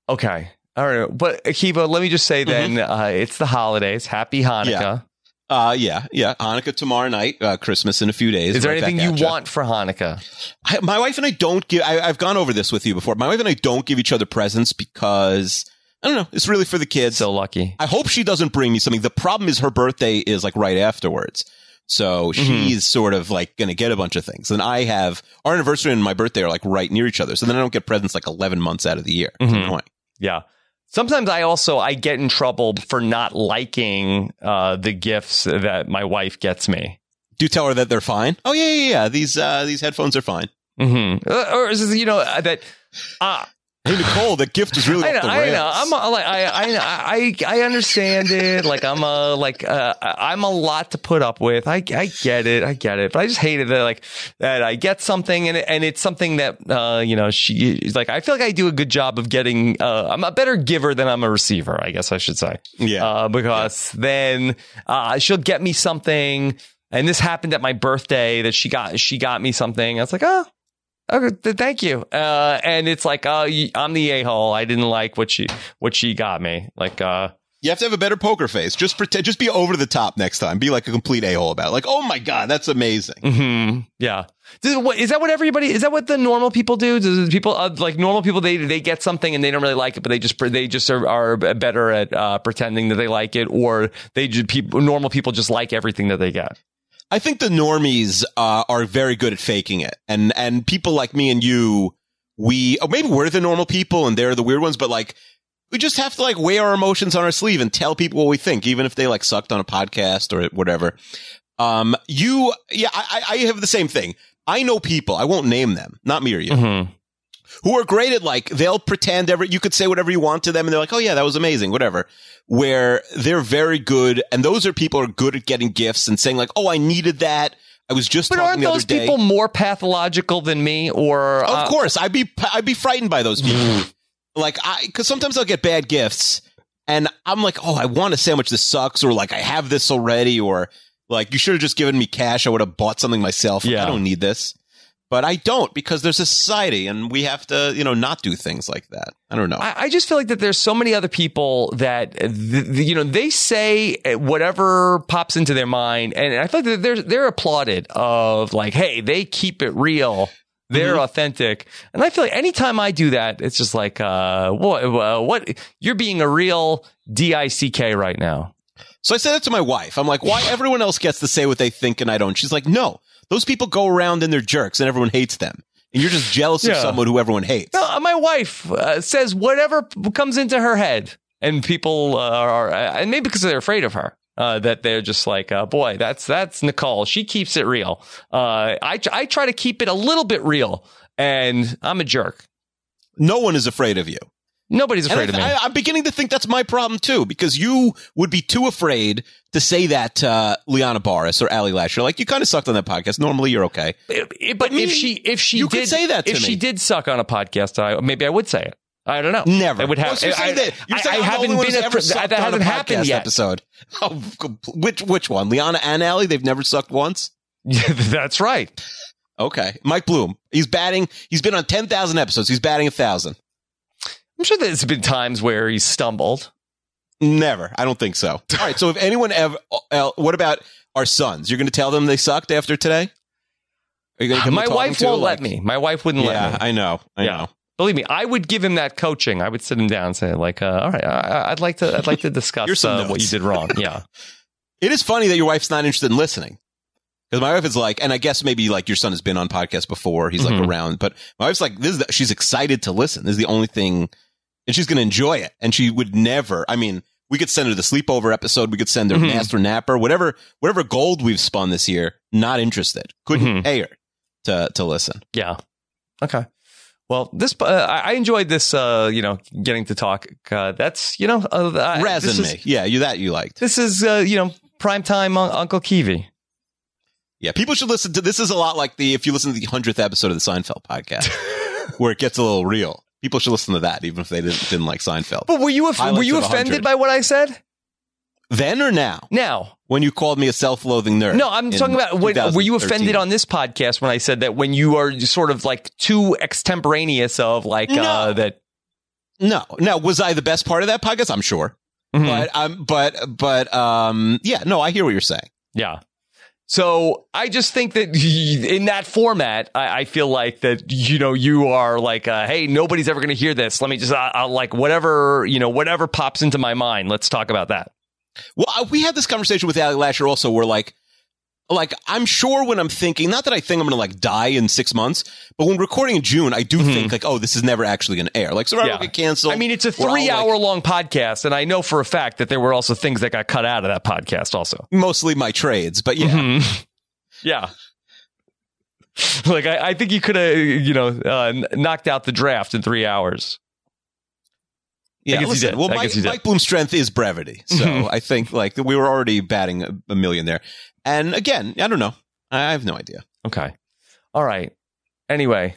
Okay. All right. But Akiva, let me just say then uh, it's the holidays. Happy Hanukkah. Mm-hmm. Yeah. Uh, yeah, yeah. Hanukkah tomorrow night, uh, Christmas in a few days. Is there Right back anything you at ya. want for Hanukkah? I, my wife and I don't give. I, I've gone over this with you before. My wife and I don't give each other presents because I don't know. It's really for the kids. So lucky. I hope she doesn't bring me something. The problem is her birthday is like right afterwards. So Mm-hmm. she's sort of like going to get a bunch of things. And I have our anniversary and my birthday are like right near each other. So then I don't get presents like 11 months out of the year. It's Mhm. annoying. Yeah. Sometimes I also I get in trouble for not liking uh, the gifts that my wife gets me. Do you tell her that they're fine? Oh, yeah, yeah, yeah. These, uh, these headphones are fine. Mm-hmm. Or is this, you know uh, that uh, Hey, Nicole, the gift is really I know, off the I rails. know. I'm a, like, I, I, I, I understand it. Like, I'm a, like, uh, I'm a lot to put up with. I, I get it. I get it. But I just hated that, like, that I get something and, it, and it's something that, uh, you know, she, like, I feel like I do a good job of getting, uh, I'm a better giver than I'm a receiver, I guess I should say. Yeah. Uh, because then, uh, she'll get me something. And this happened at my birthday that she got, she got me something. I was like, oh, Okay, th- thank you. Uh, and it's like, uh, y- I'm the a hole. I didn't like what she what she got me. Like, uh, You have to have a better poker face. Just pretend, just be over the top next time. Be like a complete a hole about it. Like, oh my God, that's amazing. mhm, yeah. This is, what, is that what everybody? Is that what the normal people do? Does people uh, like normal people? They they get something and they don't really like it, but they just pre- they just are, are better at uh, pretending that they like it, or they just, people normal people just like everything that they get. I think the normies uh, are very good at faking it, and and people like me and you, we oh, maybe we're the normal people and they're the weird ones, but like we just have to like weigh our emotions on our sleeve and tell people what we think, even if they like sucked on a podcast or whatever. Um, you, yeah, I, I I have the same thing. I know people. I won't name them, not me or you, Mhm. who are great at like they'll pretend every you could say whatever you want to them, and they're like, oh yeah, that was amazing, whatever. Where they're very good, and those are people who are good at getting gifts and saying like, oh, I needed that. I was just But talking aren't the other those day. people more pathological than me? Or Of uh, Mm. course, I'd be I'd be frightened by those people. like I, because sometimes I'll get bad gifts, and I'm like, oh, I want a sandwich. This sucks, or like I have this already, or like you should have just given me cash. I would have bought something myself. Like, Yeah. I don't need this, but I don't because there's a society, and we have to, you know, not do things like that. I don't know. I, I just feel like that there's so many other people that th- th- you know they say eh, whatever pops into their mind, and I feel like that they're they're applauded of like, hey, they keep it real. They're Mm-hmm. authentic, and I feel like anytime I do that, it's just like, uh, what, uh, what? You're being a real dick right now. So I said that to my wife. I'm like, why everyone else gets to say what they think and I don't? She's like, no, those people go around and they're jerks, and everyone hates them, and you're just jealous of Yeah. someone who everyone hates. No, my wife uh, says whatever p- comes into her head, and people uh, are, and maybe because they're afraid of her, uh, that they're just like, uh, boy, that's that's Nicole. She keeps it real. Uh, I tr- I try to keep it a little bit real, and I'm a jerk. No one is afraid of you. Nobody's And afraid of me. I, I, am beginning to think that's my problem too, because you would be too afraid to say that to uh, Liana Barris or Ali Lasher. Like you kind of sucked on that podcast. Normally, you're okay. It- it- but me, if she if she you did could say that to if she me. did suck on a podcast, I, maybe I would say it. I don't know. Never. I would have. Well, so you're I, saying that you're I- saying I I'm the only haven't one been who's a, ever pr- sucked that on a hasn't podcast happened yet. Episode. Oh, com- which which one? Liana and Ali? They've never sucked once. Mm. that's right. Okay, Mike Bloom. He's batting. He's been on ten thousand episodes. He's batting a thousand. I'm sure there's been times where he stumbled. Never. I don't think so. All right. So if anyone ever, uh, what about our sons? You're going to tell them they sucked after today? Are you gonna give them a Uh, My talking wife to, won't like- let me. My wife wouldn't let me. Yeah, I know. I Yeah. know. Believe me, I would give him that coaching. I would sit him down and say, like, uh, all right, I, I'd like to, I'd like to Here's discuss some uh, what you notes. did wrong. Yeah, It is funny that your wife's not interested in listening. Because my wife is like, and I guess maybe like your son has been on podcasts before. He's Mhm. like around, but my wife's like, this is the, she's excited to listen. This is the only thing, and she's going to enjoy it. And she would never. I mean, we could send her the sleepover episode. We could send her Mhm. master napper, whatever, whatever gold we've spun this year. Not interested. Couldn't Mhm. pay her to to listen. yeah, okay. Well, this uh, I I enjoyed this. Uh, you know, getting to talk. Uh, that's you know, uh, I- Resin this me, is- yeah, you that you liked. This is uh, you know, prime time Un- Uncle Kiwi. Yeah, people should listen to this. Is a lot like the if you listen to the hundredth episode of the Seinfeld podcast, where it gets a little real. People should listen to that, even if they didn't, didn't like Seinfeld. But were you Highlights were you of a offended hundred. by what I said? then or now, Now, when you called me a self-loathing nerd? No, I'm in talking about when, were you 2013. offended on this podcast when I said that when you are sort of like too extemporaneous of like uh, No. that. No, no. Was I the best part of that podcast? I'm sure, Mhm. but um, but but um, yeah. No, I hear what you're saying. Yeah. So I just think that in that format, I, I feel like that you know you are like, uh, hey, nobody's ever going to hear this. Let me just I, I'll like whatever you know whatever pops into my mind. Let's talk about that. Well, I- we had this conversation with Ali Lasher also, where like, like I'm sure when I'm thinking, not that I think I'm going to like die in six months, but when recording in June, I do Mhm. think like, oh, this is never actually going to air. Like, Survivor Yeah. get canceled. I mean, it's a We're all, like- three-hour long podcast, and I know for a fact that there were also things that got cut out of that podcast. Also, mostly my trades, but yeah. Mhm. Yeah. Like I, I think you could have, you know, uh, n- knocked out the draft in three hours. Yeah, I guess he listen, did. Well, I Mike, guess he did. Mike Bloom's strength is brevity. So Mhm. I think like we were already batting a, a million there. And again, I don't know. I I have no idea. Okay. All right. Anyway,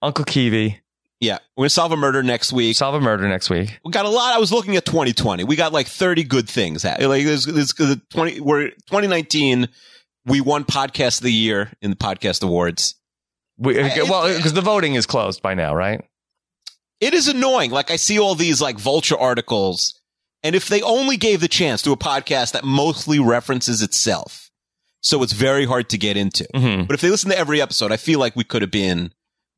Uncle Kiwi Yeah, we're gonna solve a murder next week. solve a murder next week. We got a lot. I was looking at 2020. We got like 30 good things. Like there's, there's the 20. We're 2019. We won podcast of the year in the podcast awards. We, I- well, because the voting is closed by now, right? It is annoying. Like I see all these like vulture articles, and if they only gave the chance to a podcast that mostly references itself, so it's very hard to get into. Mm-hmm. But if they listen to every episode, I feel like we could have been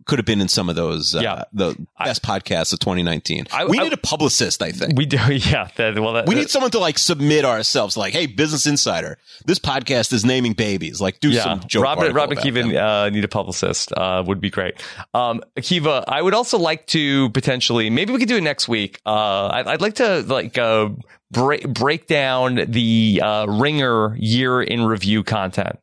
could have been in some of those uh, Yeah. the best podcasts of 2019. I- we I- Uh, need a publicist, I think. We do, yeah. That, well, that, We need someone to like submit ourselves, like, "Hey, Business Insider, this podcast is naming babies." Like, do yeah. some joke. Robin, article Robin about Akiva them. uh, need a publicist uh, would be great. Um, Akiva, I would also like to potentially maybe we could do it next week. Uh, I'd, I'd like to like uh, break break down the uh, Ringer year in review content.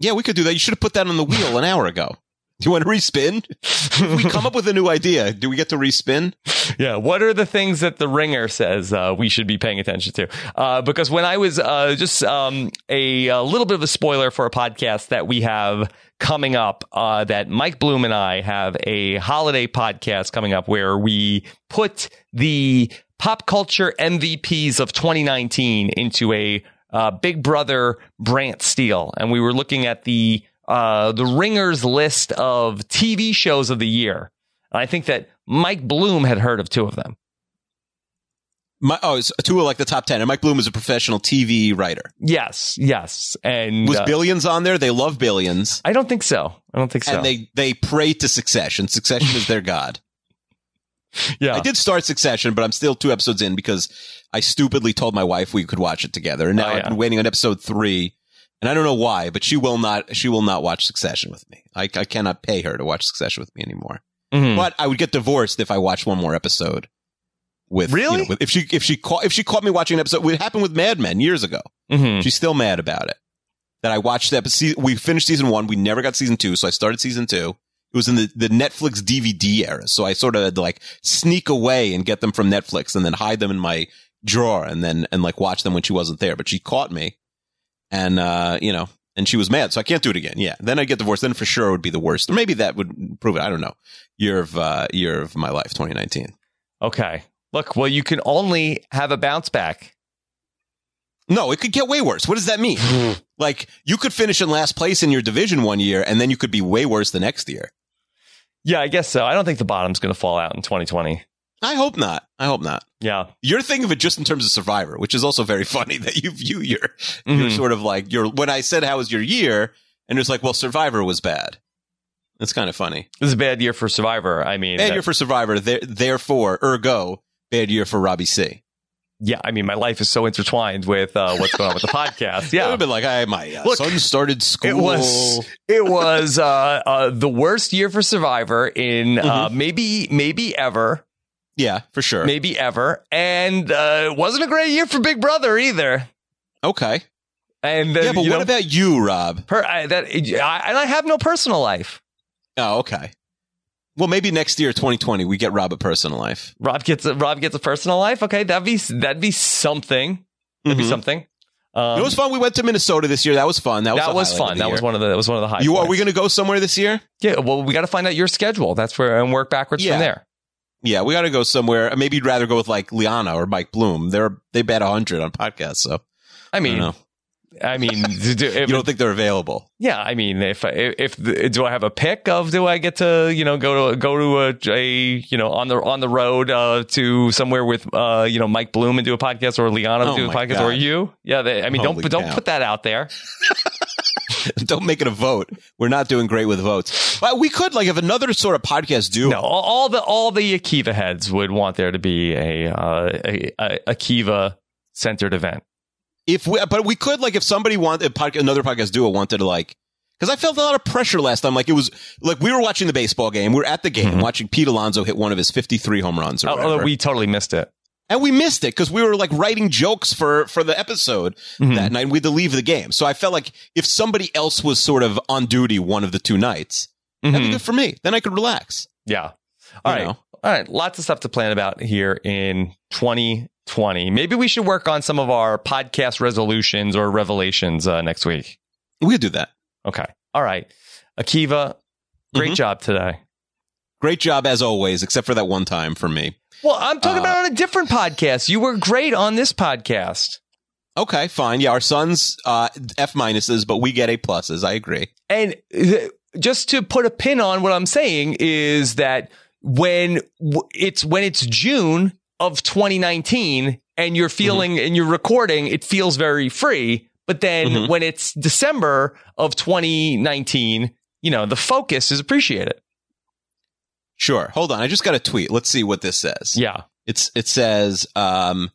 Yeah, we could do that. You should have put that on the wheel an hour ago. Do you want to respin? If we come up with a new idea, do we get to respin? Yeah, what are the things that the ringer says uh, we should be paying attention to? Uh, because when I was uh, just um, a, a little bit of a spoiler for a podcast that we have coming up, uh, that Mike Bloom and I have a holiday podcast coming up where we put the pop culture MVPs of 2019 into a uh, Big Brother Brant Steele, and we were looking at the uh, the ringers list of TV shows of the year. And I think that Mike Bloom had heard of two of them. My, oh, it's two of like the top ten. And Mike Bloom is a professional TV writer. Yes, yes. And Was uh, Billions on there? They love Billions, I don't think so. I don't think so. and they they pray to Succession. Succession is their god. yeah. I did start Succession, but I'm still two episodes in because I stupidly told my wife we could watch it together, and now Oh, I've yeah. been waiting on episode three, and I don't know why, but she will not she will not watch Succession with me. I, I cannot pay her to watch Succession with me anymore. Mhm. But I would get divorced if I watched one more episode. With you Really? know, with- if she if she caught if she caught me watching an episode, it happened with Mad Men years ago. Mhm. She's still mad about it. That I watched that, but see, we finished season one. We never got season two, so I started season two. It was in the, the Netflix DVD era, so I sort of had to like sneak away and get them from Netflix, and then hide them in my drawer, and then and like watch them when she wasn't there. But she caught me, and uh, you know, and she was mad, so I can't do it again. Yeah, then I would get divorced. Then for sure it would be the worst, or maybe that would prove it. I don't know. Year of uh, year of my life, 2019. Okay. Look, well, you can only have a bounce back. No, it could get way worse. What does that mean? like you could finish in last place in your division one year, and then you could be way worse the next year. Yeah, I guess so. I don't think the bottom's going to fall out in 2020. I hope not. I hope not. Yeah. You're thinking of it just in terms of Survivor, which is also very funny that you view your your Mhm. sort of like your when I said how was your year, and it's like, well, Survivor was bad. That's kind of funny. This is a bad year for Survivor. I mean, Bad that- year for Survivor, there, therefore, ergo, bad year for Robbie C. yeah, I mean, my life is so intertwined with uh, what's going on with the podcast. it would Yeah. have been like, I my uh, Look, son started school. It was it was uh, uh, the worst year for Survivor in uh, Mm-hmm. maybe maybe ever yeah, for sure. maybe ever, and uh, it wasn't a great year for Big Brother either. Okay, And then, yeah, but you what know, about you, Rob? per, I, that? I, and I have no personal life. Oh, okay. Well, maybe next year, 2020, we get Rob a personal life. Rob gets a, Rob gets a personal life. Okay, that'd be that'd be something. That'd be Mhm. something. Um, it was fun. We went to Minnesota this year. That was fun. That was, that a was highlight of fun. the That was year. one of the that was one of the high. You are points. we going to go somewhere this year? yeah. Well, we got to find out your schedule. That's where and work backwards Yeah. from there. Yeah, we got to go somewhere. Uh, Maybe you'd rather go with like Liana or Mike Bloom. They're they bet hundred on podcasts, so I I don't mean, know. I, mean, do, do- you don't think they're available? yeah. I mean, if I- if the, do I have a pick of do I get to you know go to go to a, a you know on the on the road uh, to somewhere with uh, you know Mike Bloom and do a podcast or Liana Oh do a my podcast God. or you? Yeah. They, I mean, Holy don't don't cow. put that out there. don't make it a vote. We're not doing great with votes. But we could like have another sort of podcast do. No, all, all the all the Akiva heads would want there to be a uh, a, a Akiva centered event. If we, but we could like if somebody wanted a podca- another podcast duo wanted to like because I felt a lot of pressure last time. Like it was like we were watching the baseball game. We are at the game Mhm. watching Pete Alonso hit one of his fifty three home runs. Or Although whatever. Oh, we totally missed it. and we missed it because we were like writing jokes for for the episode Mhm. that night. We had to leave the game, so I felt like if somebody else was sort of on duty one of the two nights, that'd Mhm. be good for me. Then I could relax. Yeah. you All right. know? All right. Lots of stuff to plan about here in 2020. Maybe we should work on some of our podcast resolutions or revelations uh, next week. we could do that. Okay. All right. Akiva, great Mhm. job today. Great job as always, except for that one time for me. Well, I'm talking Uh, about on a different podcast. You were great on this podcast. Okay, fine. Yeah, our sons uh, F minuses, but we get A pluses. I agree. And th- just to put a pin on what I'm saying is that when w- it's when it's June of 2019 and you're feeling and you're recording, it feels very free. But then Mhm. when it's December of 2019, you know, the focus is appreciated. Sure. Hold on. I just got a tweet. Let's see what this says. Yeah. It's it says um,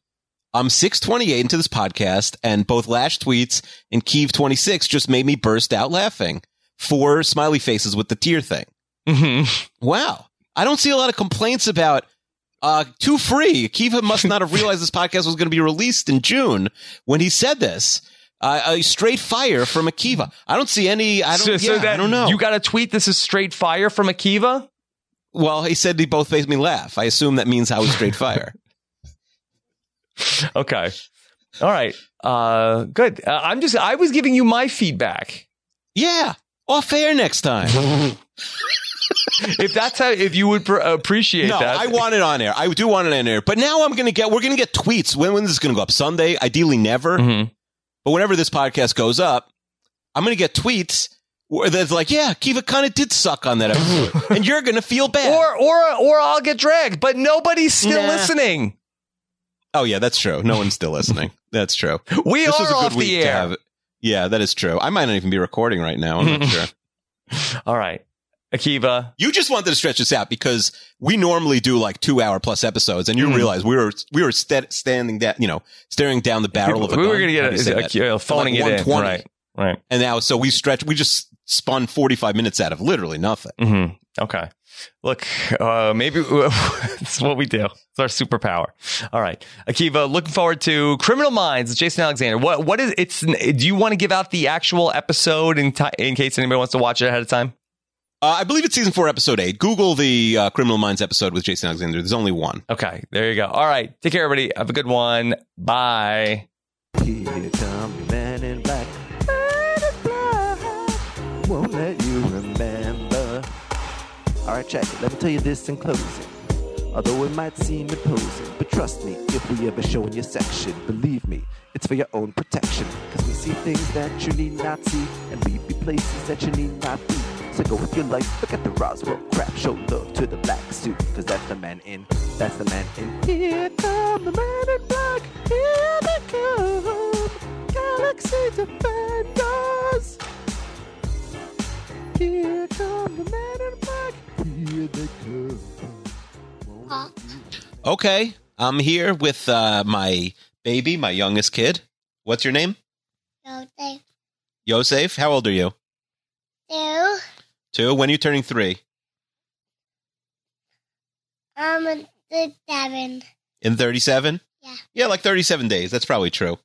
I'm 628 into this podcast, and both Lash tweets and Keeve 26 just made me burst out laughing. Four smiley faces with the tear thing. hmm Wow, I don't see a lot of complaints about uh, too free. Akiva must not have realized this podcast was going to be released in June when he said this. Uh, a straight fire from Akiva. I don't see any. I don't. yeah, I don't know. You got a tweet. This is straight fire from Akiva. well, he said they both made me laugh. I assume that means I was straight fire. Okay. All right. Uh, good. Uh, I'm just. I was giving you my feedback. yeah, off air next time. If that's how, if you would pr- appreciate No, that, I want it on air. I do want it on air. But now I'm gonna get we're gonna get tweets. When when is this gonna go up? Sunday? Ideally never. Mhm. But whenever this podcast goes up, I'm gonna get tweets where that's like, yeah, Kiva kinda did suck on that episode. and you're gonna feel bad. Mm-hmm. Or or or I'll get dragged. But nobody's still Nah. listening. oh yeah, that's true. No one's still listening. That's true. We This are was a good off week the to air. have it. Yeah, that is true. I might not even be recording right now. I'm not sure. All right, Akiva. You just wanted to stretch this out because we normally do like two hour plus episodes, and you Mhm. realize we were we were sta- standing that you know staring down the barrel of a we gun. were going to How do you get say a, that? a, phoning Like it in. 120. Right. Right. And now, so we stretch. We just spun forty five minutes out of literally nothing. hmm Okay. Look, uh, maybe it's what we do. It's our superpower. All right, Akiva. Looking forward to Criminal Minds. with Jason Alexander. What? What is? It's. Do you want to give out the actual episode in ti in case anybody wants to watch it ahead of time? Uh, I believe it's season four, episode eight. Google the uh, Criminal Minds episode with Jason Alexander. There's only one. Okay. There you go. All right. Take care, everybody. Have a good one. Bye. Here come the man in black. Won't let you remember. Alright, check it. Let me tell you this in closing. Although it might seem imposing, but trust me, if we ever show in your section, believe me, it's for your own protection. Cause we see things that you need not see, and we be places that you need not be. So go with your life, forget the Roswell crap, show love to the black suit, cause that's the man in, that's the man in. Here come the man in black, here they come, Galaxy Defenders! Here come the man in black, here they come. Huh? Okay, I'm here with uh, my baby, my youngest kid. What's your name? So they Yosef. How old are you? do. Two. When are you turning three? Um, the seven. In 37? Yeah. Yeah, like 37 days. That's probably true.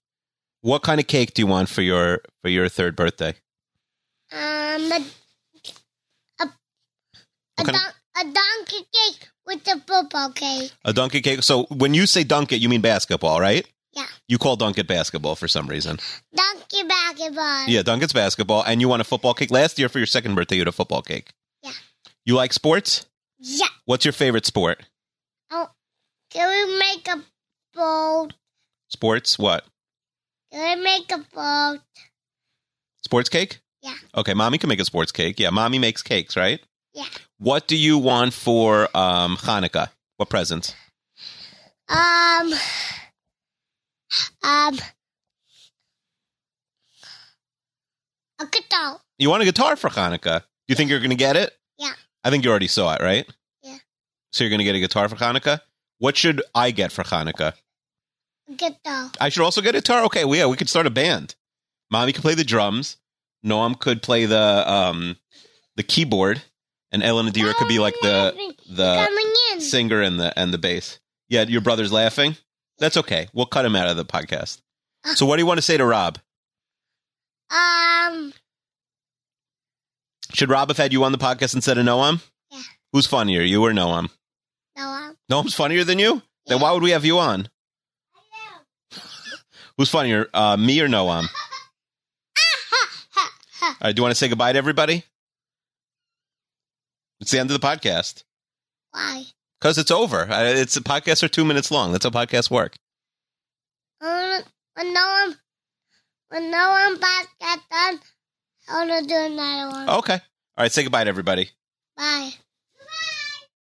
What kind of cake do you want for your for your third birthday? Um, a a, a, Okay. don- a donkey cake with a football cake. A Dunkin' cake. So when you say dunk it, you mean basketball, right? Yeah. Uh-huh. You call dunk it basketball for some reason. Donkey basketball. Yeah, dunk it's basketball, and you want a football cake. Last year for your second birthday, you had a football cake. Yeah. You like sports? Yeah. What's your favorite sport? Can we make a boat? Sports? What? Can we make a boat? Sports cake? Yeah. Okay, mommy can make a sports cake. Yeah, mommy makes cakes, right? Yeah. What do you want for um, Hanukkah? What presents? Um. Um. A guitar. You want a guitar for Hanukkah? Do you think you're going to get it? Yeah. I think you already saw it, right? Yeah. So you're going to get a guitar for Hanukkah? What should I get for Hanukkah? A guitar. I should also get a guitar. Okay, well, yeah, we could start a band. Mommy could play the drums. Noam could play the um the keyboard, and Ellen Adira could be like the Mommy, the coming in. singer and the and the bass. Yeah, your brother's laughing. That's okay. We'll cut him out of the podcast. So what do you want to say to Rob? Um. Should Rob have had you on the podcast instead of Noam? Yeah. Who's funnier, you or Noam? No. Um, Noam's funnier than you? Then Yeah. why would we have you on? Who's funnier, uh, me or Noam? All ha, ha. right, do you want to say goodbye to everybody? It's the end of the podcast Why? because it's over. Uh, It's a podcast are two minutes long. That's how podcasts work. Um, When no one, when no one back got done, I wanna do another one. Oh. Okay. All right, say goodbye to everybody. Bye.